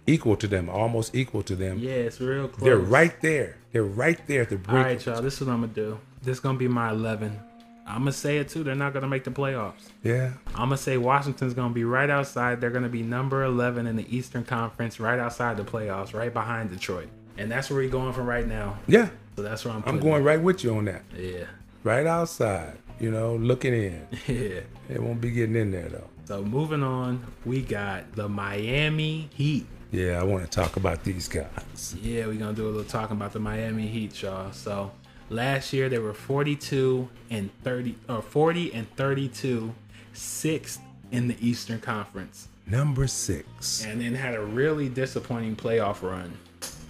Speaker 2: equal to them, almost equal to them.
Speaker 1: Yeah, it's real close.
Speaker 2: They're right there. They're right there at the
Speaker 1: All
Speaker 2: brink.
Speaker 1: right, y'all. This is what I'm gonna do. This is gonna be my 11. I'm gonna say it too. They're not gonna make the playoffs.
Speaker 2: Yeah.
Speaker 1: I'm gonna say Washington's gonna be right outside. They're gonna be number 11 in the Eastern Conference, right outside the playoffs, right behind Detroit, and that's where we're going from right now.
Speaker 2: Yeah.
Speaker 1: So that's where I'm.
Speaker 2: I'm
Speaker 1: Putting
Speaker 2: going right with you on that.
Speaker 1: it. Yeah. *laughs*
Speaker 2: Right outside. you know, looking in.
Speaker 1: Yeah.
Speaker 2: They won't be getting in there though.
Speaker 1: So moving on, we got the Miami Heat.
Speaker 2: Yeah, I want to talk about these guys.
Speaker 1: Yeah, we're gonna do a little talking about the Miami Heat, y'all. So last year they were 42 and 30 or 40 and 32, sixth in the Eastern Conference,
Speaker 2: Number six.
Speaker 1: and then had a really disappointing playoff run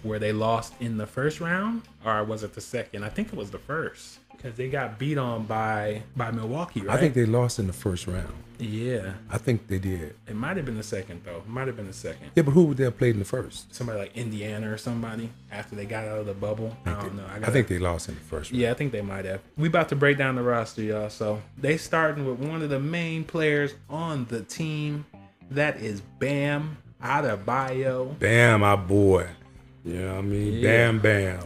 Speaker 1: where they lost in the first round, or was it the second? I think it was the first because they got beat on by by Milwaukee, right?
Speaker 2: I think they lost in the first round.
Speaker 1: yeah,
Speaker 2: I think they did.
Speaker 1: it might have been the second though. Might have been the second.
Speaker 2: Yeah, but who would they have played in the first?
Speaker 1: Somebody like Indiana or somebody after they got out of the bubble. I don't know.
Speaker 2: I think they lost in the first round.
Speaker 1: Yeah, I think they might have. We about to break down the roster, y'all. So they starting with one of the main players on the team. That is Bam Adebayo.
Speaker 2: Bam, my boy. You know what I mean?
Speaker 1: *laughs*
Speaker 2: Bam, bam.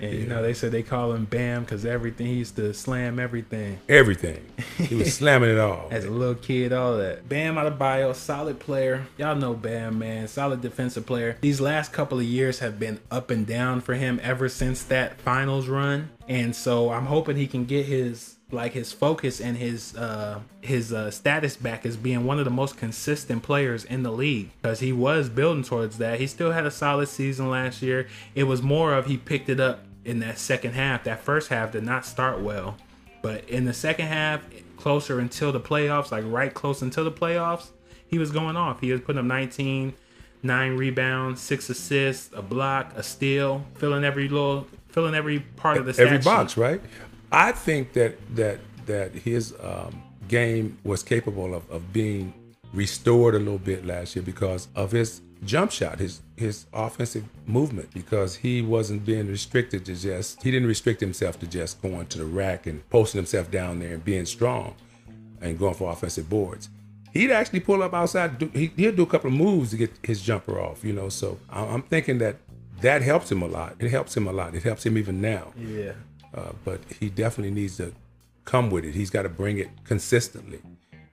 Speaker 1: And you know they said they call him Bam because everything he used to slam everything
Speaker 2: Everything. He was slamming it all.
Speaker 1: as a little kid, all that. Bam Adebayo, solid player. Y'all know Bam, man, solid defensive player. These last couple of years have been up and down for him ever since that finals run, and so I'm hoping he can get his like his focus and his uh his uh status back as being one of the most consistent players in the league because he was building towards that he still had a solid season last year it was more of he picked it up in that second half that first half did not start well but in the second half, closer until the playoffs, like right close until the playoffs, he was going off. He was putting up 19, nine rebounds, six assists, a block, a steal, filling every little, filling every part of the stat
Speaker 2: Every
Speaker 1: sheet.
Speaker 2: box, right? I think that that that his um, game was capable of, of being restored a little bit last year because of his jump shot, his his offensive movement, because he wasn't being restricted to just he didn't restrict himself to just going to the rack and posting himself down there and being strong and going for offensive boards. He'd actually pull up outside. Do, he, he'll do a couple of moves to get his jumper off, you know. So I- I'm thinking that that helps him a lot. It helps him a lot. It helps him even now
Speaker 1: Yeah.
Speaker 2: uh, but he definitely needs to come with it. He's got to bring it consistently.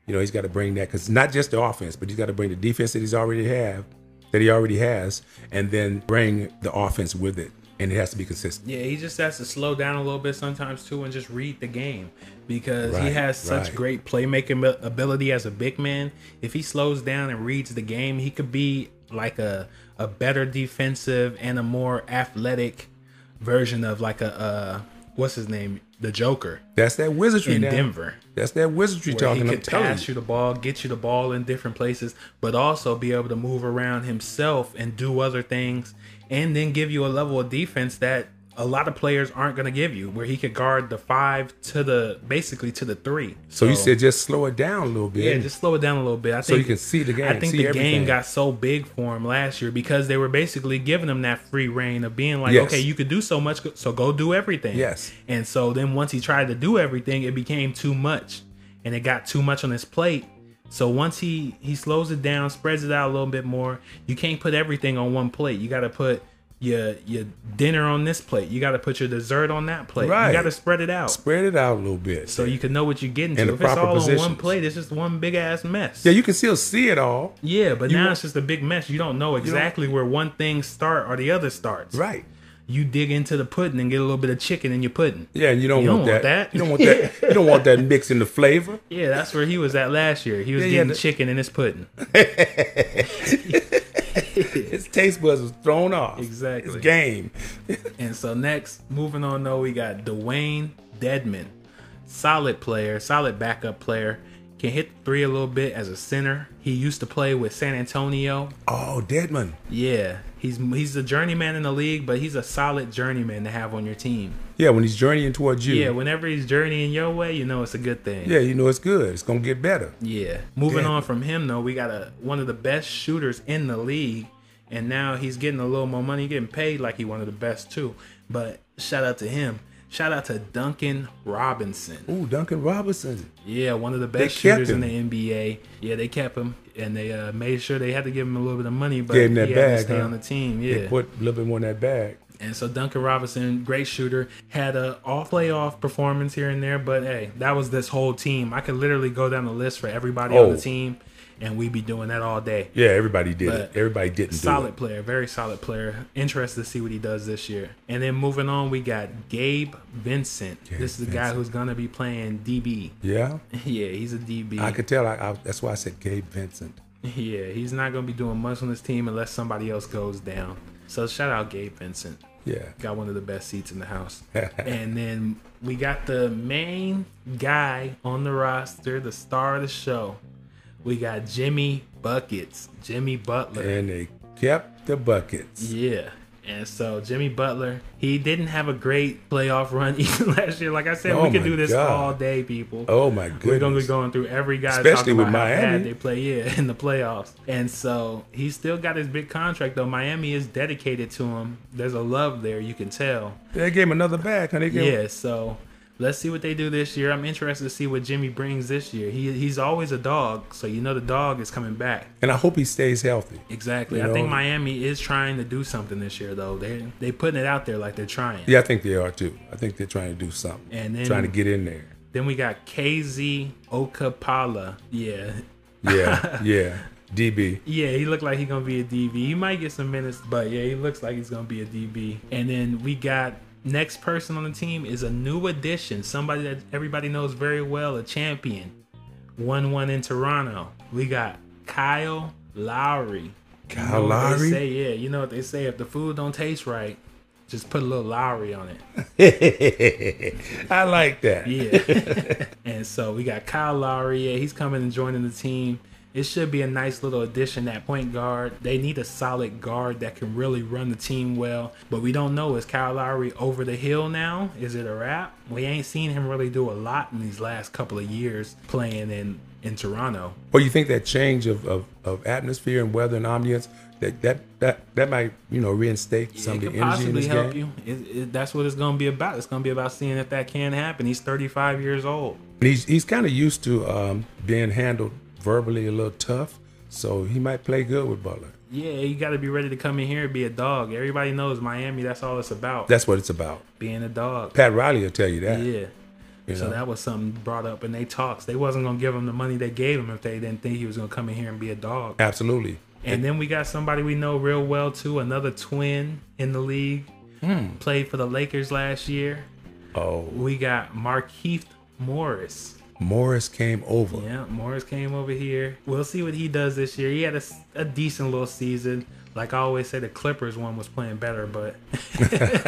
Speaker 2: You know, he's got to bring that because not just the offense, but he's got to bring the defense that he's already have, that he already has, and then bring the offense with it. And it has to be consistent.
Speaker 1: Yeah, he just has to slow down a little bit sometimes too and just read the game because he
Speaker 2: Right,
Speaker 1: has such
Speaker 2: right.
Speaker 1: great playmaking abil- ability as a big man. If he slows down and reads the game, he could be like a a better defensive and a more athletic version of like a uh what's his name, the Joker
Speaker 2: That's that wizardry
Speaker 1: in
Speaker 2: now.
Speaker 1: Denver.
Speaker 2: That's that wizardry
Speaker 1: Where
Speaker 2: talking.
Speaker 1: he
Speaker 2: I'm
Speaker 1: could
Speaker 2: telling
Speaker 1: pass
Speaker 2: you.
Speaker 1: you the ball, get you the ball in different places, but also be able to move around himself and do other things, and then give you a level of defense that a lot of players aren't going to give you, where he could guard the five to the basically to the three.
Speaker 2: So you said just slow it down a little bit.
Speaker 1: Yeah, just slow it down a little bit. I
Speaker 2: So
Speaker 1: think
Speaker 2: you can see the game,
Speaker 1: I think
Speaker 2: see
Speaker 1: the game
Speaker 2: everything.
Speaker 1: got so big for him last year because they were basically giving him that free reign of being like,
Speaker 2: Yes.
Speaker 1: okay, you could do so much, so go do everything.
Speaker 2: Yes.
Speaker 1: And so then once he tried to do everything, it became too much, and it got too much on his plate. So once he he slows it down, spreads it out a little bit more. You can't put everything on one plate. You got to put your your dinner on this plate. You got to put your dessert on that plate. You
Speaker 2: Right.
Speaker 1: got to spread it out.
Speaker 2: spread it out a little bit.
Speaker 1: So you can know what you're getting to.
Speaker 2: And the
Speaker 1: If it's
Speaker 2: proper
Speaker 1: all on one
Speaker 2: positions.
Speaker 1: plate, it's just one big ass mess.
Speaker 2: yeah, you can still see it all.
Speaker 1: Yeah, but
Speaker 2: You
Speaker 1: now
Speaker 2: want-
Speaker 1: it's just a big mess. You don't know exactly where one thing start or the other starts.
Speaker 2: Right.
Speaker 1: You dig into the pudding and get a little bit of chicken in your pudding.
Speaker 2: Yeah, and you don't,
Speaker 1: You
Speaker 2: want,
Speaker 1: don't want
Speaker 2: that.
Speaker 1: that.
Speaker 2: You don't want that. you don't want that mix in the
Speaker 1: *laughs*
Speaker 2: flavor.
Speaker 1: Yeah, that's where he was at last year. He was
Speaker 2: Yeah, yeah,
Speaker 1: getting
Speaker 2: the-
Speaker 1: chicken in his pudding.
Speaker 2: His taste buds was thrown off.
Speaker 1: Exactly.
Speaker 2: His game.
Speaker 1: And so next, moving on though, we got Dwayne Deadman. Solid player, solid backup player. Can hit the three a little bit as a center. He used to play with San Antonio.
Speaker 2: Oh, Deadman.
Speaker 1: Yeah, he's he's a journeyman in the league, but he's a solid journeyman to have on your team.
Speaker 2: Yeah, when he's journeying towards you.
Speaker 1: Yeah, whenever he's journeying your way, you know it's a good thing.
Speaker 2: Yeah, you know it's good. It's gonna get better.
Speaker 1: Yeah. Moving
Speaker 2: Yeah.
Speaker 1: on from him though, we got a one of the best shooters in the league, and now he's getting a little more money, getting paid like he one of the best too. But shout out to him. Shout out to Duncan Robinson.
Speaker 2: Ooh, Duncan Robinson.
Speaker 1: Yeah, one of the best
Speaker 2: kept
Speaker 1: shooters
Speaker 2: him.
Speaker 1: in the NBA. Yeah, they kept him and they uh, made sure they had to give him a little bit of money, but
Speaker 2: Gave him that
Speaker 1: he had to
Speaker 2: bag,
Speaker 1: stay
Speaker 2: huh?
Speaker 1: on the team.
Speaker 2: They
Speaker 1: Yeah.
Speaker 2: Put a little bit more in that bag.
Speaker 1: And so Duncan Robinson, great shooter, had a all playoff performance here and there, but hey, that was this whole team. I could literally go down the list for everybody on
Speaker 2: Oh.
Speaker 1: the team, and we be doing that all day.
Speaker 2: Yeah, everybody did it.
Speaker 1: But
Speaker 2: Everybody didn't do
Speaker 1: Solid player, very solid player. Interested to see what he does this year. And then moving on, we got Gabe Vincent. this is the guy who's gonna be playing DB.
Speaker 2: it. Yeah,
Speaker 1: *laughs* Yeah, he's a DB.
Speaker 2: I could tell. I, I, that's why I said Gabe Vincent.
Speaker 1: Yeah, he's not gonna be doing much on this team unless somebody else goes down. So shout out Gabe Vincent.
Speaker 2: Yeah,
Speaker 1: Got one of the best seats in the
Speaker 2: *laughs*
Speaker 1: house. and then we got the main guy on the roster, the star of the show. We got Jimmy Buckets, Jimmy Butler.
Speaker 2: and they kept the buckets.
Speaker 1: Yeah. And so Jimmy Butler, he didn't have a great playoff run *laughs* even last year. Like I said,
Speaker 2: Oh
Speaker 1: we could
Speaker 2: my
Speaker 1: do this
Speaker 2: God.
Speaker 1: all day, people.
Speaker 2: Oh my
Speaker 1: We're gonna be
Speaker 2: goodness!
Speaker 1: going through every guy,
Speaker 2: Especially
Speaker 1: talking
Speaker 2: with
Speaker 1: about how
Speaker 2: Miami.
Speaker 1: bad they play yeah *laughs* in the playoffs, and so he still got his big contract though. Miami is dedicated to him. There's a love there, you can tell.
Speaker 2: They gave him another bag, honey. They gave him-
Speaker 1: Yeah, so let's see what they do this year. I'm interested to see what Jimmy brings this year. He he's always a dog, so you know the dog is coming back.
Speaker 2: And I hope he stays healthy.
Speaker 1: Exactly.
Speaker 2: You
Speaker 1: I think
Speaker 2: know-
Speaker 1: Miami is trying to do something this year though. They they putting it out there like they're trying.
Speaker 2: Yeah, I think they are too. I think they're trying to do something.
Speaker 1: And then-
Speaker 2: trying to get in there.
Speaker 1: Then we got KZ Okapala. Yeah, *laughs*
Speaker 2: Yeah, yeah. DB.
Speaker 1: Yeah, he looked like he gonna be a DB. He might get some minutes, but yeah, he looks like he's gonna be a DB. And then we got next person on the team is a new addition, somebody that everybody knows very well, a champion, one one in Toronto. We got Kyle Lowry. You know
Speaker 2: Kyle
Speaker 1: what They
Speaker 2: Lowry?
Speaker 1: say yeah, you know what they say. If the food don't taste right, just put a little Lowry on it.
Speaker 2: *laughs* I like that.
Speaker 1: Yeah.
Speaker 2: *laughs*
Speaker 1: and so we got Kyle Lowry. Yeah, he's coming and joining the team. It should be a nice little addition at point guard. They need a solid guard that can really run the team well. But we don't know. Is Kyle Lowry over the hill now? Is it a wrap? We ain't seen him really do a lot in these last couple of years playing in, in Toronto.
Speaker 2: Or you think that change of, of, of atmosphere and weather and ambience that, that that that might you know reinstate some
Speaker 1: it
Speaker 2: of the
Speaker 1: could
Speaker 2: energy in
Speaker 1: possibly
Speaker 2: this
Speaker 1: help
Speaker 2: game.
Speaker 1: you. It, it, that's what it's going to be about. It's going to be about seeing if that can happen. He's 35 years old.
Speaker 2: And he's he's kind of used to um, being handled verbally a little tough, so he might play good with Butler.
Speaker 1: Yeah, you got to be ready to come in here and be a dog. Everybody knows Miami. That's all it's about.
Speaker 2: That's what it's about.
Speaker 1: being a dog.
Speaker 2: Pat Riley will tell you that.
Speaker 1: Yeah. So
Speaker 2: know.
Speaker 1: that was something brought up in they talks. They wasn't gonna give him the money they gave him if they didn't think he was gonna come in here and be a dog.
Speaker 2: Absolutely.
Speaker 1: And then we got somebody we know real well too, another twin in the league. Played for the Lakers last year.
Speaker 2: Oh,
Speaker 1: We got Markeith Morris.
Speaker 2: Morris came over.
Speaker 1: Yeah, Morris came over here. We'll see what he does this year. He had a, s- a decent little season. Like I always say, the Clippers one was playing better, but
Speaker 2: *laughs*
Speaker 1: *laughs*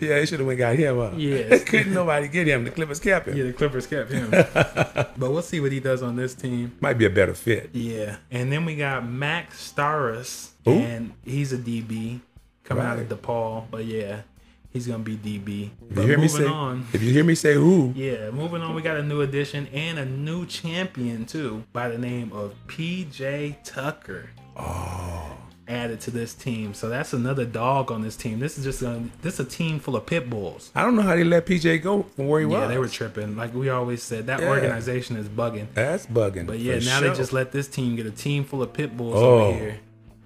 Speaker 2: Yeah, they should have went got him up.
Speaker 1: Yes.
Speaker 2: *laughs* couldn't nobody get him. The Clippers kept him.
Speaker 1: yeah, the Clippers kept him. but we'll see what he does on this team.
Speaker 2: Might be a better fit.
Speaker 1: Yeah. And then we got Max Starus,
Speaker 2: Who?
Speaker 1: and he's a DB coming out of
Speaker 2: Right.
Speaker 1: DePaul. But yeah, he's gonna be DB.
Speaker 2: If
Speaker 1: But
Speaker 2: you hear me
Speaker 1: moving
Speaker 2: say,
Speaker 1: on,
Speaker 2: if you hear me say who,
Speaker 1: yeah, moving on. We got a new addition and a new champion too, by the name of PJ Tucker. Oh. Added to this team, so that's another dog on this team. This is just a this a team full of pit bulls.
Speaker 2: I don't know how they let PJ go from where he
Speaker 1: Yeah,
Speaker 2: was.
Speaker 1: they were tripping. Like we always said, that
Speaker 2: Yeah.
Speaker 1: organization is bugging.
Speaker 2: That's bugging.
Speaker 1: But yeah,
Speaker 2: for
Speaker 1: now
Speaker 2: sure.
Speaker 1: they just let this team get a team full of pit bulls
Speaker 2: Oh.
Speaker 1: over here.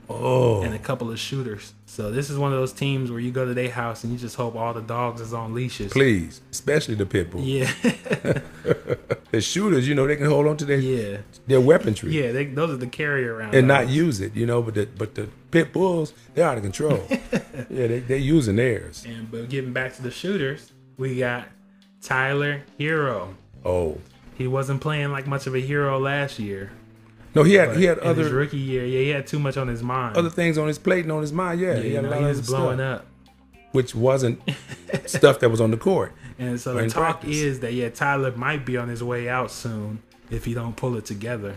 Speaker 2: oh
Speaker 1: and a couple of shooters. So this is one of those teams where you go to their house and you just hope all the dogs is on leashes.
Speaker 2: please, especially the pit bull.
Speaker 1: Yeah, *laughs*
Speaker 2: The shooters, you know, they can hold on to their
Speaker 1: yeah,
Speaker 2: their weaponry
Speaker 1: yeah. They, those are the carry around.
Speaker 2: and not use it, you know. But the but the pit bulls, they're out of control.
Speaker 1: *laughs*
Speaker 2: yeah, they they using theirs.
Speaker 1: And but getting back to the shooters, we got Tyler Hero.
Speaker 2: Oh
Speaker 1: He wasn't playing like much of a hero last year.
Speaker 2: no, he had he had
Speaker 1: In his
Speaker 2: other
Speaker 1: rookie year, yeah, he had too much on his mind.
Speaker 2: other things on his plate and on his mind. Yeah,
Speaker 1: you
Speaker 2: had a
Speaker 1: know,
Speaker 2: lot
Speaker 1: he
Speaker 2: of
Speaker 1: was
Speaker 2: other
Speaker 1: blowing
Speaker 2: stuff,
Speaker 1: up. *laughs*
Speaker 2: which wasn't stuff that was on the court.
Speaker 1: And so the
Speaker 2: in
Speaker 1: talk
Speaker 2: practice.
Speaker 1: is that yeah, Tyler might be on his way out soon if he don't pull it together.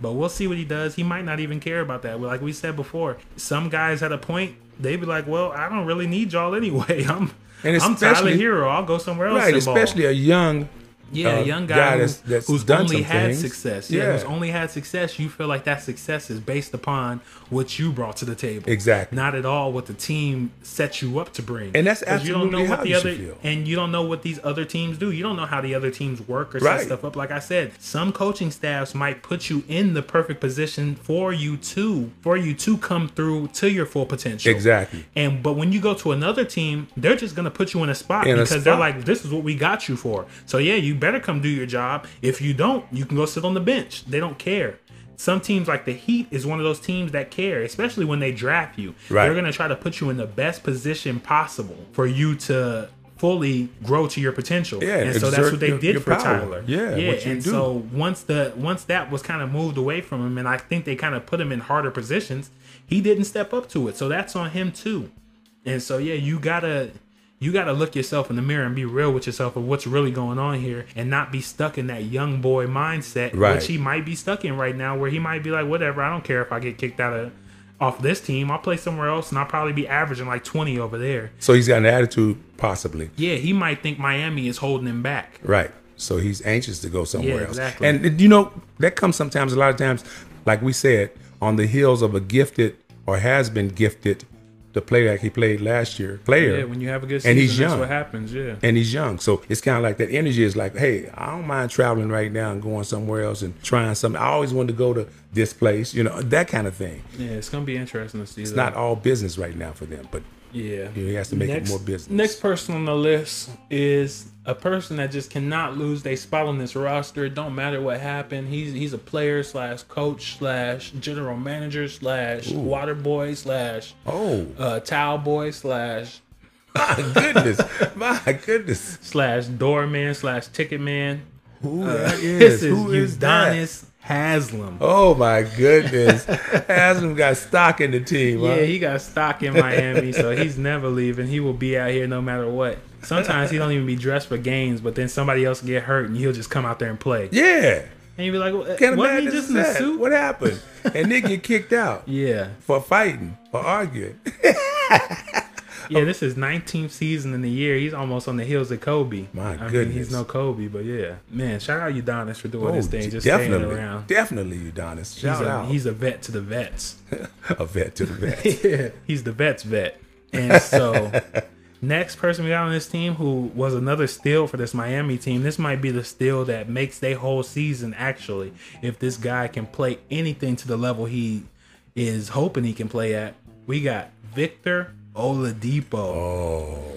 Speaker 1: But we'll see what he does. He might not even care about that. Well, Like we said before, some guys at a point they be like, "Well, I don't really need y'all anyway. *laughs* I'm
Speaker 2: And
Speaker 1: I'm Tyler
Speaker 2: especially-
Speaker 1: Hero. I'll go somewhere else."
Speaker 2: Right,
Speaker 1: and ball."
Speaker 2: especially a young
Speaker 1: yeah,
Speaker 2: uh,
Speaker 1: a young guy,
Speaker 2: guy
Speaker 1: who-
Speaker 2: that's- that's
Speaker 1: who's
Speaker 2: done
Speaker 1: only
Speaker 2: some
Speaker 1: had
Speaker 2: things.
Speaker 1: success. Yeah.
Speaker 2: Yeah.
Speaker 1: who's only had success. You feel like that success is based upon what you brought to the table.
Speaker 2: Exactly.
Speaker 1: Not at all what the team set you up to bring.
Speaker 2: And that's
Speaker 1: 'Cause
Speaker 2: absolutely how you
Speaker 1: other
Speaker 2: should feel.
Speaker 1: and you don't know what these other teams do. You don't know how the other teams work or
Speaker 2: Right.
Speaker 1: set stuff up. Like I said, some coaching staffs might put you in the perfect position for you to for you to come through to your full potential.
Speaker 2: Exactly.
Speaker 1: Mm-hmm. And but when you go to another team, they're just gonna put you in a spot
Speaker 2: In a
Speaker 1: because they're
Speaker 2: spot.
Speaker 1: like, this is what we got you for. So yeah, you better come do your job. If you don't, you can go sit on the bench. They don't care. some teams like the Heat is one of those teams that care, especially when they draft you.
Speaker 2: Right.
Speaker 1: They're gonna try to put you in the best position possible for you to fully grow to your potential.
Speaker 2: Yeah,
Speaker 1: and so that's
Speaker 2: exert
Speaker 1: what they
Speaker 2: your-
Speaker 1: did
Speaker 2: your
Speaker 1: for
Speaker 2: power.
Speaker 1: Tyler.
Speaker 2: Yeah,
Speaker 1: yeah.
Speaker 2: what you
Speaker 1: and
Speaker 2: do.
Speaker 1: so once the once that was kind of moved away from him, and I think they kind of put him in harder positions, he didn't step up to it. So that's on him too. And so yeah, you gotta you gotta look yourself in the mirror and be real with yourself of what's really going on here, and not be stuck in that young boy mindset,
Speaker 2: Right.
Speaker 1: which he might be stuck in right now, where he might be like, whatever, I don't care if I get kicked out of off this team, I'll play somewhere else, and I'll probably be averaging like twenty over there.
Speaker 2: So he's got an attitude, possibly.
Speaker 1: Yeah, he might think Miami is holding him back.
Speaker 2: Right. So he's anxious to go somewhere
Speaker 1: Yeah,
Speaker 2: else.
Speaker 1: exactly.
Speaker 2: And uh, you know, that comes sometimes, a lot of times, like we said, on the heels of a gifted or has been gifted to play like he played last year player.
Speaker 1: Yeah, when you have a good season,
Speaker 2: And he's
Speaker 1: that's
Speaker 2: young.
Speaker 1: what happens. Yeah.
Speaker 2: and he's young. So it's kind of like that energy is like, hey, I don't mind traveling right now and going somewhere else and trying something. I always wanted to go to this place, you know, that kind of thing.
Speaker 1: Yeah, it's gonna be interesting to see.
Speaker 2: It's not all business right now for them, but
Speaker 1: Yeah.
Speaker 2: he has to make
Speaker 1: next,
Speaker 2: it more business.
Speaker 1: Next person on the list is a person that just cannot lose their spot on this roster. It don't matter what happened. He's he's a player slash coach slash general manager slash water boy slash
Speaker 2: oh,
Speaker 1: uh, towel boy slash
Speaker 2: my goodness. *laughs* my goodness.
Speaker 1: slash doorman slash ticket man.
Speaker 2: Who that
Speaker 1: Uh, *laughs* This
Speaker 2: is?
Speaker 1: is
Speaker 2: Who is that?
Speaker 1: Udonis Haslam.
Speaker 2: Oh, my
Speaker 1: *laughs*
Speaker 2: goodness. Haslam got stock in the team.
Speaker 1: Yeah,
Speaker 2: huh?
Speaker 1: he got stock in Miami, so he's never leaving. He will be out here no matter what. Sometimes he don't even be dressed for games, but then somebody else get hurt and he'll just come out there and play.
Speaker 2: yeah.
Speaker 1: And you be like, "What?
Speaker 2: Can't
Speaker 1: wasn't he
Speaker 2: imagine
Speaker 1: just in a
Speaker 2: that.
Speaker 1: suit?"
Speaker 2: What happened? And they get kicked out
Speaker 1: *laughs* Yeah,
Speaker 2: for fighting, for arguing.
Speaker 1: yeah. This is 19th season in the year. He's almost on the heels of Kobe.
Speaker 2: My
Speaker 1: I mean,
Speaker 2: goodness. Oh,
Speaker 1: he's no Kobe, but yeah, man. Shout out Udonis for doing *laughs* this thing, just
Speaker 2: definitely,
Speaker 1: staying around.
Speaker 2: definitely Udonis.
Speaker 1: He's
Speaker 2: Shout
Speaker 1: a,
Speaker 2: out.
Speaker 1: he's a vet to the vets.
Speaker 2: a
Speaker 1: *laughs*
Speaker 2: vet to the vet.
Speaker 1: yeah. He's the vet's vet. And
Speaker 2: *laughs*
Speaker 1: so, next person we got on this team who was another steal for this Miami team, this might be the steal that makes their whole season actually. If this guy can play anything to the level he is hoping he can play at, we got Victor Oladipo.
Speaker 2: Oh,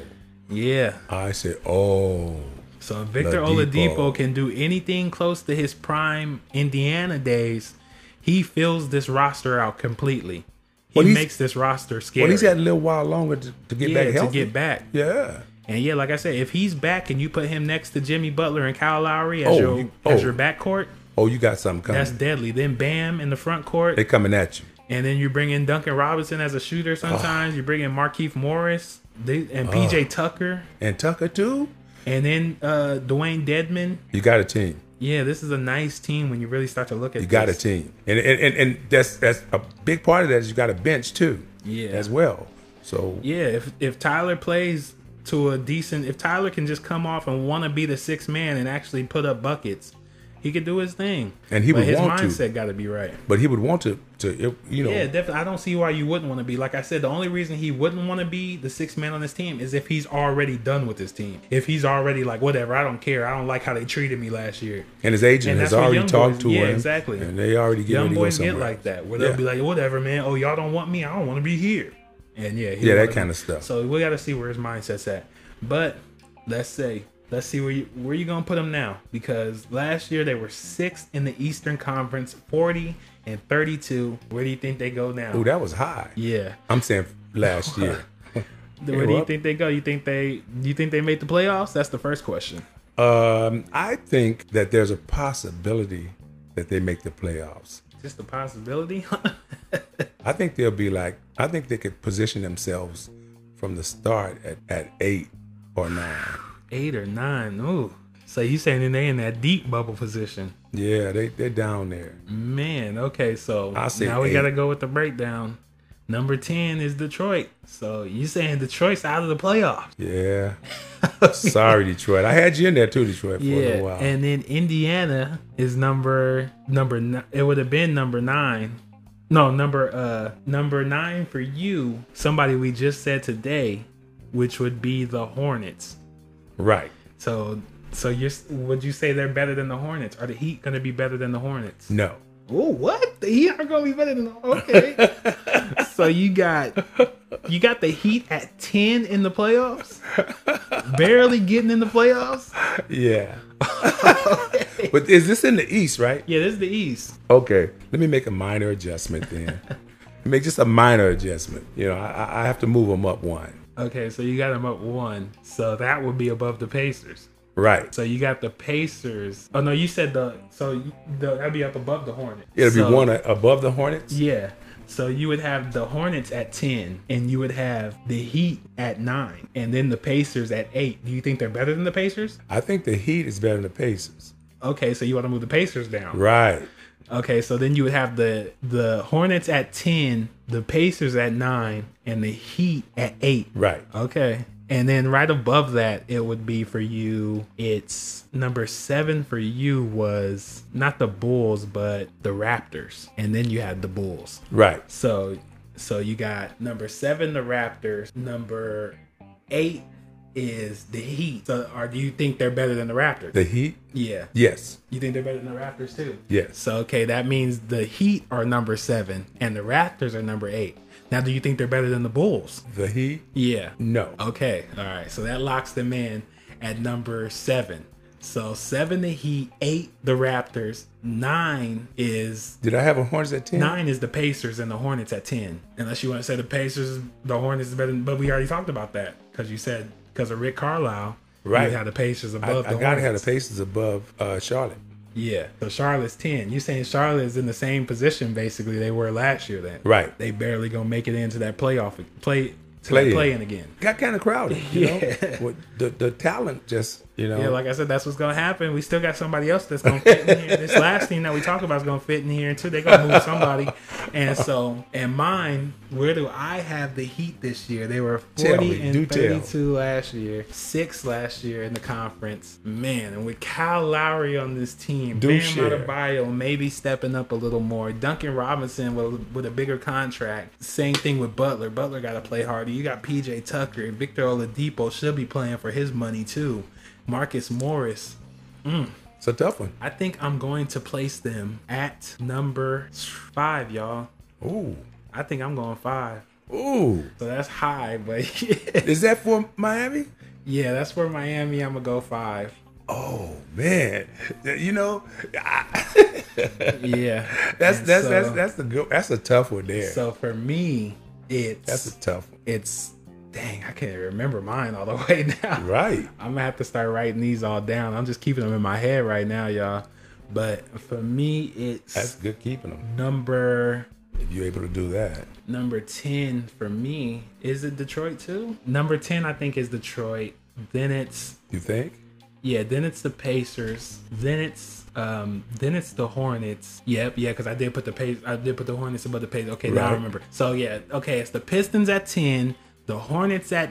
Speaker 1: Yeah.
Speaker 2: I said, oh,
Speaker 1: So if Victor
Speaker 2: Oladipo.
Speaker 1: Oladipo. can do anything close to his prime Indiana days. He fills this roster out completely. He
Speaker 2: Well, he's-
Speaker 1: makes this roster scary.
Speaker 2: well, he's had a little while longer to, to get
Speaker 1: yeah,
Speaker 2: back healthy.
Speaker 1: to get back.
Speaker 2: yeah,
Speaker 1: And yeah, like I said, if he's back and you put him next to Jimmy Butler and Kyle Lowry as
Speaker 2: Oh,
Speaker 1: your
Speaker 2: you-
Speaker 1: as
Speaker 2: oh.
Speaker 1: your backcourt,
Speaker 2: oh, you got something coming.
Speaker 1: that's deadly. Then Bam in the front court,
Speaker 2: They coming at you.
Speaker 1: and then you bring in Duncan Robinson as a shooter. Sometimes you bring in Markeith Morris they, and PJ Tucker,
Speaker 2: And Tucker too.
Speaker 1: and then uh, Dwayne Deadman.
Speaker 2: You got a team.
Speaker 1: Yeah, this is a nice team when you really start to look at.
Speaker 2: You got a team, and and, and and that's that's a big part of that is you got a bench too.
Speaker 1: Yeah.
Speaker 2: as well. So
Speaker 1: Yeah, if if Tyler plays to a decent, if Tyler can just come off and want to be the sixth man and actually put up buckets, he could do his thing.
Speaker 2: And he
Speaker 1: but
Speaker 2: would
Speaker 1: his
Speaker 2: want to.
Speaker 1: mindset got to be right.
Speaker 2: but he would want to to you know.
Speaker 1: Yeah, definitely. I don't see why you wouldn't want to be. Like I said, the only reason he wouldn't want to be the sixth man on this team is if he's already done with this team. If he's already like, whatever, I don't care. I don't like how they treated me last year.
Speaker 2: and his agent
Speaker 1: And
Speaker 2: has
Speaker 1: that's what
Speaker 2: already
Speaker 1: young
Speaker 2: talked
Speaker 1: boys-
Speaker 2: to
Speaker 1: yeah,
Speaker 2: him.
Speaker 1: exactly.
Speaker 2: And they already get
Speaker 1: Young
Speaker 2: ready to go
Speaker 1: boys get
Speaker 2: somewhere.
Speaker 1: like that, where they'll
Speaker 2: Yeah.
Speaker 1: be like, whatever, man. Oh, y'all don't want me. I don't want to be here. And yeah, he
Speaker 2: Yeah, that
Speaker 1: wanna-
Speaker 2: kinda stuff.
Speaker 1: So we got to see where his mindset's at. But let's say, let's see where you where you gonna put him now because last year they were sixth in the Eastern Conference, forty and thirty-two. Where do you think they go now?
Speaker 2: Ooh, that was high.
Speaker 1: yeah,
Speaker 2: I'm saying
Speaker 1: *laughs*
Speaker 2: last year.
Speaker 1: where do you
Speaker 2: well-
Speaker 1: think they go? You think they you think they made the playoffs? That's the first question.
Speaker 2: Um, I think that there's a possibility that they make the playoffs.
Speaker 1: Just a possibility. *laughs*
Speaker 2: I think they'll be like, I think they could position themselves from the start at, at eight or nine.
Speaker 1: Eight or nine. Ooh. So you saying they in that deep bubble position?
Speaker 2: Yeah, they, they're down there.
Speaker 1: Mm. Man, okay, so
Speaker 2: I say
Speaker 1: now we
Speaker 2: eight.
Speaker 1: gotta go with the breakdown. Number ten is Detroit. So you saying Detroit's out of the playoffs?
Speaker 2: Yeah. *laughs* Sorry, Detroit. I had you in there too, Detroit, for a little
Speaker 1: Yeah,
Speaker 2: while.
Speaker 1: and then Indiana is number number. Ni- it would have been number nine. No, number uh number nine for you. Somebody we just said today, which would be the Hornets.
Speaker 2: right.
Speaker 1: So so you're s- would you say they're better than the Hornets? Are the Heat gonna be better than the Hornets?
Speaker 2: No.
Speaker 1: Oh, what? The Heat are gonna be better than okay. *laughs* so you got you got the Heat at ten in the playoffs, barely getting in the playoffs.
Speaker 2: Yeah. *laughs* But is this in the East, right?
Speaker 1: Yeah, this is the East.
Speaker 2: Okay, let me make a minor adjustment then.
Speaker 1: *laughs*
Speaker 2: make just a minor adjustment. You know, I, I have to move them up one.
Speaker 1: Okay, so you got them up one. So that would be above the Pacers.
Speaker 2: Right.
Speaker 1: So you got the Pacers. Oh no, you said the so you- the, that'd be up above the Hornets.
Speaker 2: It'll
Speaker 1: So-
Speaker 2: be one a- above the Hornets.
Speaker 1: Yeah. So you would have the Hornets at ten, and you would have the Heat at nine, and then the Pacers at eight. Do you think they're better than the Pacers?
Speaker 2: I think the Heat is better than the Pacers.
Speaker 1: Okay, so you want to move the Pacers down.
Speaker 2: Right.
Speaker 1: Okay, so then you would have the the Hornets at ten, the Pacers at nine, and the Heat at eight.
Speaker 2: Right.
Speaker 1: Okay. And then right above that, it would be for you. It's number seven for you was not the Bulls, but the Raptors. And then you had the Bulls.
Speaker 2: Right.
Speaker 1: So so you got number seven, the Raptors. Number eight is the Heat. So or do you think they're better than the Raptors?
Speaker 2: The Heat.
Speaker 1: yeah.
Speaker 2: Yes.
Speaker 1: You think they're better than the Raptors too?
Speaker 2: Yes.
Speaker 1: So okay, that means the Heat are number seven and the Raptors are number eight. Now, do you think they're better than the Bulls?
Speaker 2: The Heat.
Speaker 1: Yeah.
Speaker 2: No.
Speaker 1: Okay. All right. So that locks them in at number seven. So seven the Heat, eight the Raptors, nine is
Speaker 2: Did I have a Hornets at ten?
Speaker 1: nine is the Pacers and the Hornets at ten. Unless you want to say the Pacers, the Hornets is better, than- but we already talked about that because you said because of Rick Carlisle,
Speaker 2: Right.
Speaker 1: You had the Pacers
Speaker 2: I,
Speaker 1: above
Speaker 2: I
Speaker 1: the
Speaker 2: gotta have the
Speaker 1: Hornets.
Speaker 2: Pacers above uh, Charlotte.
Speaker 1: yeah. So Charlotte's ten. You're saying Charlotte is in the same position basically they were last year. Then
Speaker 2: Right.
Speaker 1: They barely gonna make it into that playoff play to
Speaker 2: Play-in.
Speaker 1: playing again.
Speaker 2: Got kind of crowded. You know,
Speaker 1: *laughs* Yeah.
Speaker 2: With the the talent just you know.
Speaker 1: Yeah, like I said, that's what's gonna happen. We still got somebody else that's gonna fit in
Speaker 2: *laughs*
Speaker 1: here. This last team that we talk about is gonna fit in here and too. They're gonna move somebody. And so and mine, where do I have the heat this year? They were
Speaker 2: Tell
Speaker 1: forty
Speaker 2: me, do
Speaker 1: and
Speaker 2: tell.
Speaker 1: thirty two last year, six last year in the conference. Man, and with Kyle Lowry on this team,
Speaker 2: Do
Speaker 1: Bam
Speaker 2: share.
Speaker 1: Adebayo maybe stepping up a little more. Duncan Robinson with, with a bigger contract. Same thing with Butler. Butler got to play harder. You got PJ Tucker and Victor Oladipo should be playing for his money too. Marcus Morris.
Speaker 2: it's a tough one.
Speaker 1: I think I'm going to place them at number five, y'all.
Speaker 2: Ooh.
Speaker 1: I think I'm going five.
Speaker 2: Ooh.
Speaker 1: So that's high, but *laughs*
Speaker 2: Is that for Miami?
Speaker 1: yeah, that's where Miami. I'm gonna go five.
Speaker 2: Oh man, you know I,
Speaker 1: Yeah,
Speaker 2: *laughs* that's
Speaker 1: And
Speaker 2: that's
Speaker 1: so-
Speaker 2: that's that's the good. That's a tough one
Speaker 1: *laughs*
Speaker 2: there.
Speaker 1: So for me, it's
Speaker 2: that's a tough one.
Speaker 1: it's dang, I can't remember mine all the *laughs* way now.
Speaker 2: Right.
Speaker 1: I'm gonna have to start writing these all down. I'm just keeping them in my head right now, y'all. But for me, it's
Speaker 2: That's good keeping them.
Speaker 1: number
Speaker 2: If you're able to do that.
Speaker 1: number ten for me. Is it Detroit too? Number ten, I think, is Detroit. Then it's
Speaker 2: You think?
Speaker 1: yeah. Then it's the Pacers. Then it's um. Then it's the Hornets. Yep. Yeah. Because I did put the pace. I did put the Hornets above the Pacers. Okay. Now I
Speaker 2: Right.
Speaker 1: remember. So yeah. Okay. It's the Pistons at ten. The Hornets at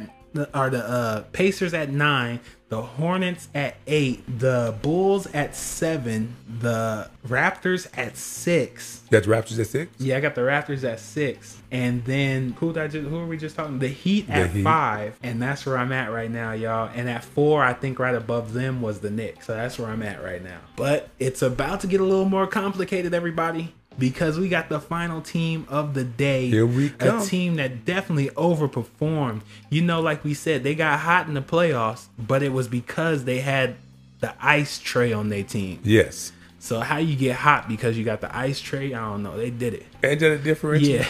Speaker 1: are the uh, Pacers at nine. The Hornets at eight. The Bulls at seven. The Raptors at six.
Speaker 2: That's Raptors at six?
Speaker 1: Yeah, I got the Raptors at six, and then who did I just, who are we just talking? The Heat
Speaker 2: The
Speaker 1: at
Speaker 2: Heat.
Speaker 1: five, and that's where I'm at right now, y'all. And at four, I think right above them was the Knicks, so that's where I'm at right now. But it's about to get a little more complicated, everybody, because we got the final team of the day.
Speaker 2: Here we
Speaker 1: A
Speaker 2: come.
Speaker 1: team that definitely overperformed. You know, like we said, they got hot in the playoffs, but it was because they had the ice tray on their team.
Speaker 2: Yes.
Speaker 1: So how you get hot because you got the ice tray? I don't know. They did it.
Speaker 2: And the difference?
Speaker 1: Yeah.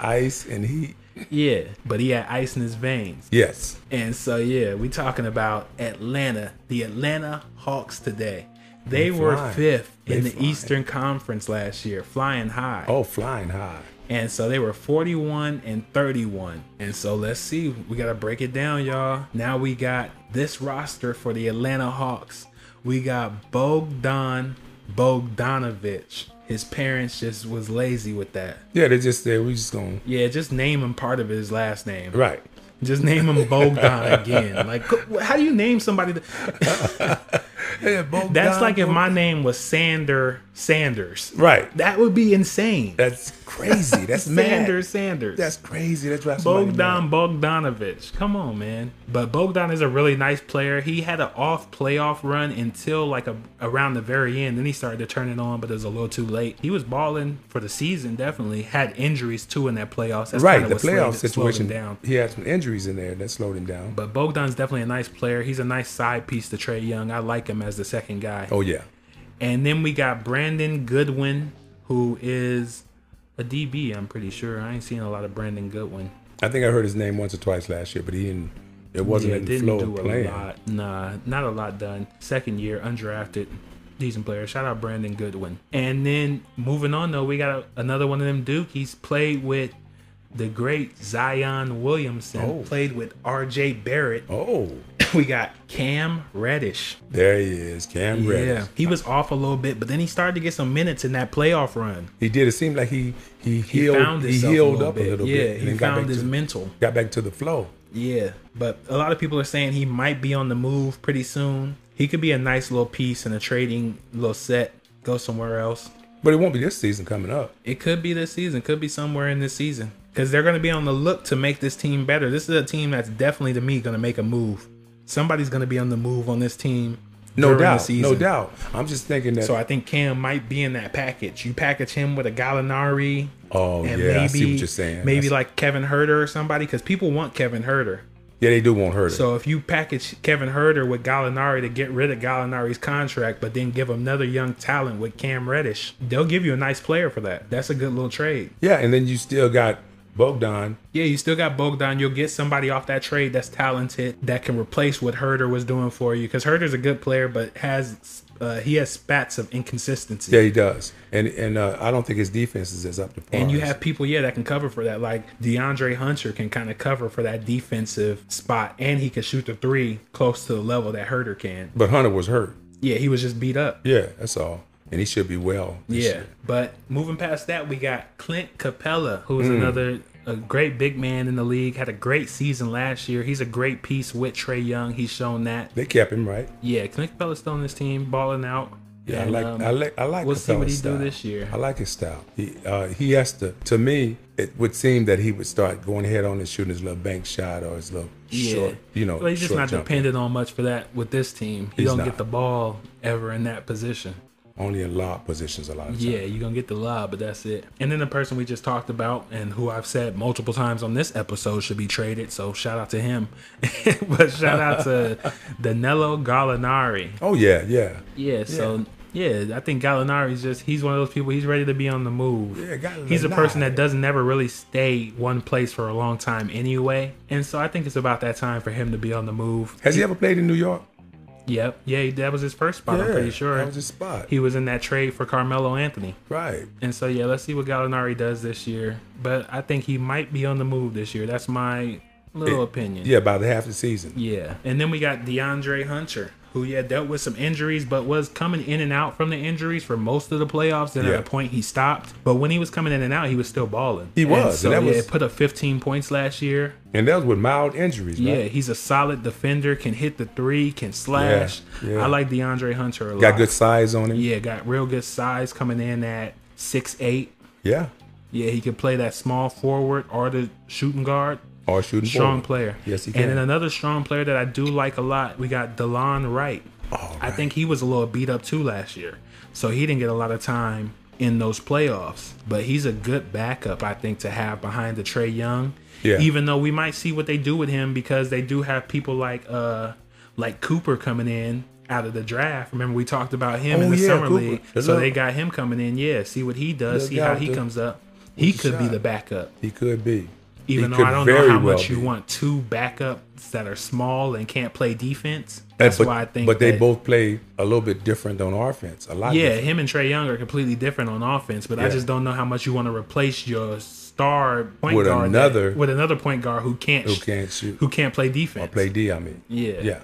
Speaker 2: Ice and heat.
Speaker 1: *laughs* yeah. But he had ice in his veins.
Speaker 2: Yes.
Speaker 1: And so, yeah, we talking about Atlanta, the Atlanta Hawks today. They, were
Speaker 2: fly.
Speaker 1: fifth in the
Speaker 2: They fly.
Speaker 1: Eastern Conference last year, flying high.
Speaker 2: Oh, flying high.
Speaker 1: And so they were 41 and 31. And so let's see. We got to break it down, y'all. Now we got this roster for the Atlanta Hawks. We got Bogdan Bogdanovich. His parents just was lazy with that.
Speaker 2: Yeah, they just said we just gonna
Speaker 1: Yeah, just name him part of his last name.
Speaker 2: Right.
Speaker 1: Just name him Bogdan again. Like, wh- how do you name somebody? That,
Speaker 2: Hey, Bogdan-
Speaker 1: that's like if my name was Sander Sanders.
Speaker 2: Right.
Speaker 1: That would be insane.
Speaker 2: That's crazy. That's
Speaker 1: Sander *laughs*
Speaker 2: mad.
Speaker 1: Sanders.
Speaker 2: That's crazy. That's right.
Speaker 1: Bogdan Bogdanovich. Come on, man. But Bogdan is a really nice player. He had an off playoff run until like a, around the very end. Then he started to turn it on, but it was a little too late. He was balling for the season, definitely. Had injuries too in that playoffs. That's
Speaker 2: Right,
Speaker 1: kinda
Speaker 2: the
Speaker 1: what slowed-
Speaker 2: playoff
Speaker 1: slowed him
Speaker 2: situation.
Speaker 1: down.
Speaker 2: He had some injuries in there that slowed him down.
Speaker 1: But Bogdan's definitely a nice player. He's a nice side piece to Trey Young. I like him as the second guy.
Speaker 2: oh yeah.
Speaker 1: And then we got Brandon Goodwin, who is a DB, I'm pretty sure. I ain't seen a lot of Brandon Goodwin.
Speaker 2: I think I heard his name once or twice last year, but he didn't. It wasn't
Speaker 1: Yeah,
Speaker 2: in the
Speaker 1: didn't
Speaker 2: flow
Speaker 1: do
Speaker 2: of
Speaker 1: a
Speaker 2: playing.
Speaker 1: lot. Nah, not a lot done. Second year, undrafted, decent player. Shout out Brandon Goodwin. And then moving on though, we got a, another one of them Duke. He's played with the great Zion Williamson.
Speaker 2: Oh.
Speaker 1: Played with R.J. Barrett.
Speaker 2: Oh,
Speaker 1: *laughs* We got Cam Reddish.
Speaker 2: there he is, Cam Reddish.
Speaker 1: Yeah, he was off a little bit, but then he started to get some minutes in that playoff run.
Speaker 2: He did. It seemed like he
Speaker 1: He
Speaker 2: he healed. He,
Speaker 1: found himself
Speaker 2: healed
Speaker 1: a little
Speaker 2: up
Speaker 1: bit.
Speaker 2: a little
Speaker 1: yeah,
Speaker 2: bit. and
Speaker 1: he
Speaker 2: then got
Speaker 1: found
Speaker 2: back
Speaker 1: his
Speaker 2: to,
Speaker 1: mental.
Speaker 2: got back to the flow.
Speaker 1: Yeah, but a lot of people are saying he might be on the move pretty soon. He could be a nice little piece in a trading little set, go somewhere else.
Speaker 2: But it won't be this season coming up.
Speaker 1: It could be this season, could be somewhere in this season because they're going to be on the look to make this team better. This is a team that's definitely, to me, going to make a move. Somebody's going to be on the move on this team.
Speaker 2: No
Speaker 1: during the
Speaker 2: doubt.
Speaker 1: season.
Speaker 2: No doubt. I'm just thinking that.
Speaker 1: So I think Cam might be in that package. You package him with a Gallinari.
Speaker 2: oh yeah,
Speaker 1: And
Speaker 2: I see what you're saying.
Speaker 1: Maybe
Speaker 2: That's-
Speaker 1: like Kevin Herter or somebody, because people want Kevin Herter.
Speaker 2: yeah, they do want hurt. it.
Speaker 1: So if you package Kevin Herter with Gallinari to get rid of Gallinari's contract, but then give him another young talent with Cam Reddish, they'll give you a nice player for that. That's a good little trade.
Speaker 2: yeah, and then you still got Bogdan.
Speaker 1: Yeah, you still got Bogdan. You'll get somebody off that trade that's talented that can replace what Herder was doing for you. Because Herder's a good player, but has uh, he has spats of inconsistency.
Speaker 2: Yeah, he does. And and uh, I don't think his defense is as up to par.
Speaker 1: And you
Speaker 2: as-
Speaker 1: have people, yeah, that can cover for that. Like DeAndre Hunter can kind of cover for that defensive spot, and he can shoot the three close to the level that Herder can.
Speaker 2: But Hunter was hurt.
Speaker 1: Yeah, he was just beat up.
Speaker 2: Yeah, that's all. And he should be well. this
Speaker 1: Yeah,
Speaker 2: year.
Speaker 1: but moving past that, we got Clint Capella,
Speaker 2: Hmm.
Speaker 1: who's another a great big man in the league. Had a great season last year. He's a great piece with Trey Young. He's shown that.
Speaker 2: They kept him right.
Speaker 1: Yeah, Clint Capella's still on this team, balling out.
Speaker 2: Yeah,
Speaker 1: And,
Speaker 2: I like
Speaker 1: um,
Speaker 2: I like I like.
Speaker 1: we'll see what
Speaker 2: Capella's
Speaker 1: he do
Speaker 2: style.
Speaker 1: this year.
Speaker 2: I like his style. He uh, he has to. To me, it would seem that he would start going head on and shooting his little bank shot or his little
Speaker 1: Yeah.
Speaker 2: short. You know,
Speaker 1: Well, he's just
Speaker 2: short
Speaker 1: not
Speaker 2: jump.
Speaker 1: dependent on much for that with this team. He
Speaker 2: He's
Speaker 1: don't
Speaker 2: not.
Speaker 1: get the ball ever in that position.
Speaker 2: Only in lob positions a lot of times.
Speaker 1: Yeah, you're gonna get the lob, but that's it. And then the person we just talked about and who I've said multiple times on this episode should be traded. So shout out to him. *laughs* but shout out *laughs* to Danilo Gallinari.
Speaker 2: Oh yeah, yeah,
Speaker 1: Yeah, so yeah, I think Gallinari's just he's one of those people he's ready to be on the move.
Speaker 2: Yeah, Gallinari.
Speaker 1: he's a person that doesn't never really stay one place for a long time anyway. And so I think it's about that time for him to be on the move.
Speaker 2: Has he ever played in New York?
Speaker 1: Yep. Yeah, that was his first spot, I'm
Speaker 2: Yeah,
Speaker 1: pretty sure.
Speaker 2: that was his spot.
Speaker 1: he was in that trade for Carmelo Anthony.
Speaker 2: right.
Speaker 1: And so yeah, let's see what Gallinari does this year. But I think he might be on the move this year. That's my little opinion.
Speaker 2: Yeah, about the half the season.
Speaker 1: Yeah. And then we got DeAndre Hunter, who yeah dealt with some injuries, but was coming in and out from the injuries for most of the playoffs. Then
Speaker 2: Yeah.
Speaker 1: at a point he stopped. But when he was coming in and out, he was still balling.
Speaker 2: He was,
Speaker 1: And
Speaker 2: and
Speaker 1: so
Speaker 2: that
Speaker 1: yeah,
Speaker 2: was-
Speaker 1: it put up 15 points last year.
Speaker 2: And that was with mild injuries.
Speaker 1: Yeah,
Speaker 2: Right?
Speaker 1: he's a solid defender. Can hit the three. Can slash.
Speaker 2: yeah.
Speaker 1: I like DeAndre Hunter a lot.
Speaker 2: Got good size on him.
Speaker 1: Yeah, got real good size coming in at six eight.
Speaker 2: Yeah.
Speaker 1: Yeah, he can play that small forward or the shooting guard.
Speaker 2: Or shooting.
Speaker 1: Strong
Speaker 2: forward.
Speaker 1: player.
Speaker 2: Oh, Yes, he
Speaker 1: And
Speaker 2: can.
Speaker 1: then another strong player that I do like a lot, we got DeLon Wright.
Speaker 2: All
Speaker 1: I
Speaker 2: right.
Speaker 1: think he was a little beat up too last year. So he didn't get a lot of time in those playoffs. But he's a good backup, I think, to have behind the Trey Young.
Speaker 2: Yeah.
Speaker 1: Even though we might see what they do with him because they do have people like uh like Cooper coming in out of the draft. Remember we talked about him in
Speaker 2: Oh,
Speaker 1: the
Speaker 2: yeah,
Speaker 1: summer
Speaker 2: Cooper.
Speaker 1: league.
Speaker 2: The
Speaker 1: so they
Speaker 2: little-
Speaker 1: got him coming in, yeah. See what he does,
Speaker 2: The
Speaker 1: see
Speaker 2: guy
Speaker 1: how
Speaker 2: with
Speaker 1: he
Speaker 2: the-
Speaker 1: comes up. He
Speaker 2: the
Speaker 1: could be
Speaker 2: shot.
Speaker 1: the backup
Speaker 2: He could be.
Speaker 1: even
Speaker 2: he
Speaker 1: though
Speaker 2: could
Speaker 1: I don't know
Speaker 2: very
Speaker 1: how
Speaker 2: well
Speaker 1: much you
Speaker 2: be.
Speaker 1: want two backups that are small and can't play defense.
Speaker 2: And-
Speaker 1: That's
Speaker 2: but,
Speaker 1: why I think.
Speaker 2: But they
Speaker 1: that-
Speaker 2: both play a little bit different on offense. A lot.
Speaker 1: Yeah,
Speaker 2: different.
Speaker 1: him and Trey Young are completely different on offense, but I
Speaker 2: Yeah.
Speaker 1: just don't know how much you want to replace your star point
Speaker 2: With
Speaker 1: guard
Speaker 2: another-
Speaker 1: that, with another point guard who can't
Speaker 2: Who can't shoot?
Speaker 1: who can't play defense.
Speaker 2: Play D. I mean.
Speaker 1: Yeah.
Speaker 2: Yeah.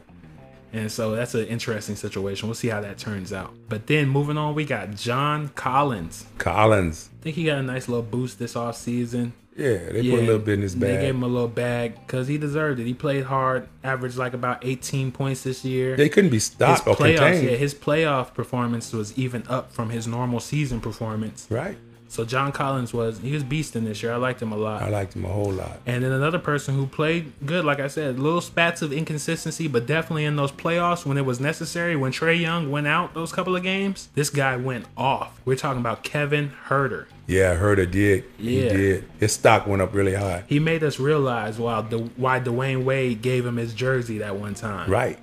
Speaker 1: And so that's an interesting situation. We'll see how that turns out. But then moving on, we got John Collins.
Speaker 2: Collins.
Speaker 1: I think he got a nice little boost this offseason.
Speaker 2: Yeah, they
Speaker 1: Yeah,
Speaker 2: put a little bit in his
Speaker 1: They
Speaker 2: bag.
Speaker 1: gave him a little bag because he deserved it. He played hard, averaged like about 18 points this year.
Speaker 2: they couldn't be
Speaker 1: his
Speaker 2: stopped or
Speaker 1: playoffs,
Speaker 2: contained.
Speaker 1: yeah, his playoff performance was even up from his normal season performance.
Speaker 2: Right.
Speaker 1: So John Collins was he was beasting this year. I liked him a lot.
Speaker 2: I liked him a whole lot.
Speaker 1: And then another person who played good, like I said, little spats of inconsistency, but definitely in those playoffs when it was necessary, when Trey Young went out those couple of games, this guy went off. We're talking about Kevin Herter.
Speaker 2: Yeah, Herder did. He
Speaker 1: Yeah.
Speaker 2: did. His stock went up really high.
Speaker 1: He made us realize why, the, why Dwayne Wade gave him his jersey that one time.
Speaker 2: Right.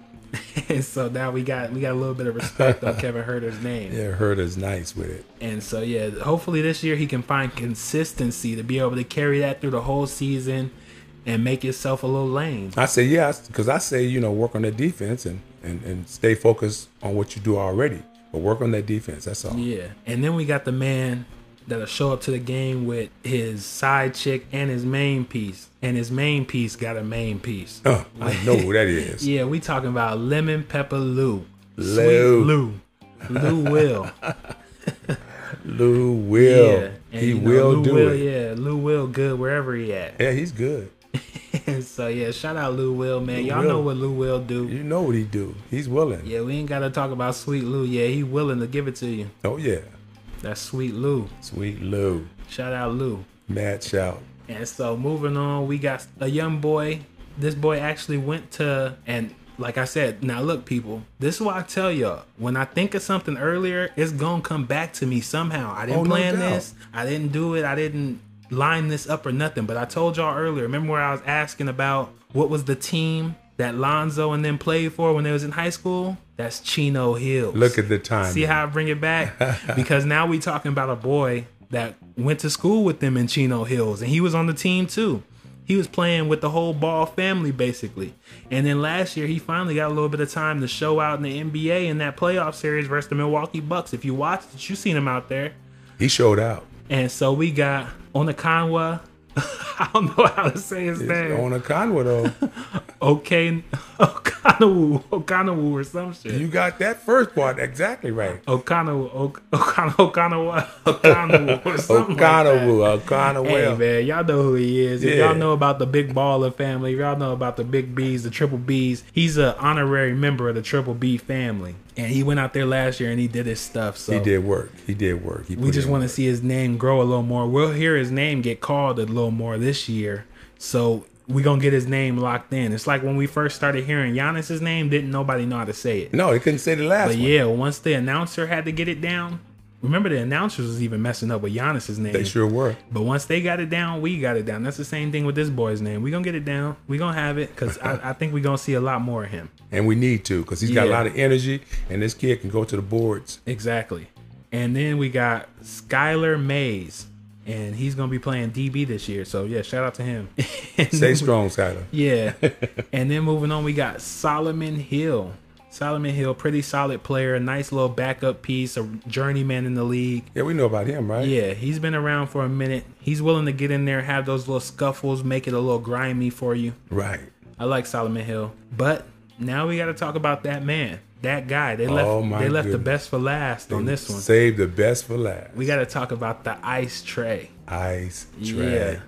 Speaker 1: and *laughs* so now we got we got a little bit of respect on Kevin Herter's name.
Speaker 2: Yeah, Herter's nice with it.
Speaker 1: And so yeah, hopefully this year he can find consistency to be able to carry that through the whole season and make yourself a little lane.
Speaker 2: I say yes because I say you know work on that defense and, and and stay focused on what you do already, but work on that defense. That's all.
Speaker 1: Yeah. And then we got the man that'll show up to the game with his side chick and his main piece. And his main piece got a main piece.
Speaker 2: Uh, I know who that is.
Speaker 1: *laughs* Yeah, we talking about lemon pepper Lou. Sweet
Speaker 2: Lou.
Speaker 1: Lou. Lou
Speaker 2: *laughs*
Speaker 1: will.
Speaker 2: Lou will.
Speaker 1: Yeah. And
Speaker 2: he
Speaker 1: you know,
Speaker 2: will
Speaker 1: Lou
Speaker 2: do
Speaker 1: will,
Speaker 2: it.
Speaker 1: Yeah, Lou will good wherever he at. *laughs*
Speaker 2: Yeah. he's good.
Speaker 1: And so yeah, shout out Lou Will, man.
Speaker 2: Lou
Speaker 1: Y'all
Speaker 2: Will.
Speaker 1: know what Lou Will do.
Speaker 2: You know what he do. He's willing.
Speaker 1: Yeah, we ain't gotta talk about sweet Lou. Yeah, he willing to give it to you.
Speaker 2: Oh yeah.
Speaker 1: That's sweet Lou.
Speaker 2: Sweet Lou.
Speaker 1: Shout out Lou.
Speaker 2: Mad shout.
Speaker 1: And so moving on, we got a young boy. This boy actually went to and like I said, now look people, this is why I tell y'all, when I think of something earlier, it's gonna come back to me somehow. I didn't
Speaker 2: Oh, no
Speaker 1: plan
Speaker 2: doubt.
Speaker 1: this, I didn't do it, I didn't line this up or nothing. But I told y'all earlier, remember where I was asking about what was the team that Lonzo and them played for when they was in high school? That's Chino Hills.
Speaker 2: Look at the time.
Speaker 1: See how I bring it back? because now we talking about a boy that went to school with them in Chino Hills and he was on the team too. He was playing with the whole ball family basically. And then last year he finally got a little bit of time to show out in the NBA in that playoff series versus the Milwaukee Bucks. If you watched it, you seen him out there.
Speaker 2: he showed out.
Speaker 1: And so we got Onakanwa. *laughs* I don't know how to say his name.
Speaker 2: On a Conway though. *laughs*
Speaker 1: *laughs* okay, Okanawu, Okanawu or some shit.
Speaker 2: you got that first part exactly right.
Speaker 1: Okano, Ok- Okano, Okano, Okano,
Speaker 2: *laughs*
Speaker 1: or something Like that.
Speaker 2: O'Connell,
Speaker 1: Hey
Speaker 2: O'Connell.
Speaker 1: man, y'all know who he is. If
Speaker 2: Yeah.
Speaker 1: y'all know about the Big Baller family, if y'all know about the Big B's, the Triple B's. He's an honorary member of the Triple B family, and he went out there last year and he did his stuff. So
Speaker 2: He did work. He did work. He
Speaker 1: we
Speaker 2: put
Speaker 1: just
Speaker 2: in
Speaker 1: want to
Speaker 2: work.
Speaker 1: see his name grow a little more. We'll hear his name get called a little more this year. So we gonna get his name locked in. It's like when we first started hearing Giannis's name, didn't nobody know how to say it.
Speaker 2: No, he couldn't say the last
Speaker 1: But
Speaker 2: one.
Speaker 1: yeah, once the announcer had to get it down, remember the announcers was even messing up with Giannis's name.
Speaker 2: They sure were.
Speaker 1: But once they got it down, we got it down. That's the same thing with this boy's name. we gonna get it down. we gonna have it because I, I think we gonna see a lot more of him.
Speaker 2: And we need to because he's got a
Speaker 1: Yeah.
Speaker 2: lot of energy and this kid can go to the boards.
Speaker 1: Exactly. And then we got Skylar Mays. And he's gonna be playing DB this year. So yeah, shout out to him. *laughs* And
Speaker 2: Stay
Speaker 1: then we-
Speaker 2: strong, Skyler.
Speaker 1: Yeah. and then moving on, we got Solomon Hill. Solomon Hill, pretty solid player, nice little backup piece, a journeyman in the league.
Speaker 2: Yeah, we know about him, right?
Speaker 1: Yeah, he's been around for a minute. He's willing to get in there, have those little scuffles, make it a little grimy for you.
Speaker 2: Right.
Speaker 1: I like Solomon Hill, but now we got to talk about that man, that guy. They left.
Speaker 2: Oh, my
Speaker 1: they left the
Speaker 2: goodness.
Speaker 1: best for last on this one.
Speaker 2: Save the best for last.
Speaker 1: We got to talk about the ice tray.
Speaker 2: Ice Trey.
Speaker 1: Yeah,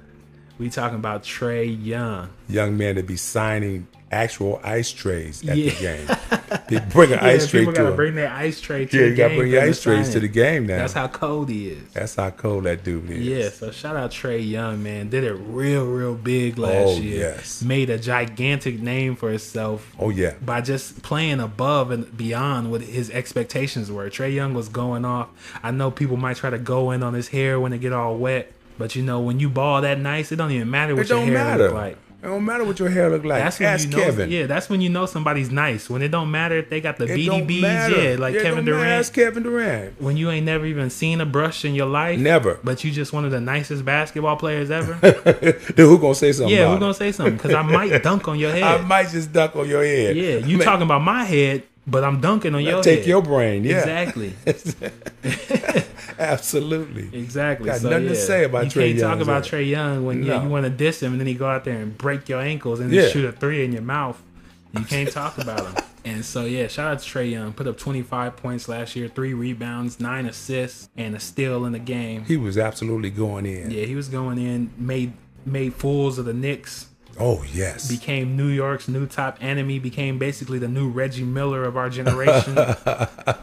Speaker 1: we talking about Trey Young.
Speaker 2: Young man to be signing actual ice trays at
Speaker 1: Yeah.
Speaker 2: the game. They bring an
Speaker 1: *laughs*
Speaker 2: ice
Speaker 1: Yeah,
Speaker 2: tray
Speaker 1: people
Speaker 2: to
Speaker 1: gotta
Speaker 2: him.
Speaker 1: bring their ice tray. To
Speaker 2: yeah,
Speaker 1: the
Speaker 2: you got to
Speaker 1: game
Speaker 2: bring
Speaker 1: for
Speaker 2: your
Speaker 1: them
Speaker 2: ice trays to
Speaker 1: sign
Speaker 2: the
Speaker 1: it.
Speaker 2: game now.
Speaker 1: That's how cold he is.
Speaker 2: That's how cold that dude is.
Speaker 1: Yeah, so shout out Trey Young, man. Did it real, real big last
Speaker 2: Oh,
Speaker 1: year.
Speaker 2: yes.
Speaker 1: Made a gigantic name for himself
Speaker 2: Oh, yeah.
Speaker 1: by just playing above and beyond what his expectations were. Trey Young was going off. I know people might try to go in on his hair when it get all wet, but you know when you ball that nice, it don't even matter what
Speaker 2: It
Speaker 1: your
Speaker 2: don't
Speaker 1: hair
Speaker 2: matter.
Speaker 1: look like.
Speaker 2: It don't matter what your hair look like.
Speaker 1: That's when
Speaker 2: Ask
Speaker 1: you know.
Speaker 2: Kevin.
Speaker 1: Yeah, that's when you know somebody's nice. When it don't matter if they got the
Speaker 2: It don't
Speaker 1: BDBs.
Speaker 2: matter.
Speaker 1: Yeah, like
Speaker 2: it
Speaker 1: Kevin
Speaker 2: don't matter.
Speaker 1: Durant.
Speaker 2: Ask Kevin Durant.
Speaker 1: When you ain't never even seen a brush in your life.
Speaker 2: Never. *laughs*
Speaker 1: But you just one of the nicest basketball players ever.
Speaker 2: then who gonna say something?
Speaker 1: Yeah,
Speaker 2: about
Speaker 1: we're
Speaker 2: it?
Speaker 1: gonna say something because I might dunk on your
Speaker 2: *laughs* I
Speaker 1: head.
Speaker 2: might just duck on your head.
Speaker 1: yeah, you talking about my head, but I'm dunking on your
Speaker 2: Take
Speaker 1: head.
Speaker 2: your brain. Yeah,
Speaker 1: exactly,
Speaker 2: *laughs* absolutely.
Speaker 1: exactly.
Speaker 2: Got
Speaker 1: so,
Speaker 2: nothing to
Speaker 1: yeah,
Speaker 2: say about
Speaker 1: you
Speaker 2: Trae
Speaker 1: can't talk
Speaker 2: Young's
Speaker 1: about
Speaker 2: ass.
Speaker 1: Trey Young when
Speaker 2: No.
Speaker 1: you, you want to diss him and then he go out there and break your ankles and
Speaker 2: Yeah.
Speaker 1: just shoot a three in your mouth.
Speaker 2: *laughs*
Speaker 1: You can't talk about him. And so yeah, shout out to Trey Young. Put up 25 points last year, three rebounds, nine assists, and a steal in the game.
Speaker 2: He was absolutely going in.
Speaker 1: Yeah, he was going in, made made fools of the Knicks.
Speaker 2: Oh yes,
Speaker 1: became New York's new top enemy, became basically the new Reggie Miller of our
Speaker 2: *laughs*
Speaker 1: generation, but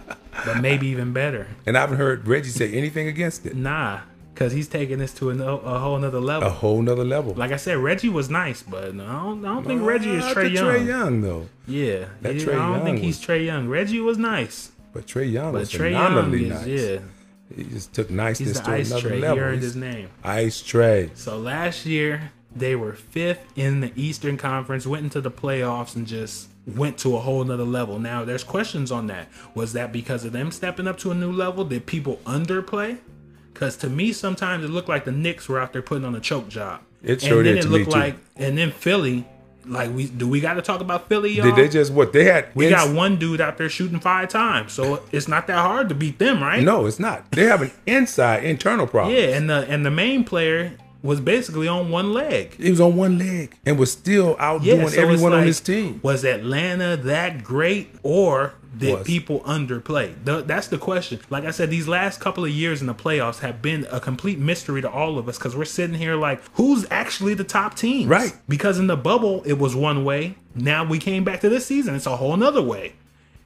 Speaker 1: maybe even better.
Speaker 2: and I haven't heard Reggie say anything against it.
Speaker 1: Nah, because he's taking this to a, no- a whole nother
Speaker 2: A
Speaker 1: level.
Speaker 2: whole nother level.
Speaker 1: Like I said, Reggie was nice, but no, I don't, I don't think Reggie is
Speaker 2: Not
Speaker 1: Trey
Speaker 2: Uh, to
Speaker 1: Young.
Speaker 2: Trae Young though,
Speaker 1: Yeah,
Speaker 2: That
Speaker 1: Yeah,
Speaker 2: Trae
Speaker 1: I don't
Speaker 2: Young
Speaker 1: think he's
Speaker 2: was-
Speaker 1: Trey Young. Reggie was nice,
Speaker 2: but Trey Young
Speaker 1: but
Speaker 2: was
Speaker 1: Trey Young
Speaker 2: phenomenally
Speaker 1: is
Speaker 2: nice.
Speaker 1: yeah,
Speaker 2: He just took niceness
Speaker 1: he's the
Speaker 2: to
Speaker 1: ice
Speaker 2: another
Speaker 1: Trey.
Speaker 2: level.
Speaker 1: He earned
Speaker 2: He's-
Speaker 1: his name.
Speaker 2: Ice Trey.
Speaker 1: So last year They were fifth in the Eastern Conference, went into the playoffs, and just went to a whole nother level. Now, there's questions on that. Was that because of them stepping up to a new level? Did people underplay? Because to me, sometimes it looked like the Knicks were out there putting on a choke job.
Speaker 2: It sure
Speaker 1: and then
Speaker 2: did
Speaker 1: it
Speaker 2: to me,
Speaker 1: looked
Speaker 2: too.
Speaker 1: like, and then Philly, like we do we got to talk about Philly? Y'all?
Speaker 2: Did they just what they had?
Speaker 1: we got one dude out there shooting five times, so it's not that hard to beat them, right?
Speaker 2: No, it's not. They have an inside internal problem.
Speaker 1: Yeah, and the and the main player was basically on one leg.
Speaker 2: He was on one leg and was still outdoing
Speaker 1: Yeah, so it's
Speaker 2: everyone on
Speaker 1: like,
Speaker 2: his team.
Speaker 1: Was Atlanta that great, or did
Speaker 2: Was.
Speaker 1: people underplay? Th- that's the question. Like I said, these last couple of years in the playoffs have been a complete mystery to all of us because we're sitting here like, who's actually the top team?
Speaker 2: Right.
Speaker 1: Because in the bubble, it was one way. Now we came back to this season, it's a whole nother way.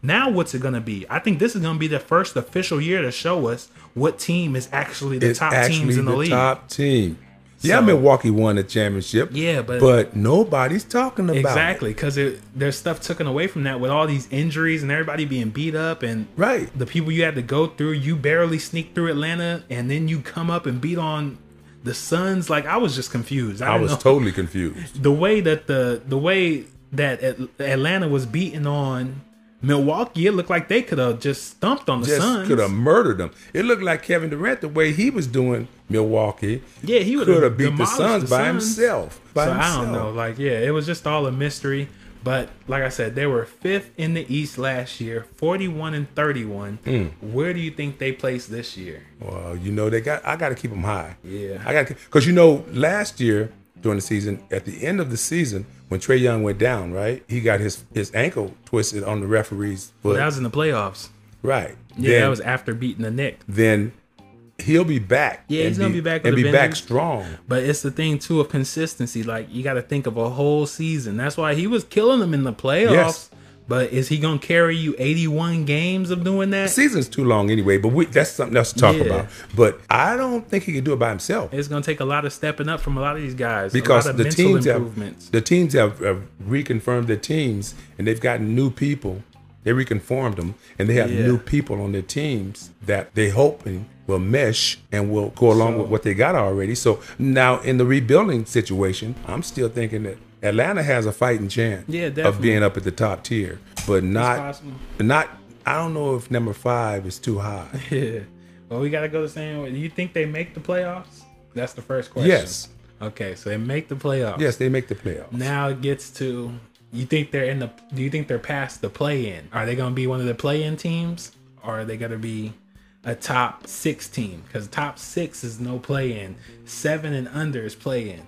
Speaker 1: Now what's it gonna be? I think this is gonna be the first official year to show us what team is actually the
Speaker 2: It's
Speaker 1: top
Speaker 2: actually
Speaker 1: teams in the,
Speaker 2: the
Speaker 1: league.
Speaker 2: top team. Yeah,
Speaker 1: So-
Speaker 2: Milwaukee won the championship.
Speaker 1: Yeah, but-
Speaker 2: but nobody's talking about it.
Speaker 1: Exactly, because there's stuff taken away from that with all these injuries and everybody being beat up and
Speaker 2: Right.
Speaker 1: the people you had to go through. You barely sneak through Atlanta, and then you come up and beat on the Suns. Like I was just confused. I,
Speaker 2: I
Speaker 1: didn't
Speaker 2: was
Speaker 1: know.
Speaker 2: totally confused.
Speaker 1: the way that the the way that At- Atlanta was beating on Milwaukee. It looked like they could have just stumped on the
Speaker 2: Just
Speaker 1: Suns.
Speaker 2: could have murdered them. It looked like Kevin Durant the way he was doing Milwaukee.
Speaker 1: Yeah, he would
Speaker 2: could have
Speaker 1: have
Speaker 2: beat the Suns by himself. By
Speaker 1: so
Speaker 2: himself.
Speaker 1: I don't know. Like, yeah, it was just all a mystery. But like I said, they were fifth in the East last year, forty-one and thirty-one.
Speaker 2: Hmm.
Speaker 1: Where do you think they placed this year?
Speaker 2: Well, Uh, you know they got. I got to keep them high.
Speaker 1: Yeah.
Speaker 2: I got because you know last year during the season, at the end of the season, when Trey Young went down, right, he got his his ankle twisted on the referee's foot.
Speaker 1: That was in the playoffs.
Speaker 2: right.
Speaker 1: Yeah,
Speaker 2: then,
Speaker 1: that was after beating the Knicks.
Speaker 2: Then he'll be back.
Speaker 1: Yeah,
Speaker 2: and
Speaker 1: he's gonna be back with a
Speaker 2: and be back
Speaker 1: vengeance.
Speaker 2: strong.
Speaker 1: But it's the thing too of consistency. Like you got to think of a whole season. That's why he was killing them in the playoffs.
Speaker 2: Yes.
Speaker 1: But is he gonna carry you eighty-one games of doing that?
Speaker 2: Season's too long anyway, but we, that's something else to talk
Speaker 1: Yeah.
Speaker 2: about. But I don't think he can do it by himself.
Speaker 1: it's gonna take a lot of stepping up from a lot of these guys.
Speaker 2: because
Speaker 1: a lot of
Speaker 2: the
Speaker 1: mental
Speaker 2: teams
Speaker 1: improvements.
Speaker 2: have the teams have, have reconfirmed their teams and they've gotten new people. They reconformed them and they have
Speaker 1: Yeah.
Speaker 2: new people on their teams that they hoping will mesh and will go along with what they got already. So now in the rebuilding situation, I'm still thinking that Atlanta has a fighting chance
Speaker 1: Yeah,
Speaker 2: of
Speaker 1: definitely.
Speaker 2: being up at the top tier, but not
Speaker 1: possible.
Speaker 2: not. I don't know if number five is
Speaker 1: *laughs*
Speaker 2: too high.
Speaker 1: Yeah. Well, we gotta go the same way. Do you think they make the playoffs? That's the first question.
Speaker 2: Yes.
Speaker 1: Okay, so they make the playoffs.
Speaker 2: Yes, they make the playoffs.
Speaker 1: Now it gets to you think they're in the do you think they're past the play in? Are they gonna be one of the play in teams? Or are they gonna be a top six team? Because top six is no play in. Seven and under is play in.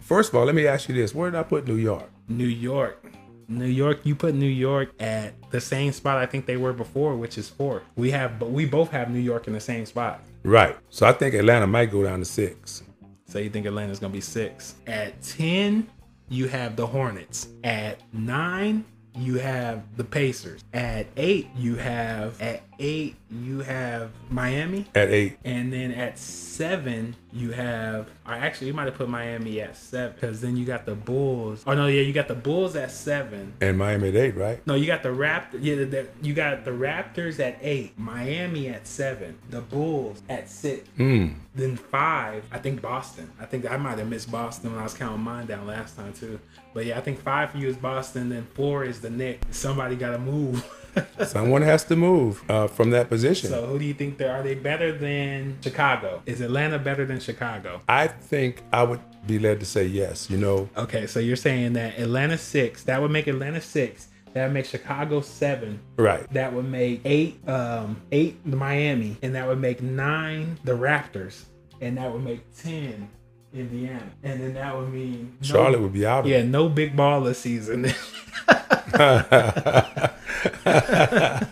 Speaker 2: First of all, let me ask you this: Where did I put New York?
Speaker 1: New York. New York, you put New York at the same spot I think they were before, which is four. We have but we both have New York in the same spot.
Speaker 2: Right. So I think Atlanta might go down to six.
Speaker 1: So you think Atlanta's gonna be six. At ten, you have the Hornets. At nine, you have the Pacers. At eight, you have at eight, you have Miami.
Speaker 2: At eight,
Speaker 1: And then at seven, you have or actually you might have put Miami at seven. Because then you got the Bulls. Oh no, yeah, you got the Bulls at seven.
Speaker 2: And Miami at eight, right?
Speaker 1: No, you got the Raptor. Yeah, the, the, you got the Raptors at eight, Miami at seven, the Bulls at six, then five. I think Boston. I think I might have missed Boston when I was counting mine down last time too. But yeah, I think five for you is Boston, then four is the Knicks. Somebody got to move. *laughs*
Speaker 2: Someone has to move uh, from that position.
Speaker 1: so who do you think they are? They better than Chicago? Is Atlanta better than Chicago?
Speaker 2: I think I would be led to say yes. You know,
Speaker 1: Okay, so you're saying that Atlanta six. That would make Atlanta six. That would make Chicago seven.
Speaker 2: right?
Speaker 1: that would make eight um eight the miami and that would make nine the raptors and that would make ten indiana and then that would mean no-
Speaker 2: Charlotte would be out. Of
Speaker 1: yeah no big ball this *laughs* season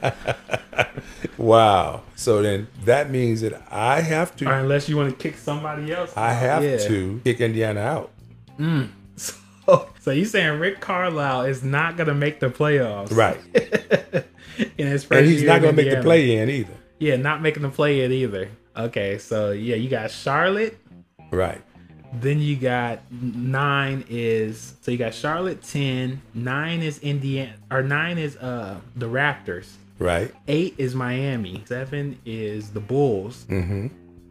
Speaker 2: it. Wow. So then that means that I have to.
Speaker 1: or unless you want to kick somebody else
Speaker 2: I
Speaker 1: out.
Speaker 2: have
Speaker 1: Yeah.
Speaker 2: to kick Indiana out.
Speaker 1: *laughs* so, so you saying rick carlisle is not gonna make the playoffs
Speaker 2: Right.
Speaker 1: *laughs* in his first
Speaker 2: and he's
Speaker 1: year
Speaker 2: not
Speaker 1: in
Speaker 2: going to make the
Speaker 1: Indiana?
Speaker 2: play in either.
Speaker 1: yeah not making the play in either okay so yeah you got charlotte
Speaker 2: Right.
Speaker 1: Then you got nine is so you got Charlotte ten, nine is Indiana or nine is uh the Raptors,
Speaker 2: Right. Mm-hmm.
Speaker 1: eight is Miami, seven is the Bulls,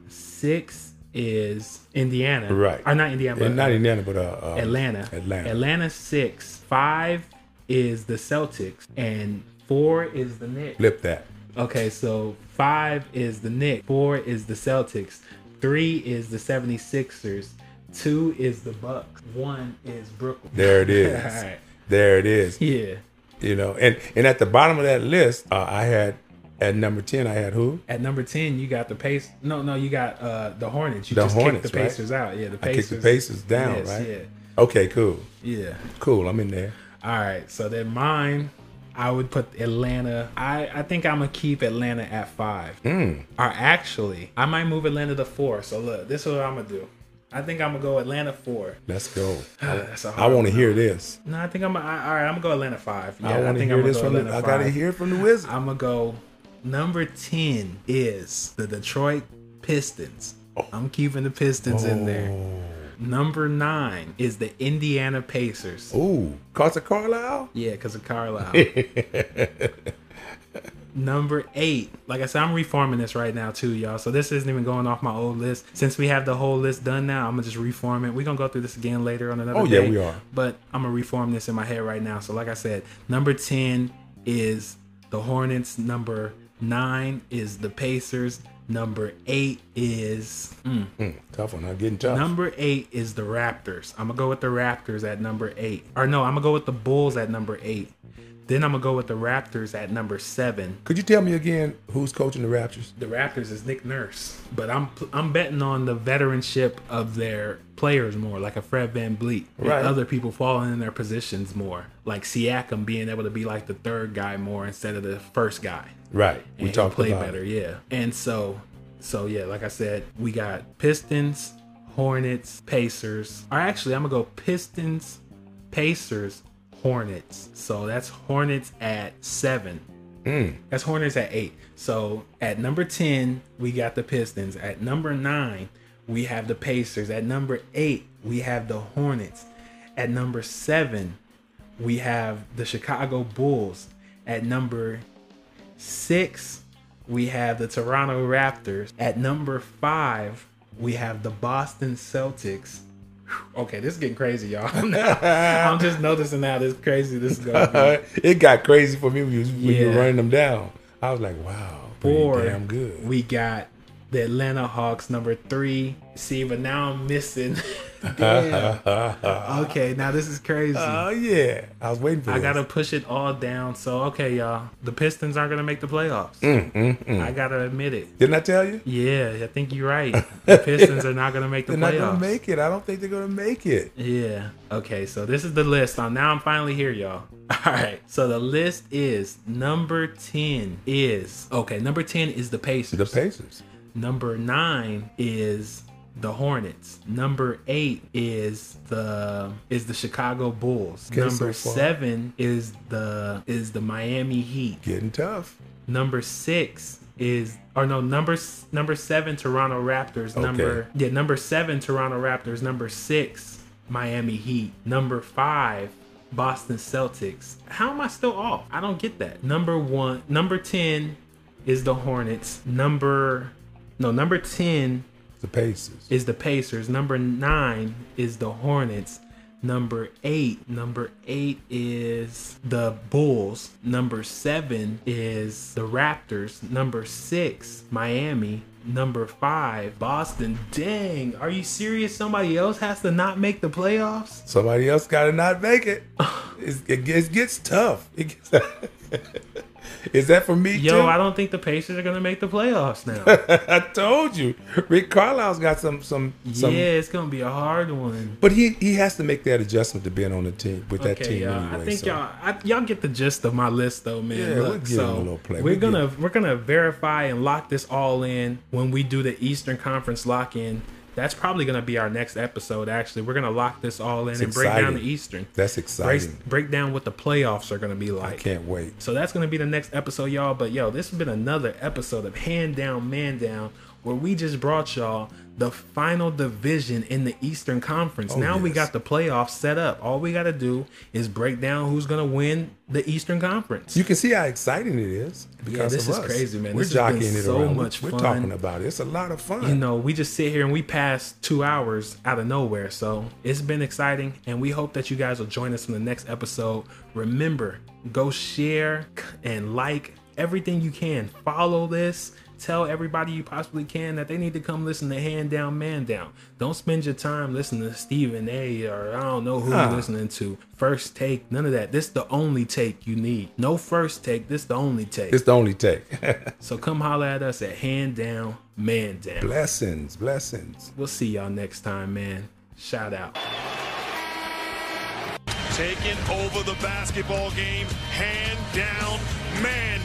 Speaker 1: six is Indiana.
Speaker 2: Right.
Speaker 1: Or not Indiana, but
Speaker 2: And not Indiana, but uh, uh,
Speaker 1: Atlanta.
Speaker 2: Atlanta.
Speaker 1: Atlanta six. Five is the Celtics. And four is the Knicks.
Speaker 2: Flip that.
Speaker 1: Okay, so five is the Knicks, four is the Celtics, three is the 76ers, two is the Bucks, one is Brooklyn.
Speaker 2: There
Speaker 1: *laughs*
Speaker 2: it is.
Speaker 1: Alright.
Speaker 2: There it is.
Speaker 1: Yeah.
Speaker 2: You know, and and at the bottom of that list, uh, I had at number ten, I had who?
Speaker 1: At number ten, you got the Pacers. No, no, you got uh the Hornets. You
Speaker 2: The
Speaker 1: just
Speaker 2: Hornets,
Speaker 1: kicked the
Speaker 2: right?
Speaker 1: Pacers out. Yeah, the
Speaker 2: I
Speaker 1: Pacers.
Speaker 2: kicked the Pacers down,
Speaker 1: Yes,
Speaker 2: right? Okay, cool,
Speaker 1: Yeah, yeah.
Speaker 2: cool. I'm in there.
Speaker 1: All right, so then mine, I would put Atlanta. I, I think I'm gonna keep Atlanta at five.
Speaker 2: Hmm.
Speaker 1: Or actually, I might move Atlanta to four. So look, this is what I'm gonna do. I think I'm gonna go Atlanta four. *sighs*
Speaker 2: Let's go.
Speaker 1: That's a hard
Speaker 2: I want to hear this.
Speaker 1: No, I think I'm. I, all right, I'm gonna go Atlanta five. Yeah,
Speaker 2: I want to
Speaker 1: think
Speaker 2: hear
Speaker 1: I'm gonna
Speaker 2: this
Speaker 1: go
Speaker 2: from. The,
Speaker 1: Atlanta
Speaker 2: I gotta
Speaker 1: five.
Speaker 2: hear it from the wizard.
Speaker 1: I'm gonna go. Number ten is the Detroit Pistons.
Speaker 2: Oh.
Speaker 1: I'm keeping the Pistons in there. Number nine is the Indiana Pacers.
Speaker 2: Ooh, Carter Carlisle.
Speaker 1: Yeah, because of
Speaker 2: *laughs*
Speaker 1: Carlisle. Number eight, like I said, I'm reforming this right now too, y'all. So this isn't even going off my old list. Since we have the whole list done now, I'm gonna just reform it. We're gonna go through this again later on another.
Speaker 2: Oh, yeah,
Speaker 1: day,
Speaker 2: we are.
Speaker 1: But I'm gonna reform this in my head right now. So like I said, number ten is the Hornets. Number nine is the Pacers. Number eight is
Speaker 2: Tough one. I'm getting tough.
Speaker 1: Number eight is the Raptors. I'm gonna go with the Raptors at number eight. Or no, I'm gonna go with the Bulls at number eight. Then I'm gonna go with the Raptors at number seven.
Speaker 2: Could you tell me again who's coaching the Raptors?
Speaker 1: The Raptors is Nick Nurse, but I'm I'm betting on the veteranship of their players more, like a Fred Van Bleet,
Speaker 2: Right.
Speaker 1: and other people falling in their positions more, like Siakam being able to be like the third guy more instead of the first guy.
Speaker 2: Right. We
Speaker 1: and
Speaker 2: talked
Speaker 1: play
Speaker 2: about
Speaker 1: better,
Speaker 2: It.
Speaker 1: yeah. And so, so yeah, like I said, we got Pistons, Hornets, Pacers. Or actually, I'm gonna go Pistons, Pacers, Hornets. So that's Hornets at seven.
Speaker 2: Mm.
Speaker 1: That's Hornets at eight. So at number ten, we got the Pistons. At number nine, we have the Pacers. At number eight, we have the Hornets. At number seven, we have the Chicago Bulls. At number six, we have the Toronto Raptors. At number five, we have the Boston Celtics. Whew, Okay, this is getting crazy, y'all. *laughs* I'm just noticing now this crazy this is going
Speaker 2: *laughs*
Speaker 1: to
Speaker 2: Uh, *laughs* it got crazy for me when you, when you were
Speaker 1: Yeah.
Speaker 2: running them down. I was like, wow,
Speaker 1: be.
Speaker 2: pretty
Speaker 1: Four,
Speaker 2: damn good.
Speaker 1: we got the Atlanta Hawks, number three. See, but now I'm missing. *laughs* Damn. okay, now this is crazy.
Speaker 2: *laughs* Oh yeah, I was waiting for.
Speaker 1: I
Speaker 2: this.
Speaker 1: gotta push it all down. So okay, y'all, the Pistons aren't gonna make the playoffs.
Speaker 2: Mm,
Speaker 1: I gotta admit it.
Speaker 2: Didn't I tell you?
Speaker 1: Yeah, I think you're
Speaker 2: *laughs*
Speaker 1: right. The Pistons are not gonna make the
Speaker 2: They're not
Speaker 1: playoffs.
Speaker 2: gonna make it. I don't think they're gonna make it.
Speaker 1: Yeah. Okay, so this is the list. I'm, now I'm finally here, y'all. All right. So the list is number 10 is okay, number 10 is the Pacers.
Speaker 2: The Pacers.
Speaker 1: number 9 is the Hornets. Number 8 is the is the Chicago Bulls.
Speaker 2: Okay,
Speaker 1: number
Speaker 2: so far.
Speaker 1: 7 is the is the Miami Heat.
Speaker 2: Getting tough.
Speaker 1: Number six is or no number s- number seven Toronto Raptors. Number yeah number seven Toronto Raptors. Number six Miami Heat. Number five Boston Celtics. How am I still off? I don't get that. Number one number ten is the Hornets. Number no number ten
Speaker 2: The Pacers.
Speaker 1: is the Pacers. Number nine is the Hornets. Number eight, number eight is the Bulls. Number seven is the Raptors. Number six, Miami. Number five, Boston. Dang, are you serious? Somebody else has to not make the playoffs?
Speaker 2: Somebody else got to not make it. It's, it, gets- it gets tough. It gets, *laughs* is that for me
Speaker 1: Yo,
Speaker 2: too?
Speaker 1: I don't think the Pacers are gonna make the playoffs now.
Speaker 2: *laughs* I told you, Rick Carlisle's got some some some.
Speaker 1: yeah, it's gonna be a hard one.
Speaker 2: But he he has to make that adjustment to being on the team with that
Speaker 1: Okay,
Speaker 2: team
Speaker 1: y'all.
Speaker 2: anyway.
Speaker 1: I think
Speaker 2: so.
Speaker 1: y'all I, y'all get the gist of my list though, man.
Speaker 2: Yeah, we'll
Speaker 1: Look,
Speaker 2: give them
Speaker 1: so
Speaker 2: a little play.
Speaker 1: we're
Speaker 2: We'll
Speaker 1: gonna we're gonna verify and lock this all in when we do the Eastern Conference lock in. That's probably gonna be our next episode. Actually, we're gonna lock this all in and break down
Speaker 2: exciting.
Speaker 1: the Eastern.
Speaker 2: that's
Speaker 1: Break,
Speaker 2: exciting.
Speaker 1: break down what the playoffs are gonna be
Speaker 2: I
Speaker 1: like.
Speaker 2: can't wait.
Speaker 1: So that's gonna be the next episode, y'all. But yo, this has been another episode of Hand Down, Man Down, where we just brought y'all the final division in the Eastern Conference. now we
Speaker 2: yes.
Speaker 1: got the playoffs set up. All we got to do is break down who's going to win the Eastern Conference.
Speaker 2: You can see how exciting it is. Because
Speaker 1: this
Speaker 2: of
Speaker 1: is
Speaker 2: us.
Speaker 1: crazy, man.
Speaker 2: We're
Speaker 1: This has been
Speaker 2: jockeying it
Speaker 1: so
Speaker 2: around.
Speaker 1: much
Speaker 2: We're
Speaker 1: fun.
Speaker 2: talking about it. It's a lot of fun.
Speaker 1: you know, we just sit here and we pass two hours out of nowhere. So it's been exciting, and we hope that you guys will join us in the next episode. Remember, go share and like everything you can. Follow this. Tell everybody you possibly can that they need to come listen to Hand Down Man Down. Don't spend your time listening to Stephen A or I don't know who
Speaker 2: Huh.
Speaker 1: you're listening to. First take, none of that. This the only take you need. No first take, this the only take.
Speaker 2: it's the only take. *laughs*
Speaker 1: so come holler at us at Hand Down Man Down.
Speaker 2: blessings, blessings.
Speaker 1: We'll see y'all next time, man. Shout out.
Speaker 3: taking over the basketball game, hand down, man